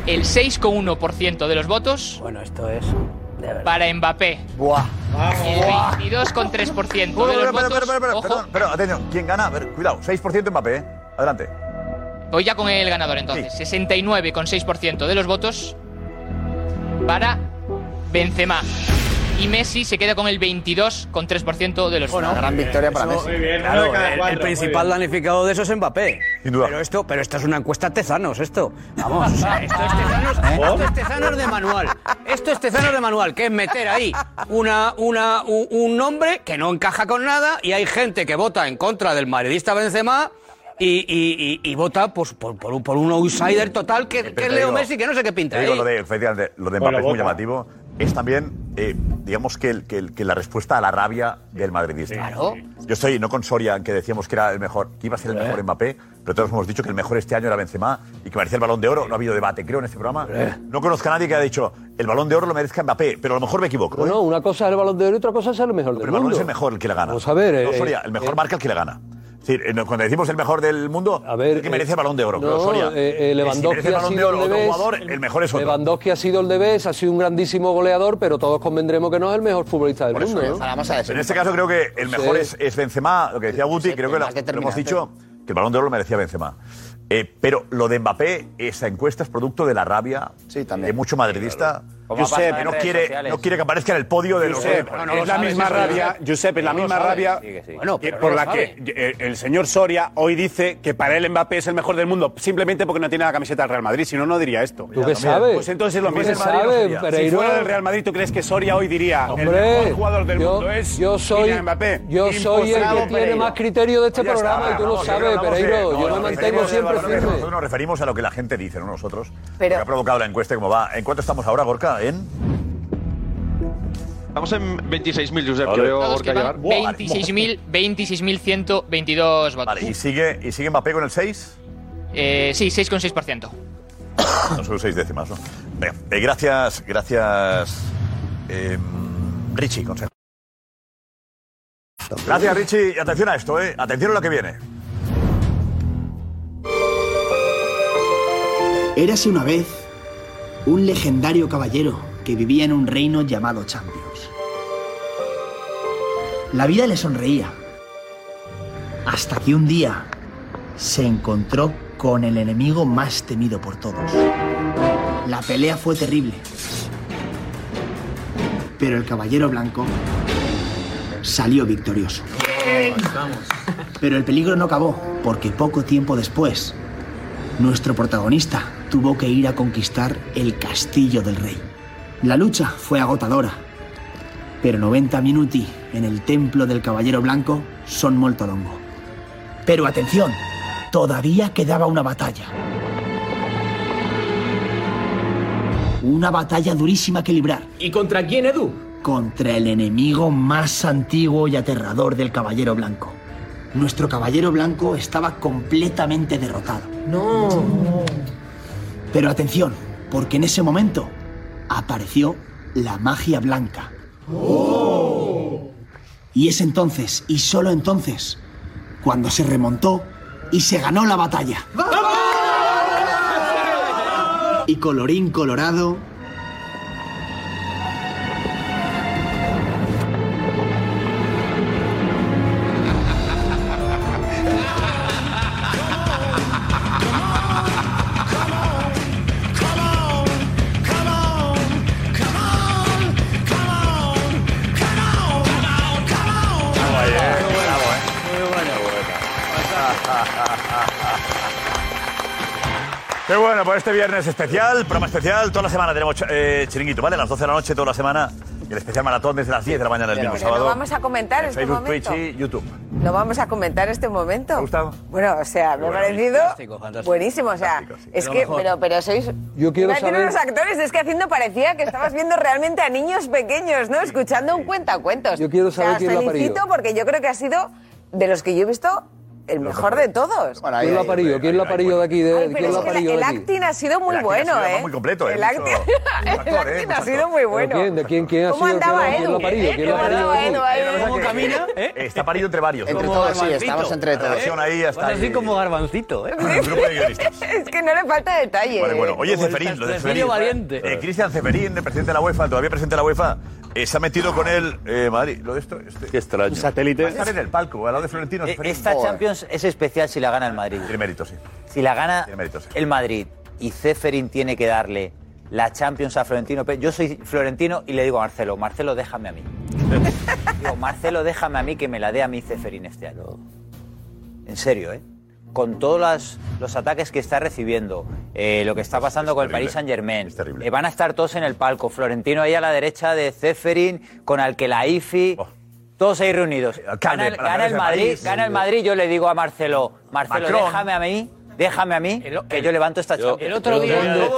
El 6,1% de los votos
Bueno, esto es.
para Mbappé.
Buah.
El
Buah.
22,3%
Pero,
de los
pero, pero,
votos.
pero, pero, perdón, pero, atención, ¿quién gana? A ver, cuidado, 6% Mbappé, ¿eh? Adelante.
Voy ya con el ganador entonces. 69,6% de los votos para Benzema. Y Messi se queda con el 22,3% de los votos.
gran victoria para Messi. Claro, eh, el, el principal danificado de eso es Mbappé. Pero esto, pero esto es una encuesta Tezanos, esto. Vamos, o sea, ¿Eh? esto es Tezanos, esto es Tezanos de manual. Esto es Tezanos de manual, que es meter ahí una, una, u- un nombre que no encaja con nada y hay gente que vota en contra del madridista Benzema y, y- y- y vota pues, por, por un- por un outsider total que, que es
te
Leo
digo-
Messi, que no sé qué pinta
Te digo,
eh.
ahí.
lo de, efectivamente, lo de
Con
Mbappé
la
es muy
boca.
llamativo. Es también, eh, digamos, que, el- que, el- que la respuesta a la rabia del madridista.
Claro.
Yo estoy, no con Soria, que decíamos que era el mejor, que iba a ser
Eh.
el mejor Mbappé, pero todos hemos dicho que el mejor este año era Benzema y que merecía el balón de oro. No ha habido debate, creo, en este programa.
Eh.
No conozco a nadie que haya dicho el balón de oro lo merezca Mbappé, pero a lo mejor me equivoco. ¿eh?
Bueno, una cosa es el balón de oro y otra cosa es el mejor del
Pero el
mundo.
balón es el mejor el que le gana.
Vamos a ver,
No,
eh,
Soria, el mejor marca el que le gana. Es decir, eh, no, cuando decimos el mejor del mundo, el que merece el balón de oro.
No,
pero Soria,
eh, eh,
eh, si
Lewandowski
merece el
ha
balón de
sido
oro
el
otro
de best,
jugador, el mejor es otro.
Lewandowski ha sido el de best, ha sido un grandísimo goleador, pero todos convendremos que no es el mejor futbolista del
Por eso
mundo.
es.
¿no?
Pero en este caso creo que el mejor es, es Benzema, lo que decía Guti, creo que lo,
más
lo hemos
determinante.
dicho, que el balón de oro lo merecía Benzema. Eh, pero lo de Mbappé, esa encuesta es producto de la rabia de mucho madridista.
Como ha pasado
Josep,
en
no
redes
quiere,
sociales.
no quiere que aparezca en el podio de los...
Josep,
Bueno,
es la misma rabia, Josep, es la
No lo
misma
sabe.
rabia
Sí, que sí.
que-
Bueno, pero
por
no
la
lo
que eh, el señor Soria hoy dice que para él Mbappé es el mejor del mundo, simplemente porque no tiene la camiseta del Real Madrid, si no, no diría esto.
¿Tú qué sabes?
Pues entonces es lo
¿Tú qué
mismo.
sabes,
si
Pereiro?
fuera del Real Madrid, ¿tú crees que Soria hoy diría el
Hombre,
mejor jugador del
yo-
mundo es
yo soy-
Kylian Mbappé?
Yo soy el que
Imposible.
tiene más criterio de este
Pues Ya está,
programa y tú lo
vamos, yo creo que
sabes,
hablamos de- no,
Pereiro. Yo
no,
me
nos
mantengo
referimos
siempre
al valor de-
firme.
Nosotros nos referimos a lo que la gente dice, no nosotros.
Pero-
Lo que ha provocado la encuesta, como va. ¿En cuánto estamos ahora, Gorka? ¿En?
Estamos en 26.000, Josep,
Vale.
que veo a
Todos
Gorka
que
llegar.
van
Buah,
26.000, 26.122 votos.
¿Y sigue, ¿Y sigue Mbappé con el 6?
Eh, sí, 6,6%.
No son seis décimas, ¿no? Venga, eh, gracias, gracias. eh, Richie, consejo. Gracias, Richie. Y atención a esto, ¿eh? Atención a lo que viene.
Érase una vez un legendario caballero que vivía en un reino llamado Champions. La vida le sonreía. Hasta que un día se encontró con el enemigo más temido por todos. La pelea fue terrible. Pero el caballero blanco salió victorioso. Pero el peligro no acabó, porque poco tiempo después, nuestro protagonista tuvo que ir a conquistar el castillo del rey. La lucha fue agotadora, pero 90 minuti en el templo del caballero blanco son molto longo. Pero atención, todavía quedaba una batalla. Una batalla durísima que librar. ¿Y contra quién, Edu? Contra el enemigo más antiguo y aterrador del caballero blanco. Nuestro caballero blanco estaba completamente derrotado. No. Pero atención, porque en ese momento apareció la magia blanca. Y es entonces, y solo entonces, cuando se remontó y se ganó la batalla. Y colorín colorado.
Qué bueno, pues este viernes especial, programa especial. Toda la semana tenemos eh, chiringuito, ¿vale? A las 12 de la noche, toda la semana. Y el especial maratón desde las 10 de la mañana el mismo
Pero lo
sábado.
vamos a comentar en este
Facebook, Twitch
momento.
y YouTube.
Lo vamos a comentar en este momento. Bueno, o sea, me ha parecido
Fantástico, fantástico.
buenísimo. O sea, es
Pero
que,
mejor.
pero, pero sois.
Yo quiero
Iba a decir
saber-
unos actores, es que haciendo parecía que estabas viendo realmente a niños pequeños, ¿no? Escuchando un cuentacuentos.
Yo quiero
O sea,
saber quién lo ha
os felicito porque yo creo que ha sido de los que yo he visto. eh, el mejor de todos.
¿Quién lo ha parido? ¿Quién lo ha parido de aquí? de-
Ay, pero
¿Quién
es
lo ha
que el-
parido
el
de aquí?
acting ha sido muy
El acting ha
bueno,
sido
¿eh?
muy completo, ¿eh?
El acting, el acting ha sido muy bueno.
¿Pero quién? ¿De quién, quién ha
¿Cómo
sido? ¿Quién
andaba
lo- ¿Quién lo ha
Edu?
parido?
¿Eh?
¿Quién lo ha
¿Cómo
parido?
andaba Edu ahí?
¿Cómo camina? Eh, Está parido entre varios.
Entre todos, sí, estamos entre todos.
Relación ahí hasta
Vas así
como
garbancito, ¿eh?
grupo de guionistas.
es que no le falta detalle. ¿eh?
Vale, bueno, oye, Ceferín, lo de Ceferín. Eh, Cristian Ceferín, el presidente de la UEFA, todavía presidente de la UEFA, eh, se ha metido con él, eh, Madrid, lo de esto, este. Qué
extraño.
Va a estar en el palco, al lado de Florentino.
Eh,
Ceferín.
Esta
Joder.
Champions es especial si la gana el Madrid. Tiene
mérito, sí.
Si la gana el Madrid y Ceferin tiene que darle la Champions a Florentino Pérez. Yo soy florentino y le digo a Marcelo, Marcelo, déjame a mí. digo, Marcelo, déjame a mí que me la dé a mí Ceferin este año. En serio, ¿eh? Con todos las- los ataques que está recibiendo, eh, lo que está pasando con el Paris Saint Germain, van a estar todos en el palco. Florentino ahí a la derecha de Ceferin, con Alquelaifi, todos ahí reunidos. Gana, el-
Oh. Eh, para
gana el
ganar
Madrid,
ese París.
gana el Madrid, yo le digo a Marcelo, Marcelo,
Macron.
déjame a mí, déjame a mí, que yo levanto esta Champions.
Todos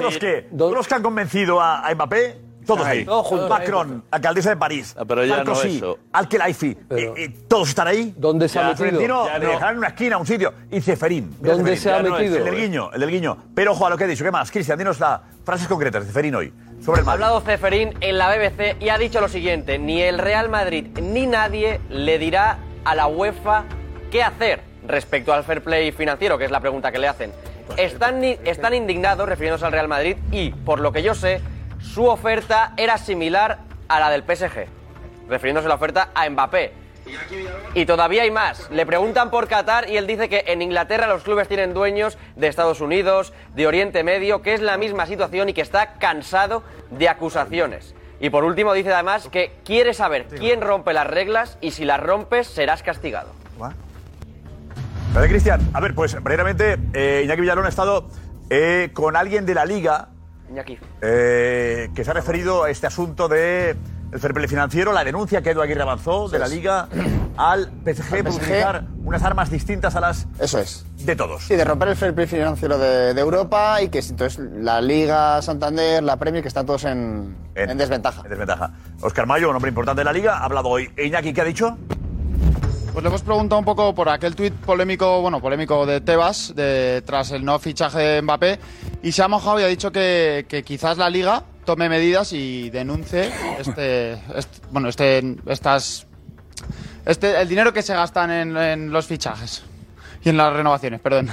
los que, todos los que han convencido a, a Mbappé, todos ahí.
Todos juntos.
Macron, alcaldesa de París.
Ah, pero ya no
Sarkozy,
eso.
Al-Khelaifi. eh, eh, todos están ahí.
¿Dónde
se ha metido?
Florentino
Ya
le
no.
dejaron en una esquina, un sitio. Y Ceferín. Mira,
¿Dónde
Ceferín.
se ha
Ya no es
metido?
El del guiño, el del guiño. Pero ojo a lo que he dicho. ¿Qué más? Cristian, dinos las frases concretas de Ceferín hoy. Sobre el
Ha
Madrid.
hablado Ceferín en la BBC y ha dicho lo siguiente, ni el Real Madrid ni nadie le dirá a la UEFA qué hacer respecto al fair play financiero, que es la pregunta que le hacen.
Pues
Están, ni- están indignados refiriéndose al Real Madrid y, por lo que yo sé, su oferta era similar a la del PSG, refiriéndose la oferta a Mbappé. Y todavía hay más. Le preguntan por Qatar y él dice que en Inglaterra los clubes tienen dueños de Estados Unidos, de Oriente Medio, que es la misma situación y que está cansado de acusaciones. Y por último dice además que quiere saber quién rompe las reglas y si las rompes serás castigado.
Vale, Cristian, a ver, pues primeramente, eh, Iñaki Villalón ha estado eh, con alguien de la Liga
Iñaki.
eh, que se ha referido a este asunto de el fair play financiero, la denuncia que Edu Aguirre avanzó de la Liga al PSG, por utilizar unas armas distintas a las
Eso es.
de todos.
Sí, de romper el fair play financiero de, de Europa y que si- entonces la Liga Santander, la Premier, que están todos en, en desventaja.
En desventaja. Oscar Mayo, un hombre importante de la Liga, ha hablado hoy. Iñaki, ¿qué ha dicho?
Pues le hemos preguntado un poco por aquel tuit polémico, bueno, polémico de Tebas, de, tras el no fichaje de Mbappé, y se ha mojado y ha dicho que, que quizás la liga tome medidas y denuncie este, este- bueno, este, estas, este, el dinero que se gastan en, en los fichajes y en las renovaciones, perdón.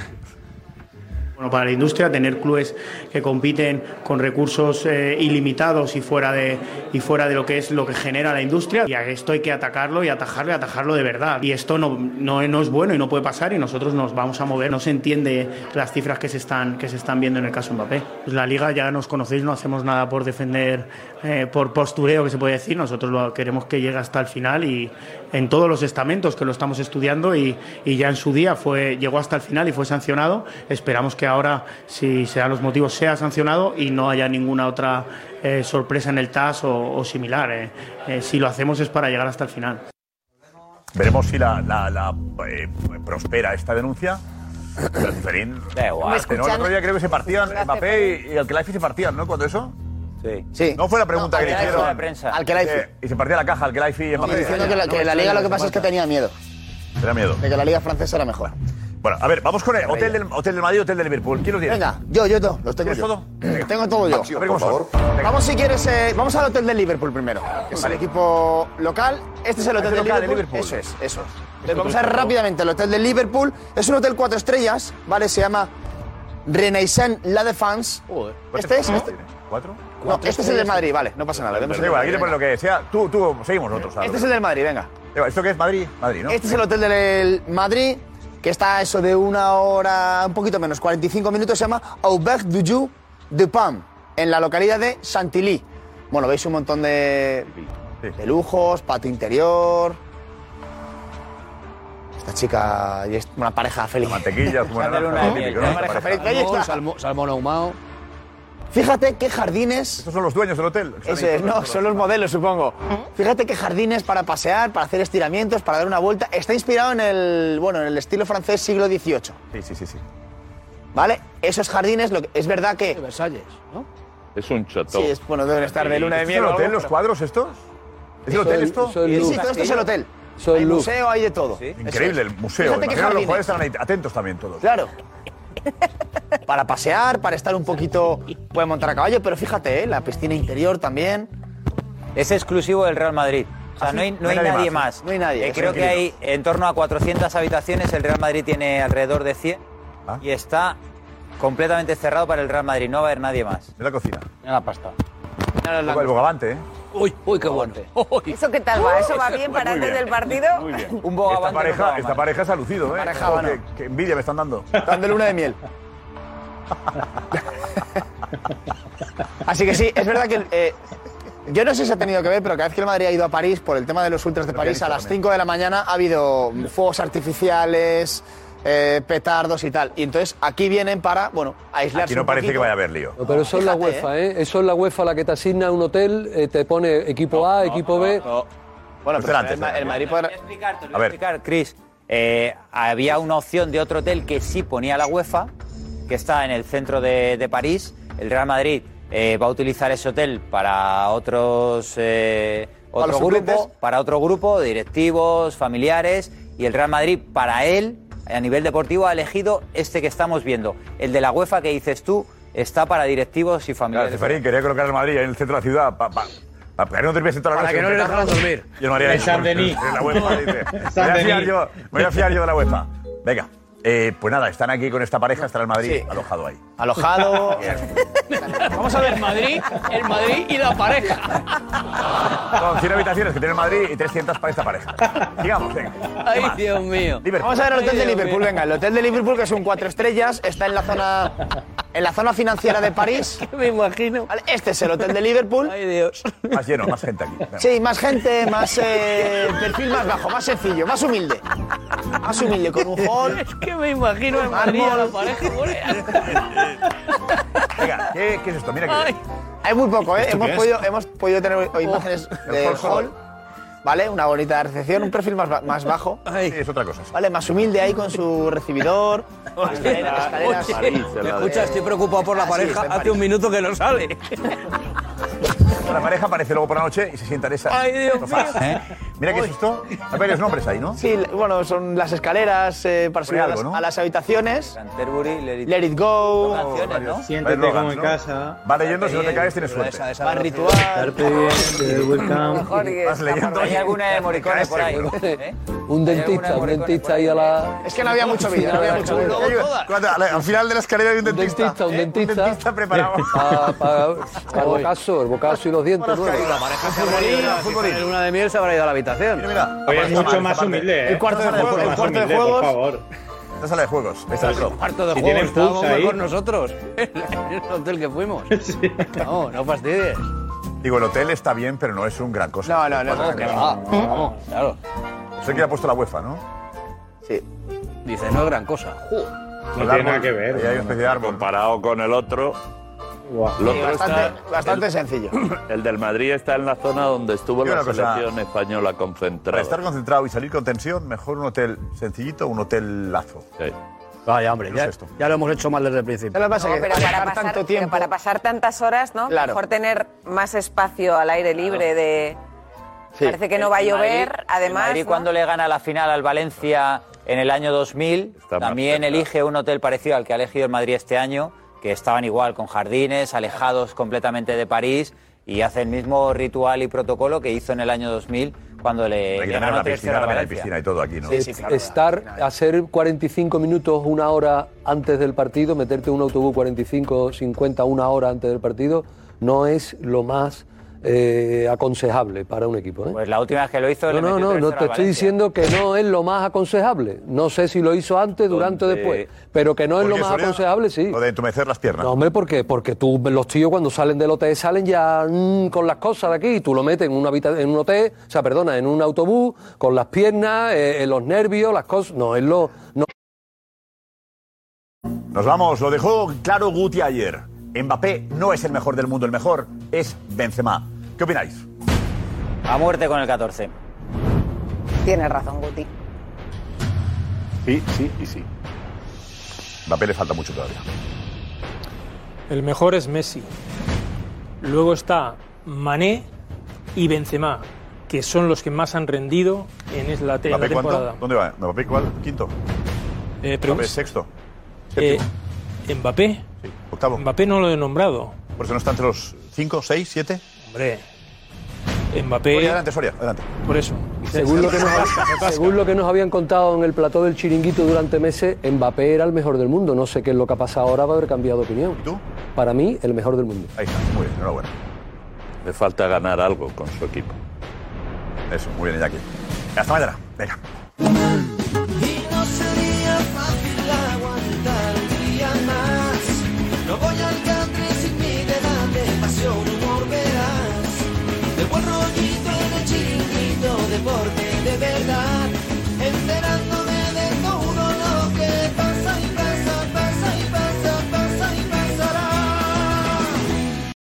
Bueno, para la industria, tener clubes que compiten con recursos eh, ilimitados y fuera, de, y fuera de lo que es lo que genera la industria. Y a esto hay que atacarlo y atajarlo y atajarlo de verdad. Y esto no, no, no es bueno y no puede pasar y nosotros nos vamos a mover. No se entiende las cifras que se están, que se están viendo en el caso Mbappé. Pues la liga ya nos conocéis, no hacemos nada por defender, eh, por postureo que se puede decir. Nosotros lo queremos que llegue hasta el final y en todos los estamentos que lo estamos estudiando y, y ya en su día fue, llegó hasta el final y fue sancionado. Esperamos que ahora, si sean los motivos, sea sancionado y no haya ninguna otra eh, sorpresa en el TAS o, o similar. eh. Eh, si lo hacemos es para llegar hasta el final.
Veremos si la, la- la, eh, prospera esta denuncia. Pero Ceferín,
Me
aparte, ¿no? El
escuchan-
otro día creo que se partían Mbappé y, y Alquelaifi se partían, ¿no? Cuando eso.
Sí.
No fue la pregunta
No,
que le
Alquelaifi
hicieron.
fue la prensa. Alquelaifi.
Eh, Y se partía la caja Alquelaifi y Mbappé.
Y diciendo que la, que la Liga lo que pasa es que tenía miedo,
Era miedo.
de que la Liga francesa era mejor.
Bueno, a ver, vamos con el hotel del, hotel del Madrid, hotel del Liverpool. ¿Quién lo tiene?
Venga, yo, yo, todo, los tengo
¿Tienes
yo.
todo?
Tengo todo yo.
Máximo, A ver cómo por son.
Vamos si quieres, eh, vamos al hotel del Liverpool primero. que Es el equipo local. Este es el hotel
Este
del
local
Liverpool.
de
Eso
Liverpool.
es, eso. Entonces, vamos a ver rápidamente el hotel del Liverpool. Es un hotel cuatro estrellas, ¿vale? Se llama Renaissance La Défense.
pues
Este es. Este,
¿Cuatro?
no, este es el del Madrid, vale, no pasa nada.
Pero
demos
da igual,
el-
aquí le pones lo que sea. Tú, tú, seguimos nosotros.
Este es el del Madrid, venga.
¿Esto qué es Madrid? Madrid, ¿no?
Este es el hotel del Madrid, que está a eso de una hora, un poquito menos, 45 minutos, se llama Auberge du Joux de Pam, en la localidad de Chantilly. Bueno, veis un montón de, de lujos, patio interior. Esta chica y es una pareja feliz.
Mantequilla, zumo de
Una
naranja, lo típico, ¿no?
pareja
Esta
feliz.
pareja.
Ahí está.
Salmón, salmón ahumado.
Fíjate qué jardines.
Estos son los dueños del hotel. que
Eso
están ahí
es,
por
no,
dentro.
son los modelos, supongo. Fíjate qué jardines para pasear, para hacer estiramientos, para dar una vuelta. Está inspirado en el, bueno, en el estilo francés siglo XVIII.
Sí, sí, sí, sí.
¿Vale? Esos jardines, lo que- es verdad que. Versalles, ¿no?
Es un chateau.
Sí, es, bueno, deben estar de luna de
¿Este
miel.
¿Es
o
el hotel,
algo,
los cuadros estos? ¿Es el
Eso
hotel
es-
esto?
eso es Sí, sí, Louvre. todo esto es el hotel.
Soy
hay
Luke.
museo, hay de todo.
Increíble el museo.
Fíjate qué
Imagino que los
jardines.
jugadores estarán ahí atentos también todos.
Claro. Para pasear, para estar un poquito. Pueden montar a caballo, pero fíjate, ¿eh? la piscina interior también.
Es exclusivo del Real Madrid. O sea, no hay, no hay nadie, más.
No hay nadie.
Eh,
es
creo que
increíble.
hay en torno a 400 habitaciones, el Real Madrid tiene alrededor de 100
Ah.
y está completamente cerrado para el Real Madrid, no va a haber nadie más.
En la cocina.
En la pasta.
El bogavante, ¿eh?
Uy, uy, qué bueno.
¿Eso qué tal va? ¿Eso va bien para
Muy
antes
bien.
del partido?
Muy bien.
Un
esta pareja, esta pareja es ha lucido, ¿eh?
Pareja
Joder,
habana.
qué, qué envidia me están dando.
Están de luna de miel. Así que sí, es verdad que. eh, yo no sé si ha tenido que ver, pero cada vez que el Madrid ha ido a París por el tema de los ultras de
que ha
París,
dicho
a las
también.
5 de la mañana ha habido fuegos artificiales, eh, petardos y tal. Y entonces aquí vienen para, bueno, aislarse.
Aquí no
un
parece
poquito.
que vaya a haber lío.
No, pero eso es la
Fíjate,
UEFA, ¿eh? Eso es la UEFA la que te asigna un hotel, eh, te pone equipo A, equipo B.
Bueno,
pero
el Ma- el Madrid podrá-
a ver. explicar, Chris. Eh, había una opción de otro hotel que sí ponía la UEFA, que está en el centro de, de París. El Real Madrid eh, va a utilizar ese hotel para otros eh,
Para
otro
los suplentes.
grupo, para otro grupo, directivos, familiares, y el Real Madrid para él, a nivel deportivo, ha elegido este que estamos viendo. El de la UEFA que dices tú está para directivos y
Claro,
familiares.
Ceferín quería colocar el Madrid ahí en el centro de la ciudad pa- pa- pa- para que no durmiese toda la
Para
noche.
que no le dejaran dormir.
Y el Madrid ahí,
En Saint-Denis.
en la UEFA, dice, Me voy a
Saint-Denis.
fiar yo, me voy a fiar yo de la UEFA. Venga, eh, pues nada, están aquí con esta pareja, estará el Madrid
Sí.
alojado ahí.
Alojado.
Vamos a ver Madrid, el Madrid y la pareja.
Con 100 habitaciones que tiene el Madrid y 300 para esta pareja.
¿eh?
Digamos, venga.
Ay,
Dios mío.
Vamos a ver el hotel de Liverpool, venga. El hotel de Liverpool, que son cuatro estrellas, está en la zona, en la zona financiera de París. Me imagino. Este es el hotel de Liverpool. Ay, Dios.
Más lleno, más gente aquí. Venga.
Sí, más gente, más eh, perfil más bajo, más sencillo, más humilde. Más humilde, con un hall. Es que me imagino
el Madrid a la pareja,
Venga, ¿qué, qué es esto? Mira que...
Hay muy poco, ¿eh?
¿Esto
Hemos
qué es?
podido, hemos podido tener hoy imágenes
El
del
hall
Oh, hall,
solo.
¿vale? Una bonita recepción, un perfil más, ba- más bajo.
Sí, es otra cosa. sí.
Vale, más humilde ahí con su recibidor. escalera- escaleras.
Me escucha, estoy preocupado
Ah,
por la
Así,
pareja.
está en
Hace un minuto que no sale.
La pareja aparece luego por la noche y se sienta en esa.
Ay, Dios
sofás,
mío.
¿eh? Mira qué susto. Hay varios nombres ahí, ¿no?
Sí, bueno, son las escaleras eh, para subir a
algo,
las,
¿no?
a las habitaciones.
Canterbury, Let It,
Go.
Siéntete
Varios
como en
¿no?
casa.
Va leyendo, si no te caes tienes
Pero
suerte.
esa- esa
Más ritual.
Vas leyendo.
Hay alguna de Morricone por ahí.
¿eh?
Un dentista, un dentista ahí a la.
Es que no había mucho vídeo, no había mucho vídeo.
Cuando- al- al final de la escalera hay un dentista.
Un dentista, Eh, un dentista
preparado.
Para, el bocaso, el bocaso y los dientes nuevos.
Se habrá ido a la- en luna de miel se habrá ido a la habitación.
Oye, es mucho más humilde, ¿eh?
El cuarto de
Mucho
juegos, el
más
cuarto de
humilde, por
juegos.
favor.
Esta sala de juegos. Esta es la club.
Cuarto de
Y
juego,
tienen
estábamos
pulsa ahí.
mejor nosotros. En el hotel que fuimos. No, no fastidies.
Digo, el hotel está bien, pero no es un gran cosa.
No, no, no,
Pasa
no,
que
que va. Vamos, claro.
Eso que ha puesto la UEFA, ¿no?
Sí.
Dice, no es gran cosa.
El árbol, ahí hay un especie de árbol.
Comparado con el otro. el
Sí,
otro
bastante,
está-
bastante sencillo.
El del Madrid está en la zona donde estuvo
Yo
la
una cosa-
selección española
Para
concentrada.
estar concentrado y salir con tensión, mejor un hotel sencillito, un hotel lazo.
Vaya, hombre, ya, ya lo hemos hecho mal desde el principio.
No, pero para pasar, pero para pasar tantas horas, ¿no?
Claro.
Mejor tener más espacio al aire libre de... Parece que no va a
El
llover,
Madrid-
además...
El Madrid
¿no?
cuando le gana la final al Valencia en el año 2000, también elige un hotel parecido al que ha elegido el Madrid este año, que estaban igual con jardines, alejados completamente de París y hace el mismo ritual y protocolo que hizo en el año 2000 cuando le,
Hay
le
que tener
ganó
una
3-0
piscina,
al
también hay
Valencia.
piscina y todo aquí, ¿no?
Eh, estar, hacer 45 minutos, una hora antes del partido, meterte en un autobús 45, 50, una hora antes del partido, no es lo más eh, aconsejable para un equipo. ¿eh?
Pues la última vez que lo hizo
No,
le metió 3-0
no, no, no
al
te estoy
Valencia.
diciendo que no es lo más aconsejable. No sé si lo hizo antes, durante o
Donde-
después, pero que no es lo
Porque
más
Soria-
aconsejable, sí.
Lo de entumecer las piernas.
No, hombre, ¿por qué? Porque tú, los tíos cuando salen del hotel salen ya mm, con las cosas de aquí y tú lo metes en un, habita- en un hotel, o sea, perdona, en un autobús, con las piernas, eh, eh, los nervios, las cosas. No, es lo... No.
Nos vamos, lo dejó claro Guti ayer. Mbappé no es el mejor del mundo, el mejor es Benzema. ¿Qué opináis?
A muerte con el 14.
Tienes razón, Guti.
Sí, sí y sí. Mbappé le falta mucho todavía.
El mejor es Messi. Luego está Mané y Benzema, que son los que más han rendido en es- la, te- la
¿Mbappé
temporada.
cuánto? ¿Dónde va? ¿Mbappé cuál? ¿Quinto?
Eh, pero-
Mbappé sexto.
Eh, Mbappé.
Octavo.
Mbappé no lo he nombrado.
¿Por eso no está entre los cinco, seis, siete?
Hombre. Mbappé.
Soria, adelante, Soria, adelante.
Por eso.
Según lo, que nos, según lo que nos habían contado en el plató del chiringuito durante meses, Mbappé era el mejor del mundo. No sé qué es lo que ha pasado ahora, va a haber cambiado de opinión.
¿Tú?
Para mí, el mejor del mundo.
Ahí está, muy bien, enhorabuena.
Le falta ganar algo con su equipo.
Eso, muy bien, Iñaki. Hasta mañana. Venga.
Y no sería fácil aguantar un día más. No voy al country sin mi dedante, pasión, humor, verás. De buen rollito en el chiringuito, deporte